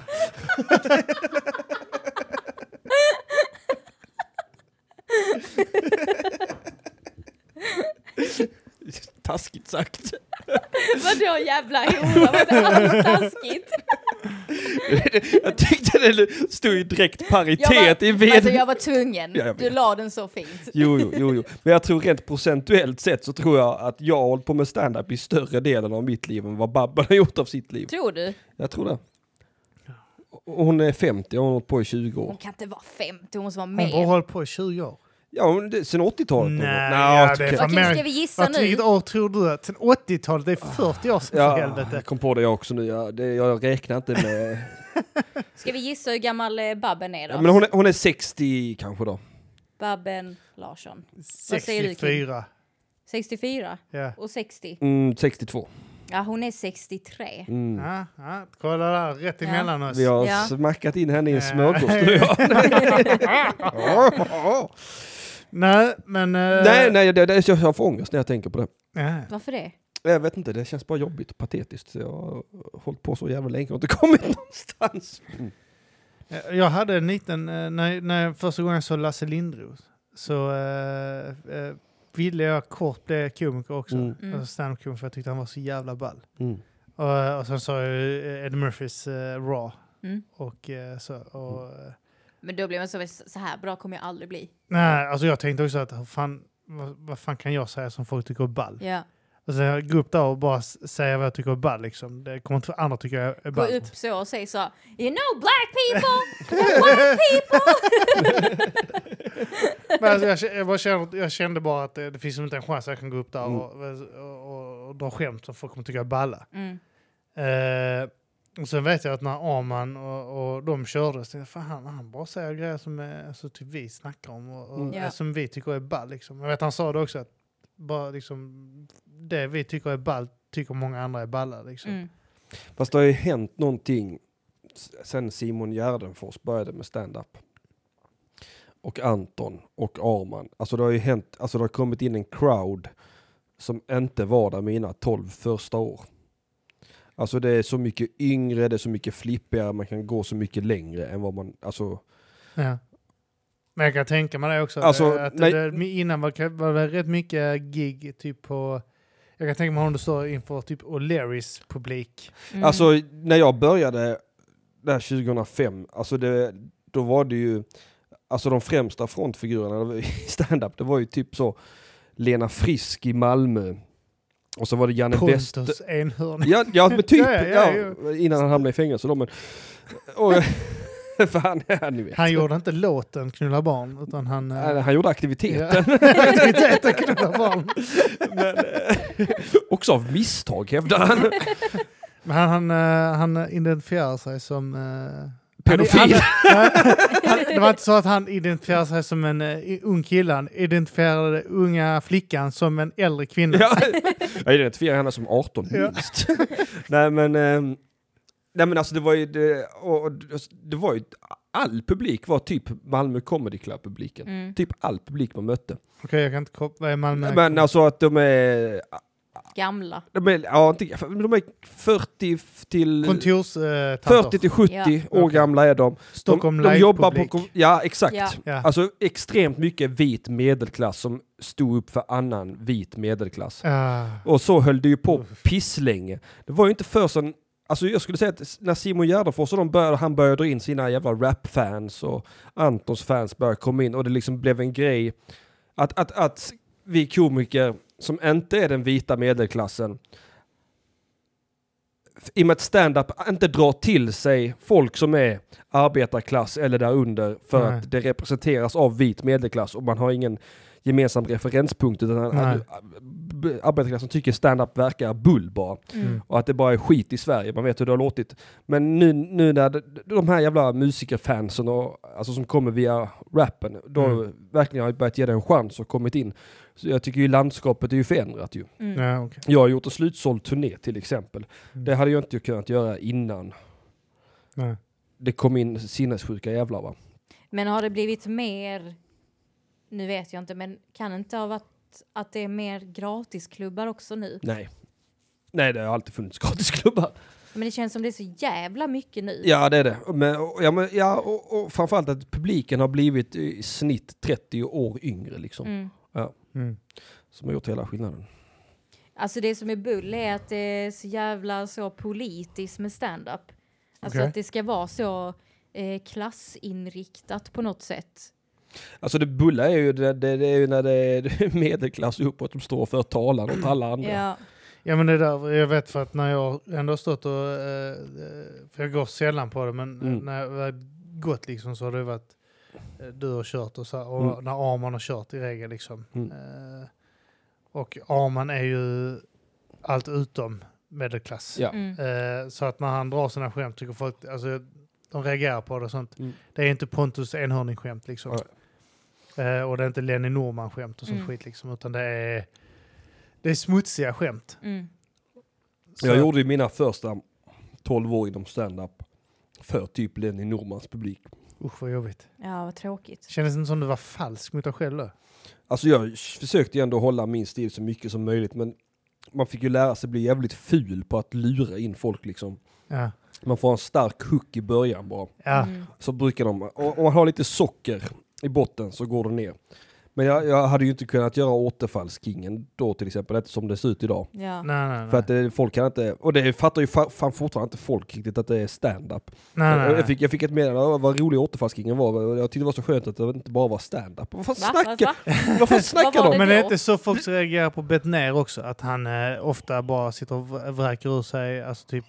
Speaker 3: Taskigt sagt.
Speaker 2: <laughs> Vadå jävla hora, vad är
Speaker 3: <laughs>
Speaker 2: taskigt?
Speaker 3: Jag tyckte det stod i direkt paritet i ved.
Speaker 2: Alltså jag var tvungen,
Speaker 3: Ja, jag vet.
Speaker 2: du la den så fint.
Speaker 3: Jo, jo, jo, jo. Men jag tror rent procentuellt sett så tror jag att jag har hållit på med stand-up i större delen av mitt liv än vad Babben har gjort av sitt liv.
Speaker 2: Tror du?
Speaker 3: Jag tror det. Och Hon är 50 och hon har hållit på i 20 år.
Speaker 2: Hon kan inte vara 50, hon måste vara
Speaker 1: Hon har
Speaker 2: mer.
Speaker 1: hållit på i 20 år.
Speaker 3: Ja, hon- det- sen 80-talet.
Speaker 1: Nej,
Speaker 3: någon gång.
Speaker 1: ja,
Speaker 3: jag
Speaker 1: det är
Speaker 3: tycker-
Speaker 1: fan-
Speaker 2: Okej, ska vi gissa
Speaker 1: Vart,
Speaker 2: nu?
Speaker 1: vilket år tror du? att- Sen 80-talet, det är 40 år sedan för
Speaker 3: Ja,
Speaker 1: helvete.
Speaker 3: jag kom på det jag också nu. Jag, det, jag räknar inte med...
Speaker 2: <laughs> Ska vi gissa hur gammal eh, Babben är då?
Speaker 3: Ja, men hon är, hon är 60 kanske då.
Speaker 2: Babben Larsson. säger du, Kim?
Speaker 1: 64.
Speaker 2: 64
Speaker 1: Ja.
Speaker 2: och 60.
Speaker 3: Mm, 62.
Speaker 2: Ja, hon är 63.
Speaker 3: Mm.
Speaker 1: Ja, ja, kolla där, rätt
Speaker 2: Ja.
Speaker 1: emellan oss. Eh.
Speaker 3: Vi har
Speaker 2: Ja.
Speaker 3: smackat in henne i en
Speaker 1: Ja.
Speaker 3: smörgås du och jag.
Speaker 1: <laughs>
Speaker 2: <laughs>
Speaker 3: <laughs>
Speaker 1: Nej, men... eh,
Speaker 3: Nej, nej, det, det, jag får ångest när jag tänker på det.
Speaker 1: ja.
Speaker 2: Varför det?
Speaker 3: Jag vet inte, det känns bara jobbigt och patetiskt. Jag har hållit på så jävla länge och inte <laughs> kommit någonstans.
Speaker 1: Jag hade en liten, eh, när, när jag första gången såg Lasse Lindros så eh, eh, ville jag kort bli komiker också.
Speaker 3: Mm.
Speaker 2: Mm.
Speaker 1: Alltså standup-komiker för jag tyckte han var så jävla ball.
Speaker 3: Mm.
Speaker 1: Och, och sen såg jag ju Ed Murphys eh, Raw
Speaker 2: Mm.
Speaker 1: och eh, så. Och,
Speaker 3: Mm.
Speaker 1: eh,
Speaker 2: Men då blev man så, så här bra kommer jag aldrig bli.
Speaker 1: nej, alltså jag tänkte också att hur fan, vad, vad fan kan jag säga som folk tycker är ball?
Speaker 2: Ja.
Speaker 1: Och sen Alltså, jag går upp där och bara s- säger vad jag tycker är ball liksom. Det kommer inte andra tycka jag är
Speaker 2: Gå
Speaker 1: ball.
Speaker 2: upp så och säg så. You know black people! and white people!
Speaker 1: Men alltså, jag, kä- jag, bara kände, jag kände bara att det, det finns inte en chans att jag kan gå upp där och, och, och, och dra skämt som folk kommer tycka är balla.
Speaker 2: <laughs> Mm.
Speaker 1: Eh, och sen vet jag att när Arman och, och de körde, så tänkte jag, fan, han, han bara säger grejer som är, alltså, typ vi snackar om och, och
Speaker 3: Mm.
Speaker 2: Ja.
Speaker 1: som vi tycker är ball. Liksom. Jag vet han sa det också, att bara, liksom, det vi tycker är ball tycker många andra är balla. Liksom.
Speaker 2: Mm.
Speaker 3: Fast det har ju hänt någonting s- sen Simon Gärdenfors började med stand-up. Och Anton och Arman. Alltså det har ju hänt, alltså det har kommit in en crowd som inte var där mina 12 första år. Alltså det är så mycket yngre, det är så mycket flippigare, man kan gå så mycket längre än vad man, alltså
Speaker 1: Ja. Men jag kan tänka mig det också.
Speaker 3: Alltså,
Speaker 1: att
Speaker 3: nej-
Speaker 1: det, det- innan var, det- var det rätt mycket gig typ på... Jag kan tänka mig om du står inför typ O'Learys publik.
Speaker 2: Mm.
Speaker 3: Alltså när jag började där 2005, alltså det, då var det ju, alltså de främsta frontfigurerna i <laughs> stand-up, det var ju typ så Lena Frisk i Malmö, och så var det Janne Wester.
Speaker 1: Pontus Enhörning.
Speaker 3: Ja, ja men typ,
Speaker 1: Ja, ja, ja,
Speaker 3: ja, innan han hamnade i fängelse då, men Och, <laughs> för han, ja, ni vet.
Speaker 1: Han gjorde inte låten Knulla barn, utan han... eh,
Speaker 3: Han, han gjorde aktiviteten.
Speaker 1: <laughs> Ja. Aktiviteten Knulla barn.
Speaker 3: <laughs> Men, eh, också av misstag hävdar han.
Speaker 1: Men han, han, eh, han identifierar sig som... eh, Han,
Speaker 3: Pedofil.
Speaker 1: han, han, det var inte så att han identifierade sig som en eh, ung kille, han identifierade unga flickan som en äldre kvinna.
Speaker 3: Ja. Jag identifierar henne som 18
Speaker 1: Ja.
Speaker 3: minst. <laughs> nej men, ehm, nej men alltså det var ju, det, och, och, det var ju, all publik var typ Malmö Comedy Club-publiken.
Speaker 2: Mm.
Speaker 3: Typ all publik man mötte.
Speaker 1: Okej, jag kan inte koppla, vad är Malmö?
Speaker 3: Men alltså att de är,
Speaker 2: Gamla.
Speaker 3: de är, ja, inte, de är 40 till...
Speaker 1: Kontorstanter.
Speaker 3: 40 till 70
Speaker 2: Ja.
Speaker 3: år gamla är de.
Speaker 1: Stockholm
Speaker 3: de, de jobbar
Speaker 1: Live-publik.
Speaker 3: på... Ja, exakt.
Speaker 2: Ja.
Speaker 1: Ja.
Speaker 3: Alltså extremt mycket vit medelklass som stod upp för annan vit medelklass.
Speaker 1: Ah.
Speaker 3: Och så höll det ju på pisslänge. Det var ju inte för sen, alltså jag skulle säga att s- när Simon Gärdenfors och de började, han började dra in sina jävla rap-fans och Antons fans började komma in och det liksom blev en grej att, att, att vi komiker som inte är den vita medelklassen f- i och med att stand-up inte drar till sig folk som är arbetarklass eller därunder för
Speaker 1: Nej.
Speaker 3: att det representeras av vit medelklass och man har ingen gemensam referenspunkt utan
Speaker 1: Nej.
Speaker 3: att- b- arbetarklassen tycker stand-up verkar bull bara.
Speaker 1: Mm.
Speaker 3: Och att det bara är skit i Sverige, man vet hur det har låtit. Men nu, nu när de, de här jävla musikerfansen och, alltså som kommer via rappen, då
Speaker 1: Mm.
Speaker 3: verkligen har jag börjat ge det en chans och kommit in. Så jag tycker ju landskapet är ju förändrat ju.
Speaker 2: Mm.
Speaker 1: Ja, okej.
Speaker 3: Jag har gjort en slutsåld turné till exempel.
Speaker 1: Mm.
Speaker 3: Det hade jag inte kunnat göra innan.
Speaker 1: Nej.
Speaker 3: Det kom in sinnessjuka jävlar va.
Speaker 2: Men har det blivit mer, nu vet jag inte, men kan det inte ha varit att det är mer gratisklubbar också nu?
Speaker 3: Nej. Nej, det har alltid funnits gratisklubbar.
Speaker 2: Men det känns som det är så jävla mycket nu.
Speaker 3: Ja, det är det. Men, och- ja, men, ja, och, och framförallt att publiken har blivit i snitt 30 år yngre, liksom.
Speaker 2: Mm.
Speaker 1: Mm.
Speaker 3: Som har gjort hela skillnaden.
Speaker 2: Alltså det som är bull är att det är så jävla så politiskt med stand-up. Alltså
Speaker 1: Okej.
Speaker 2: att det ska vara så eh, klassinriktat på något sätt.
Speaker 3: Alltså det bulla är ju, det, det, det är ju när det är <laughs> medelklass uppåt som står för talan åt alla andra.
Speaker 2: Ja.
Speaker 1: Ja men det där, jag vet för att när jag ändå har stått och, eh, eh, för jag går sällan på det, men eh,
Speaker 3: Mm.
Speaker 1: när jag har gått liksom så har det varit eh, du har kört och, så, här, och
Speaker 3: Mm.
Speaker 1: när Arman har kört i regel liksom.
Speaker 3: Mm.
Speaker 1: Eh, och Arman är ju allt utom medelklass.
Speaker 3: Ja.
Speaker 2: Mm.
Speaker 1: Eh, så att när han drar sina skämt tycker folk, alltså de reagerar på det och sånt.
Speaker 3: Mm.
Speaker 1: Det är inte Pontus enhörning-skämt liksom. Eh, och det är inte Lenny Norman-skämt och sånt
Speaker 2: Mm.
Speaker 1: skit liksom, utan det är, det är smutsiga skämt.
Speaker 2: Mm.
Speaker 1: Så-
Speaker 3: Jag gjorde ju mina första 12 år inom stand-up för typ Lenny Normans publik.
Speaker 1: Usch vad jobbigt.
Speaker 2: ja, vad tråkigt.
Speaker 1: Kändes det inte som du var falsk mot dig själv då?
Speaker 3: Alltså jag försökte ju ändå hålla min stil så mycket som möjligt men man fick ju lära sig bli jävligt ful på att lura in folk liksom.
Speaker 1: Ja.
Speaker 3: Man får en stark hook i början bara.
Speaker 1: Ja.
Speaker 2: Mm.
Speaker 3: Så brukar de, och- om man har lite socker i botten så går det ner. Men jag, jag hade ju inte kunnat göra återfallskingen då till exempel, inte som det ser ut idag.
Speaker 2: Ja.
Speaker 1: Nej, nej, nej.
Speaker 3: För att det, folk kan inte, och det fattar ju fa- fan fortfarande inte folk riktigt att det är stand-up.
Speaker 1: nej, nej, nej.
Speaker 3: Jag, fick, jag fick ett meddelande om vad rolig återfallskingen var, och jag tyckte det var så skönt att det inte bara var stand-up. Vad fan
Speaker 2: Va? Va?
Speaker 3: snackar,
Speaker 2: Va?
Speaker 3: vad fan snackar
Speaker 2: var
Speaker 3: de?
Speaker 1: Men det är
Speaker 2: då?
Speaker 1: inte så folk reagerar på Betnér också, att han eh, ofta bara sitter och vr- vräker ur sig, alltså typ...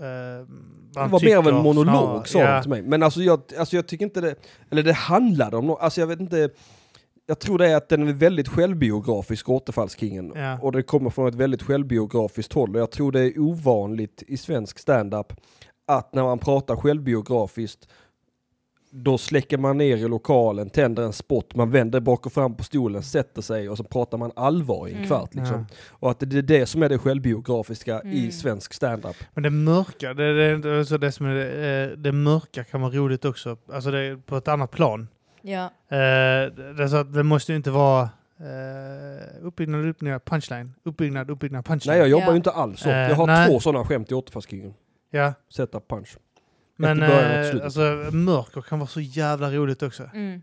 Speaker 1: Eh,
Speaker 3: Det var mer av en monolog sa de
Speaker 1: ja.
Speaker 3: till mig. Men alltså jag, alltså jag tycker inte det, eller det handlade om något, alltså jag vet inte, jag tror det är att den är väldigt självbiografisk, återfallskingen.
Speaker 1: Ja.
Speaker 3: Och det kommer från ett väldigt självbiografiskt håll. Och jag tror det är ovanligt i svensk standup att när man pratar självbiografiskt då släcker man ner i lokalen, tänder en spott, man vänder bak och fram på stolen, sätter sig och så pratar man allvar i en
Speaker 2: Mm.
Speaker 3: kvart. Liksom.
Speaker 1: Ja.
Speaker 3: Och att det är det som är det självbiografiska
Speaker 2: Mm.
Speaker 3: i svensk standup.
Speaker 1: Men det mörka, det, det, det, är så det, som är, det, eh, det mörka kan vara roligt också, alltså det är på ett annat plan.
Speaker 2: Ja.
Speaker 1: Eh, det, det är så att det måste ju inte vara eh, uppbyggnad, uppbyggnad, punchline, uppbyggnad, uppbyggnad, punchline.
Speaker 3: Nej, jag jobbar
Speaker 2: Ja.
Speaker 3: ju inte alls så.
Speaker 1: Eh,
Speaker 3: jag har
Speaker 1: nej.
Speaker 3: två sådana skämt i återfallskrigen.
Speaker 1: ja.
Speaker 3: Setup punch.
Speaker 1: Men
Speaker 3: början och till
Speaker 1: eh,
Speaker 3: slutet.
Speaker 1: alltså, mörker kan vara så jävla roligt också.
Speaker 2: Mm.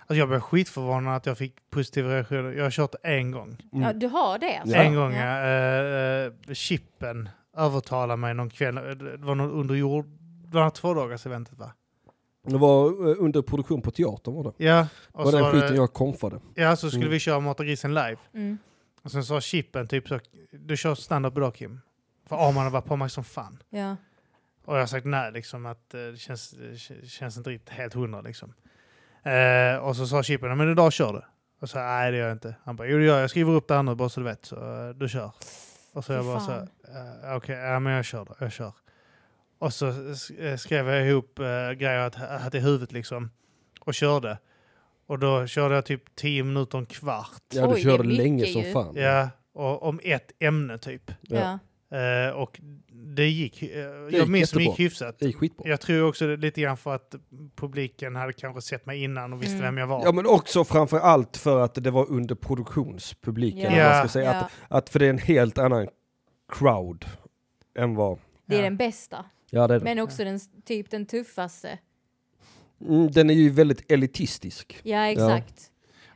Speaker 1: Alltså, jag blev skitförvånad att jag fick positiva reaktioner. Jag har kört en gång.
Speaker 3: Mm.
Speaker 2: ja, du har det alltså?
Speaker 3: Ja.
Speaker 1: En gång,
Speaker 2: Ja.
Speaker 1: ja. eh, eh, Chippen övertalade mig någon kväll. Eh, Det var någon under jord... Det var två dagars eventet va?
Speaker 3: Det var eh, under produktion på teatern var det.
Speaker 1: Ja.
Speaker 3: Det
Speaker 1: Och
Speaker 3: var
Speaker 1: så,
Speaker 3: den
Speaker 1: var
Speaker 3: skiten
Speaker 1: det,
Speaker 3: jag konfade.
Speaker 1: ja, så skulle
Speaker 3: Mm.
Speaker 1: vi köra Mata grisen live.
Speaker 2: Mm.
Speaker 1: Och sen sa Chippen typ så, du kör stand-up idag Kim. För Arman var på mig som fan.
Speaker 2: Ja.
Speaker 1: Och jag har sagt nej, liksom att eh, det känns, det k- känns inte riktigt helt hundra liksom. Eh, och så sa chippen, "Ja, men idag kör du. Och så nej det gör jag inte. Han bara, jo det gör jag, jag skriver upp det här nu bara så du vet, så eh, du kör. Och så
Speaker 2: Fy
Speaker 1: jag bara så,
Speaker 2: fan.
Speaker 1: eh, okej, ja men jag kör då, jag kör. Och så s- eh, skrev jag ihop eh, grejer att, att i huvudet liksom. Och körde. Och då körde jag typ 10 minuter, en kvart.
Speaker 3: Ja, du
Speaker 2: Oj,
Speaker 3: körde
Speaker 2: det är
Speaker 3: länge
Speaker 2: mycket
Speaker 3: som
Speaker 2: ju.
Speaker 3: fan.
Speaker 1: Ja, och om ett ämne typ.
Speaker 3: Ja.
Speaker 2: Ja.
Speaker 1: Eh, och det gick, eh,
Speaker 3: gick
Speaker 1: jag minns det gick
Speaker 3: jättebra.
Speaker 1: hyfsat.
Speaker 3: Det är skitbra.
Speaker 1: Jag tror också det, lite grann för att publiken hade kanske sett mig innan och visste
Speaker 2: Mm.
Speaker 1: vem jag var.
Speaker 3: Ja men också framför allt för att det var under produktionspubliken. eller
Speaker 1: Ja.
Speaker 3: vad Man ska säga.
Speaker 2: Ja.
Speaker 3: Att, att för det är en helt annan crowd än vad...
Speaker 2: Det är
Speaker 1: Ja.
Speaker 2: den bästa,
Speaker 3: Ja det är det.
Speaker 2: men också den, s- typ den tuffaste.
Speaker 3: Mm, den är ju väldigt elitistisk.
Speaker 2: Ja, exakt.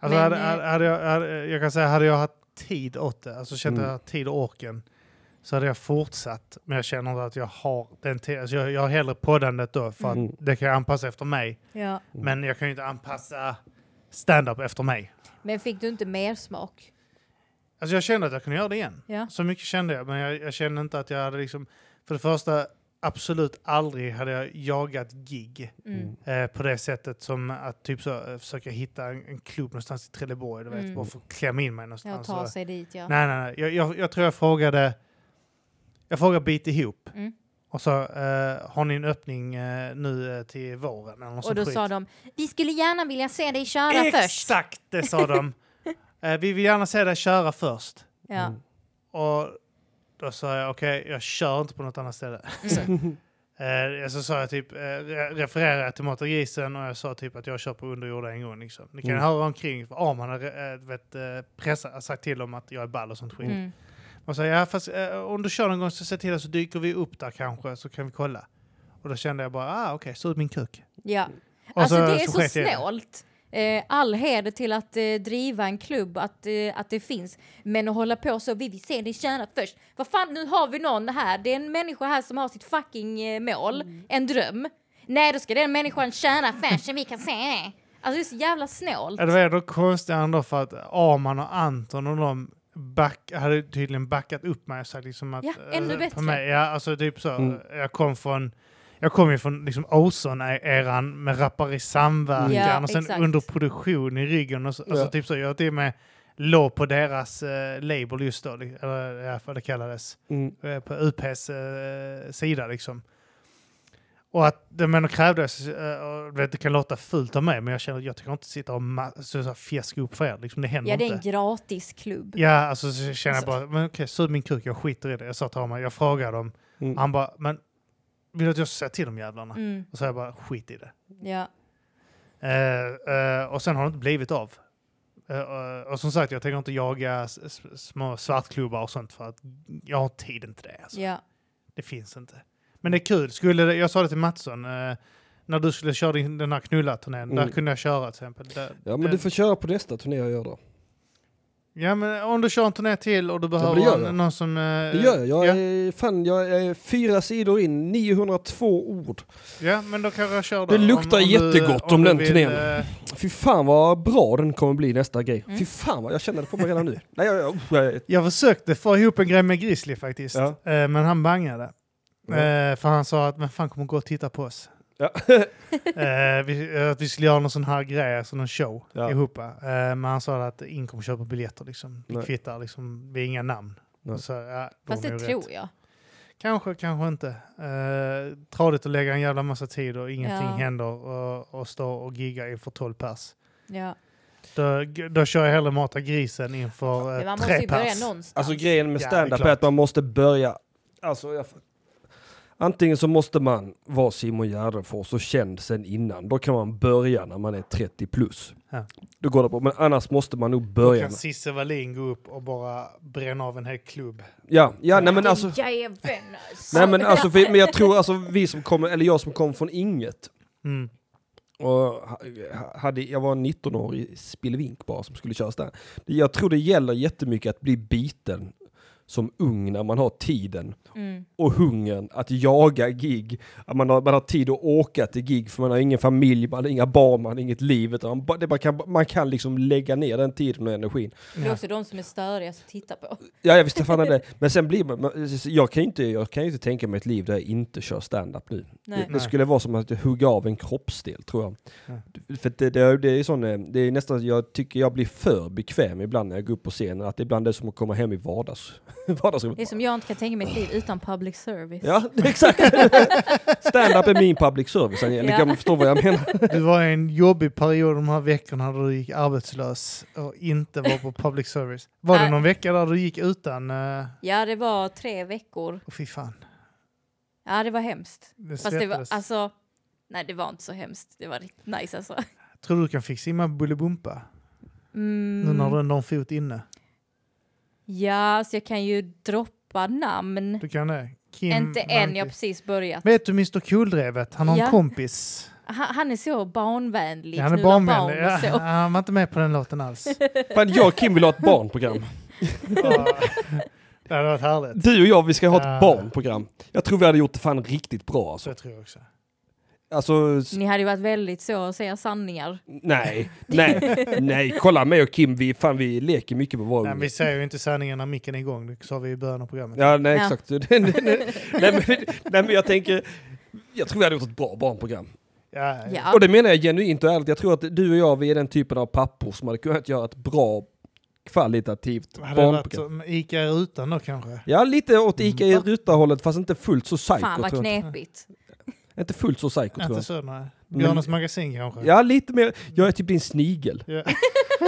Speaker 1: Alltså
Speaker 2: Men,
Speaker 1: hade,
Speaker 2: eh,
Speaker 1: hade, hade jag, hade, jag kan säga, hade jag haft tid åt det, alltså känt att
Speaker 3: Mm.
Speaker 1: jag haft tid och orken, så hade jag fortsatt. Men jag känner inte att jag har den tiden. Alltså jag, jag har hellre poddandet då, för att
Speaker 3: Mm.
Speaker 1: det kan jag anpassa efter mig.
Speaker 2: Ja.
Speaker 1: Men jag kan ju inte anpassa stand-up efter mig.
Speaker 2: Men fick du inte mer smak?
Speaker 1: Alltså jag kände att jag kunde göra det igen.
Speaker 2: Ja.
Speaker 1: Så mycket kände jag, men jag, jag kände inte att jag hade liksom... För det första, absolut aldrig hade jag jagat gig
Speaker 2: Mm.
Speaker 1: eh, på det sättet som att typ så, eh, försöka hitta en, en klubb någonstans i Trelleborg, du vet,
Speaker 2: Mm.
Speaker 1: bara för att klämma in mig
Speaker 2: Ja,
Speaker 1: någonstans.
Speaker 2: ta
Speaker 1: Och-
Speaker 2: sig dit ja.
Speaker 1: Nej, nej, nej. Jag, jag, jag tror jag frågade... Jag frågade bit ihop.
Speaker 2: Mm.
Speaker 1: Och så eh, har ni en öppning eh, nu eh, till våren? Eller något
Speaker 2: Och
Speaker 1: sånt
Speaker 2: då
Speaker 1: skit.
Speaker 2: sa de, vi skulle gärna vilja se dig köra först.
Speaker 1: Exakt det sa
Speaker 2: <laughs>
Speaker 1: de. eh, vi vill gärna se dig köra först.
Speaker 2: Ja.
Speaker 3: Mm.
Speaker 1: Och då sa jag okej, jag kör inte på något annat ställe. <laughs> Eh, så sa jag typ, eh, re- refererade jag till Mat och grisen och jag sa typ att jag kör på underjord en gång. Liksom. Ni kan
Speaker 3: Mm.
Speaker 1: höra omkring, för Arman har eh, vet, eh, pressat, sagt till dem att jag är ball och sånt skit.
Speaker 2: Mm.
Speaker 1: Man säger, ja fast eh, om du kör någon gång så se till att så dyker vi upp där kanske så kan vi kolla. Och då kände jag bara, ah okej, så ut min kuk.
Speaker 2: Ja.
Speaker 1: Mm. Och
Speaker 2: Alltså det är så,
Speaker 1: sket jag i det.
Speaker 2: snålt. Eh, all heder till att eh, driva en klubb, att, eh, att det finns. Men att hålla på så, vi vill se din kärna först. Vad fan, nu har vi någon här. Det är en människa här som har sitt fucking eh, mål,
Speaker 1: Mm.
Speaker 2: en dröm. Nej, då ska den människan tjäna först så vi kan se det. Alltså det är så jävla snålt.
Speaker 1: Ja, det var ändå konstigt ändå för att Arman och Anton och de back, hade tydligen backat upp mig. Så liksom att,
Speaker 2: Ja, ännu
Speaker 1: eh,
Speaker 2: bättre.
Speaker 1: På mig. Ja, alltså typ så.
Speaker 3: Mm.
Speaker 1: Jag kom från jag kom ju från liksom Ozon-eran med Rappar i samverkan
Speaker 2: Ja,
Speaker 1: och sen
Speaker 2: exakt.
Speaker 1: underproduktion i ryggen. Och så,
Speaker 3: Ja.
Speaker 1: alltså typ så, jag till och med låg på deras eh, label just då, li- eller ja, vad det kallades
Speaker 3: Mm.
Speaker 1: eh, på UPs eh, sida liksom. Och att det men krävdes, eh, och du vet, det kan låta fult av mig, men jag känner att jag tänker inte sitta och ma- så, så här fjäska upp för er, liksom, det händer
Speaker 2: Ja, det är en
Speaker 1: inte.
Speaker 2: gratis klubb.
Speaker 1: Ja, alltså så känner jag bara,
Speaker 2: Alltså-
Speaker 1: men okej, sug min kuk, jag skiter i det. Jag sa till honom, jag frågar dem,
Speaker 3: Mm.
Speaker 1: han bara, men vill du att jag säger till de jävlarna?
Speaker 2: Mm,
Speaker 1: Och så jag bara, skit i det.
Speaker 2: ja.
Speaker 1: Eh, eh, och sen har det inte blivit av. Eh, eh, och som sagt, jag tänker inte jaga s- s- små svartklubbar och sånt för att jag har tiden till det. Alltså.
Speaker 2: ja.
Speaker 1: Det finns inte. Men det är kul. Skulle det, jag sa det till Mattsson, eh, när du skulle köra din, den här knullarturnén,
Speaker 3: Mm.
Speaker 1: där kunde jag köra till exempel. Där,
Speaker 3: Ja men
Speaker 1: den-
Speaker 3: du får köra på nästa turné jag gör då.
Speaker 1: ja, men om du kör en turné till och du behöver
Speaker 3: det gör jag.
Speaker 1: någon, någon som... Eh,
Speaker 3: Det gör jag. Jag
Speaker 1: ja,
Speaker 3: är, fan, jag är fyra sidor in, 902 ord.
Speaker 1: ja, men då kanske jag kör
Speaker 3: Det
Speaker 1: då.
Speaker 3: luktar jättegott om
Speaker 1: du
Speaker 3: den
Speaker 1: vill,
Speaker 3: turnén.
Speaker 1: eh,
Speaker 3: Fy fan vad bra den kommer bli nästa grej.
Speaker 2: Mm.
Speaker 3: Fy fan vad jag känner det på mig redan nu. Nej, jag, jag, oh, jag, jag,
Speaker 1: Jag försökte få ihop en grej med Grizzly faktiskt,
Speaker 3: Ja.
Speaker 1: eh, men han bangade.
Speaker 3: Ja.
Speaker 1: Eh, för han sa att men fan kommer gå och titta på oss.
Speaker 3: Mm. Ja.
Speaker 1: <laughs> eh, vi, att vi skulle göra någon sån här grej, alltså någon show
Speaker 3: Ja.
Speaker 1: ihop. Eh, men han sa att ingen kommer köpa biljetter liksom. Det
Speaker 3: Nej.
Speaker 1: kvittar liksom, vi är inga namn.
Speaker 3: Nej.
Speaker 1: Och Så, ja, då
Speaker 2: Fast
Speaker 1: har
Speaker 2: det
Speaker 1: de ju rätt.
Speaker 2: tror jag.
Speaker 1: Kanske, kanske inte. Eh, tradigt att lägga en jävla massa tid och ingenting
Speaker 2: Ja.
Speaker 1: händer och, och stå och gigga inför 12 pers.
Speaker 2: Ja.
Speaker 1: Då, då kör jag hellre Mata grisen inför
Speaker 2: Men
Speaker 1: eh,
Speaker 2: man måste
Speaker 1: tre
Speaker 2: ju börja
Speaker 1: pers.
Speaker 2: någonstans.
Speaker 3: Alltså grejen med
Speaker 1: Ja, det är
Speaker 3: stand-up är
Speaker 1: klart.
Speaker 3: att man måste börja... Alltså, jag, antingen så måste man vara Simon Gärdenfors och känd sen innan. Då kan man börja när man är 30 plus.
Speaker 1: Ja.
Speaker 3: Då går det bra. Men annars måste man nog
Speaker 1: Då
Speaker 3: börja.
Speaker 1: kan
Speaker 3: med-
Speaker 1: Cissi Wallin gå upp och bara bränna av en hel klubb.
Speaker 3: Ja, ja nej men alltså...
Speaker 2: Jäveln,
Speaker 3: Nej men alltså, vi, men jag tror alltså vi som kommer, eller jag som kom från inget.
Speaker 1: Mm.
Speaker 3: Och ha- hade, jag var en 19-årig spillvink bara som skulle köra stand. Jag tror det gäller jättemycket att bli biten som ung när man har tiden
Speaker 2: Mm,
Speaker 3: och hungern att jaga gig. Att man, har, man har tid att åka till gig för man har ingen familj, man har inga barn, man har inget liv. Utan man, bara- det bara kan, man kan liksom lägga ner den tiden och energin.
Speaker 2: Det är också de som är störigast att titta på.
Speaker 3: Ja, jag visste fan det. Men sen blir man, man- jag kan ju inte, jag kan ju inte tänka mig ett liv där jag inte kör stand-up nu.
Speaker 2: Nej.
Speaker 3: Det, det skulle vara som att hugga av en kroppsdel tror jag.
Speaker 1: Ja.
Speaker 3: För det, det, är- det är sån, eh, det är nästan, jag tycker jag blir för bekväm ibland när jag går upp på scenen. Att ibland det är som att komma hem i vardags, <laughs> vardagsrummet.
Speaker 2: Det är som jag inte kan tänka mig ett liv utan public service.
Speaker 3: Ja, <laughs> exakt. Stand-up är min public service, Angelica,
Speaker 2: Ja.
Speaker 3: om du förstår vad jag menar.
Speaker 1: Det var en jobbig period de här veckorna då du gick arbetslös och inte var på public service. Var det
Speaker 2: Nej.
Speaker 1: någon vecka där du gick utan? eh,
Speaker 2: <laughs> Ja, det var tre veckor.
Speaker 1: Åh fy fan.
Speaker 2: Ja, det var hemskt.
Speaker 1: Det
Speaker 2: Fast det var,
Speaker 1: svettades.
Speaker 2: alltså, nej det var inte så hemskt. Det var riktigt nice alltså.
Speaker 1: Tror du du kan fixa in med Bullybumpa?
Speaker 2: Mm.
Speaker 1: Nu när du ändå har en fot inne.
Speaker 2: Ja, så jag kan ju droppa namn.
Speaker 1: Du Mm, kan det? Kim
Speaker 2: Inte än, jag har
Speaker 1: Malmqvist.
Speaker 2: precis börjat.
Speaker 1: Vet du Mr Kuldrevet? Han har en
Speaker 2: Ja.
Speaker 1: kompis.
Speaker 2: Han, han är så barnvänlig.
Speaker 1: Ja, han är
Speaker 2: knullar
Speaker 1: barnvänlig.
Speaker 2: barn och
Speaker 1: Ja,
Speaker 2: så.
Speaker 1: han var inte med på den låten
Speaker 2: <laughs>
Speaker 1: alls.
Speaker 3: Fan, jag och Kim vill ha ett barnprogram.
Speaker 1: Ja. det hade varit härligt.
Speaker 3: Du och jag, vi ska ha ett
Speaker 1: Ja.
Speaker 3: barnprogram. Jag tror vi hade gjort det fan riktigt bra alltså.
Speaker 1: Så tror jag också.
Speaker 3: Alltså, s-
Speaker 2: Ni hade ju varit väldigt så att säga sanningar.
Speaker 3: nej, nej, nej. Kolla mig och Kim, vi, fan, vi leker mycket med våra
Speaker 1: Nej,
Speaker 3: ungar.
Speaker 1: men vi säger ju inte sanningen när micken är igång. Det sa vi i början av programmet.
Speaker 3: Ja, nej
Speaker 2: Ja.
Speaker 3: exakt. <laughs> nej, nej, nej, men, nej men jag tänker, jag tror vi hade gjort ett bra barnprogram.
Speaker 1: Ja,
Speaker 2: Ja.
Speaker 3: Och det menar jag genuint och ärligt, jag tror att du och jag, vi är den typen av pappor som hade kunnat göra ett bra kvalitativt
Speaker 1: Hade det varit
Speaker 3: barnprogram.
Speaker 1: som Ica i rutan då kanske?
Speaker 3: Ja, lite åt Ica i
Speaker 1: Mm.
Speaker 3: Ruta-hållet fast inte fullt så psycho.
Speaker 2: Fan vad
Speaker 3: tror jag.
Speaker 2: knepigt.
Speaker 3: Inte fullt så psycho tror
Speaker 1: Inte
Speaker 3: jag.
Speaker 1: så, nej. Björnes magasin kanske?
Speaker 3: Ja, lite mer. Jag är typ
Speaker 2: <laughs>
Speaker 3: din snigel.
Speaker 1: Ja.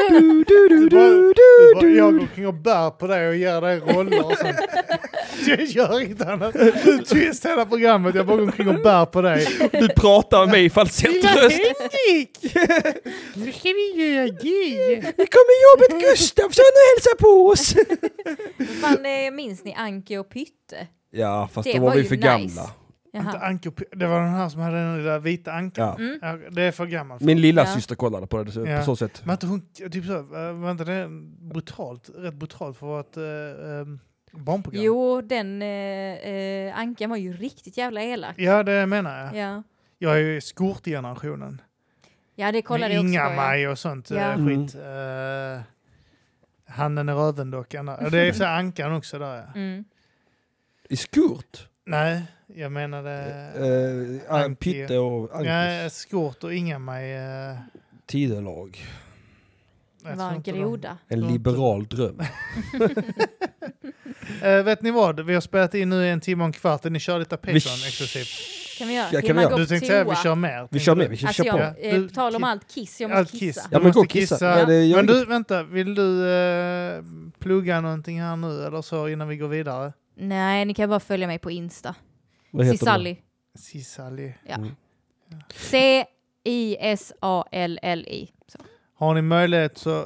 Speaker 3: Du, du, du,
Speaker 1: Du bara- Du
Speaker 3: du, du,
Speaker 1: bara,
Speaker 3: du.
Speaker 1: Jag går omkring och bär på dig och ger dig roller och sånt. <laughs> Jag gör inget annat. Du är tyst hela programmet. Jag bara går omkring och bär på <laughs> dig.
Speaker 3: Du pratar med mig
Speaker 1: <laughs>
Speaker 3: i falsettröst.
Speaker 1: Henrik! Nu ska vi göra gig!
Speaker 3: Nu kommer jobbet Gustafsson och hälsar på oss.
Speaker 2: Fan, eh, minns ni Anke och Pytte?
Speaker 3: Ja, fast
Speaker 2: Det
Speaker 3: då var
Speaker 2: var
Speaker 3: vi
Speaker 2: ju
Speaker 3: för
Speaker 2: nice.
Speaker 3: gamla.
Speaker 1: Inte
Speaker 2: Jaha. Mm.
Speaker 1: Anko, det var den här som hade den lilla vita ankan.
Speaker 3: Ja.
Speaker 1: Ja. Det är för gammalt.
Speaker 3: Min lilla
Speaker 2: Ja.
Speaker 3: syster kollade på det så- på
Speaker 1: Alltså, Ja.
Speaker 3: så sätt.
Speaker 1: Men att hon, typ så, eh, var inte det brutalt, rätt brutalt för att vara ett eh, eh, barnprogram?
Speaker 2: Jo, den eh, eh, Ankan var ju riktigt jävla elak.
Speaker 1: Ja, det menar jag.
Speaker 2: Ja,
Speaker 1: Jag är ju i skortgenerationen.
Speaker 2: ja det kollade
Speaker 1: Med
Speaker 2: jag också på. ja.
Speaker 1: Inga-Maj och sånt
Speaker 2: Ja.
Speaker 1: eh,
Speaker 3: Mm.
Speaker 1: skit. Eh, Handen i röven-dockan. där. Och Det är så ankan också där. Ja.
Speaker 2: Mm.
Speaker 3: I skurt?
Speaker 1: Nej, jag menade...
Speaker 3: Eh,
Speaker 1: Anki.
Speaker 3: Pytte och
Speaker 1: nej,
Speaker 3: Ankis
Speaker 1: skort och Inga-Maj. eh,
Speaker 3: tidelag.
Speaker 2: Det
Speaker 1: jag
Speaker 2: var
Speaker 1: tror
Speaker 2: en
Speaker 1: inte de-
Speaker 2: groda.
Speaker 3: En
Speaker 1: Tror inte-
Speaker 3: liberal dröm.
Speaker 1: Eh, vet ni vad? Vi har spelat in nu i en timme och en kvart. Ni kör lite Patreon
Speaker 3: Vi-
Speaker 1: exklusivt.
Speaker 2: Kan vi göra?
Speaker 3: Ja, kan
Speaker 2: Hinner
Speaker 3: vi
Speaker 2: man
Speaker 3: göra.
Speaker 2: gå
Speaker 1: Du
Speaker 2: på
Speaker 1: tänkte säga vi
Speaker 2: toa?
Speaker 1: kör mer.
Speaker 3: Vi kör
Speaker 1: tänkte
Speaker 3: med,
Speaker 1: du?
Speaker 3: vi kör,
Speaker 2: Alltså
Speaker 3: kör på.
Speaker 2: jag, eh,
Speaker 1: Du-
Speaker 2: på tal om
Speaker 1: ki-
Speaker 2: allt kiss, jag måste
Speaker 1: Allt
Speaker 2: kissa.
Speaker 1: kiss.
Speaker 3: Ja men
Speaker 1: måste
Speaker 3: gå och kissa.
Speaker 1: kissa.
Speaker 3: Ja, det gör
Speaker 1: Men
Speaker 3: inget.
Speaker 1: du, vänta. Vill du eh, plugga någonting här nu eller så innan vi går vidare?
Speaker 2: Nej, ni kan bara följa mig på Insta.
Speaker 3: Vad heter
Speaker 2: Cisalli.
Speaker 1: Sisali.
Speaker 2: C-I-S-A-L-L-I. Så.
Speaker 1: Har ni möjlighet så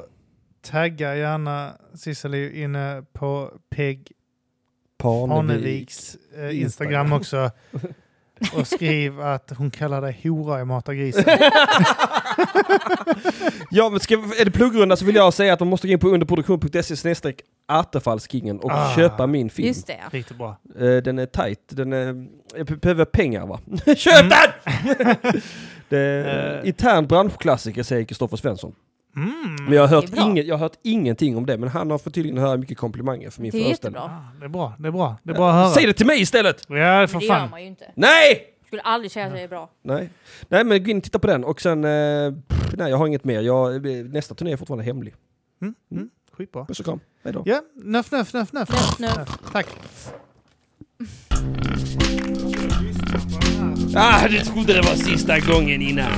Speaker 1: tagga gärna Sisali inne på Peg
Speaker 3: du? Parnevik.
Speaker 1: Parneviks eh, Instagram också. Och skriv att hon kallar dig hora i Mata grisen.
Speaker 3: Ja, men ska, är det pluggrunda så vill jag säga att de måste gå in på underproduktion.se E snedstreck Attefallskingen och
Speaker 1: Ah.
Speaker 3: köpa min film.
Speaker 2: Just det, ja.
Speaker 1: Riktigt bra.
Speaker 3: Eh, den är tight, den är, jag be- behöver pengar va? <laughs> Köp den!
Speaker 1: <laughs>
Speaker 3: det är,
Speaker 1: Mm. Eh.
Speaker 3: intern branschklassiker säger Kristoffer Svensson.
Speaker 1: Mm.
Speaker 3: Men jag har,
Speaker 2: Det
Speaker 3: hört
Speaker 2: är bra.
Speaker 3: inget, jag har hört ingenting om det, men han har fått tydligen höra mycket komplimanger för min
Speaker 2: Det är
Speaker 3: föreställning.
Speaker 2: jättebra.
Speaker 1: Ah, det är bra. Det är bra. Det är bra att höra.
Speaker 3: Säg det till mig istället!
Speaker 1: Ja, för
Speaker 2: Det gör
Speaker 1: fan.
Speaker 2: man ju inte.
Speaker 3: Nej!
Speaker 2: Jag skulle aldrig säga att det är bra.
Speaker 3: Nej. nej, men gå in och titta på den och sen, eh, pff, nej jag har inget mer. Jag, eh, nästa turné är fortfarande hemlig.
Speaker 1: Mm. Mm. Skitbra.
Speaker 3: Puss och kram, hejdå.
Speaker 1: Ja, nöff, nöff, nöff, nöff.
Speaker 2: Nöff, nöff.
Speaker 1: Tack.
Speaker 3: Ah, du trodde det var sista gången innan.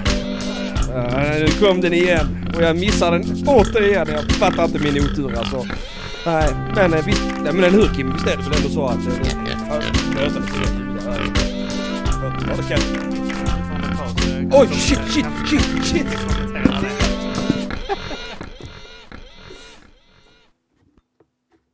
Speaker 3: Ah, nu kom den igen. Och jag missar den återigen. Jag fattar inte min otur alltså. Nej, men eh, visst. Nej, men eller hur Kim? Visst är det väl ändå så att... eh, ja, Lösa det så jävla 어, ljud. Ja, det kan- Oj, shit, shit, shit, shit!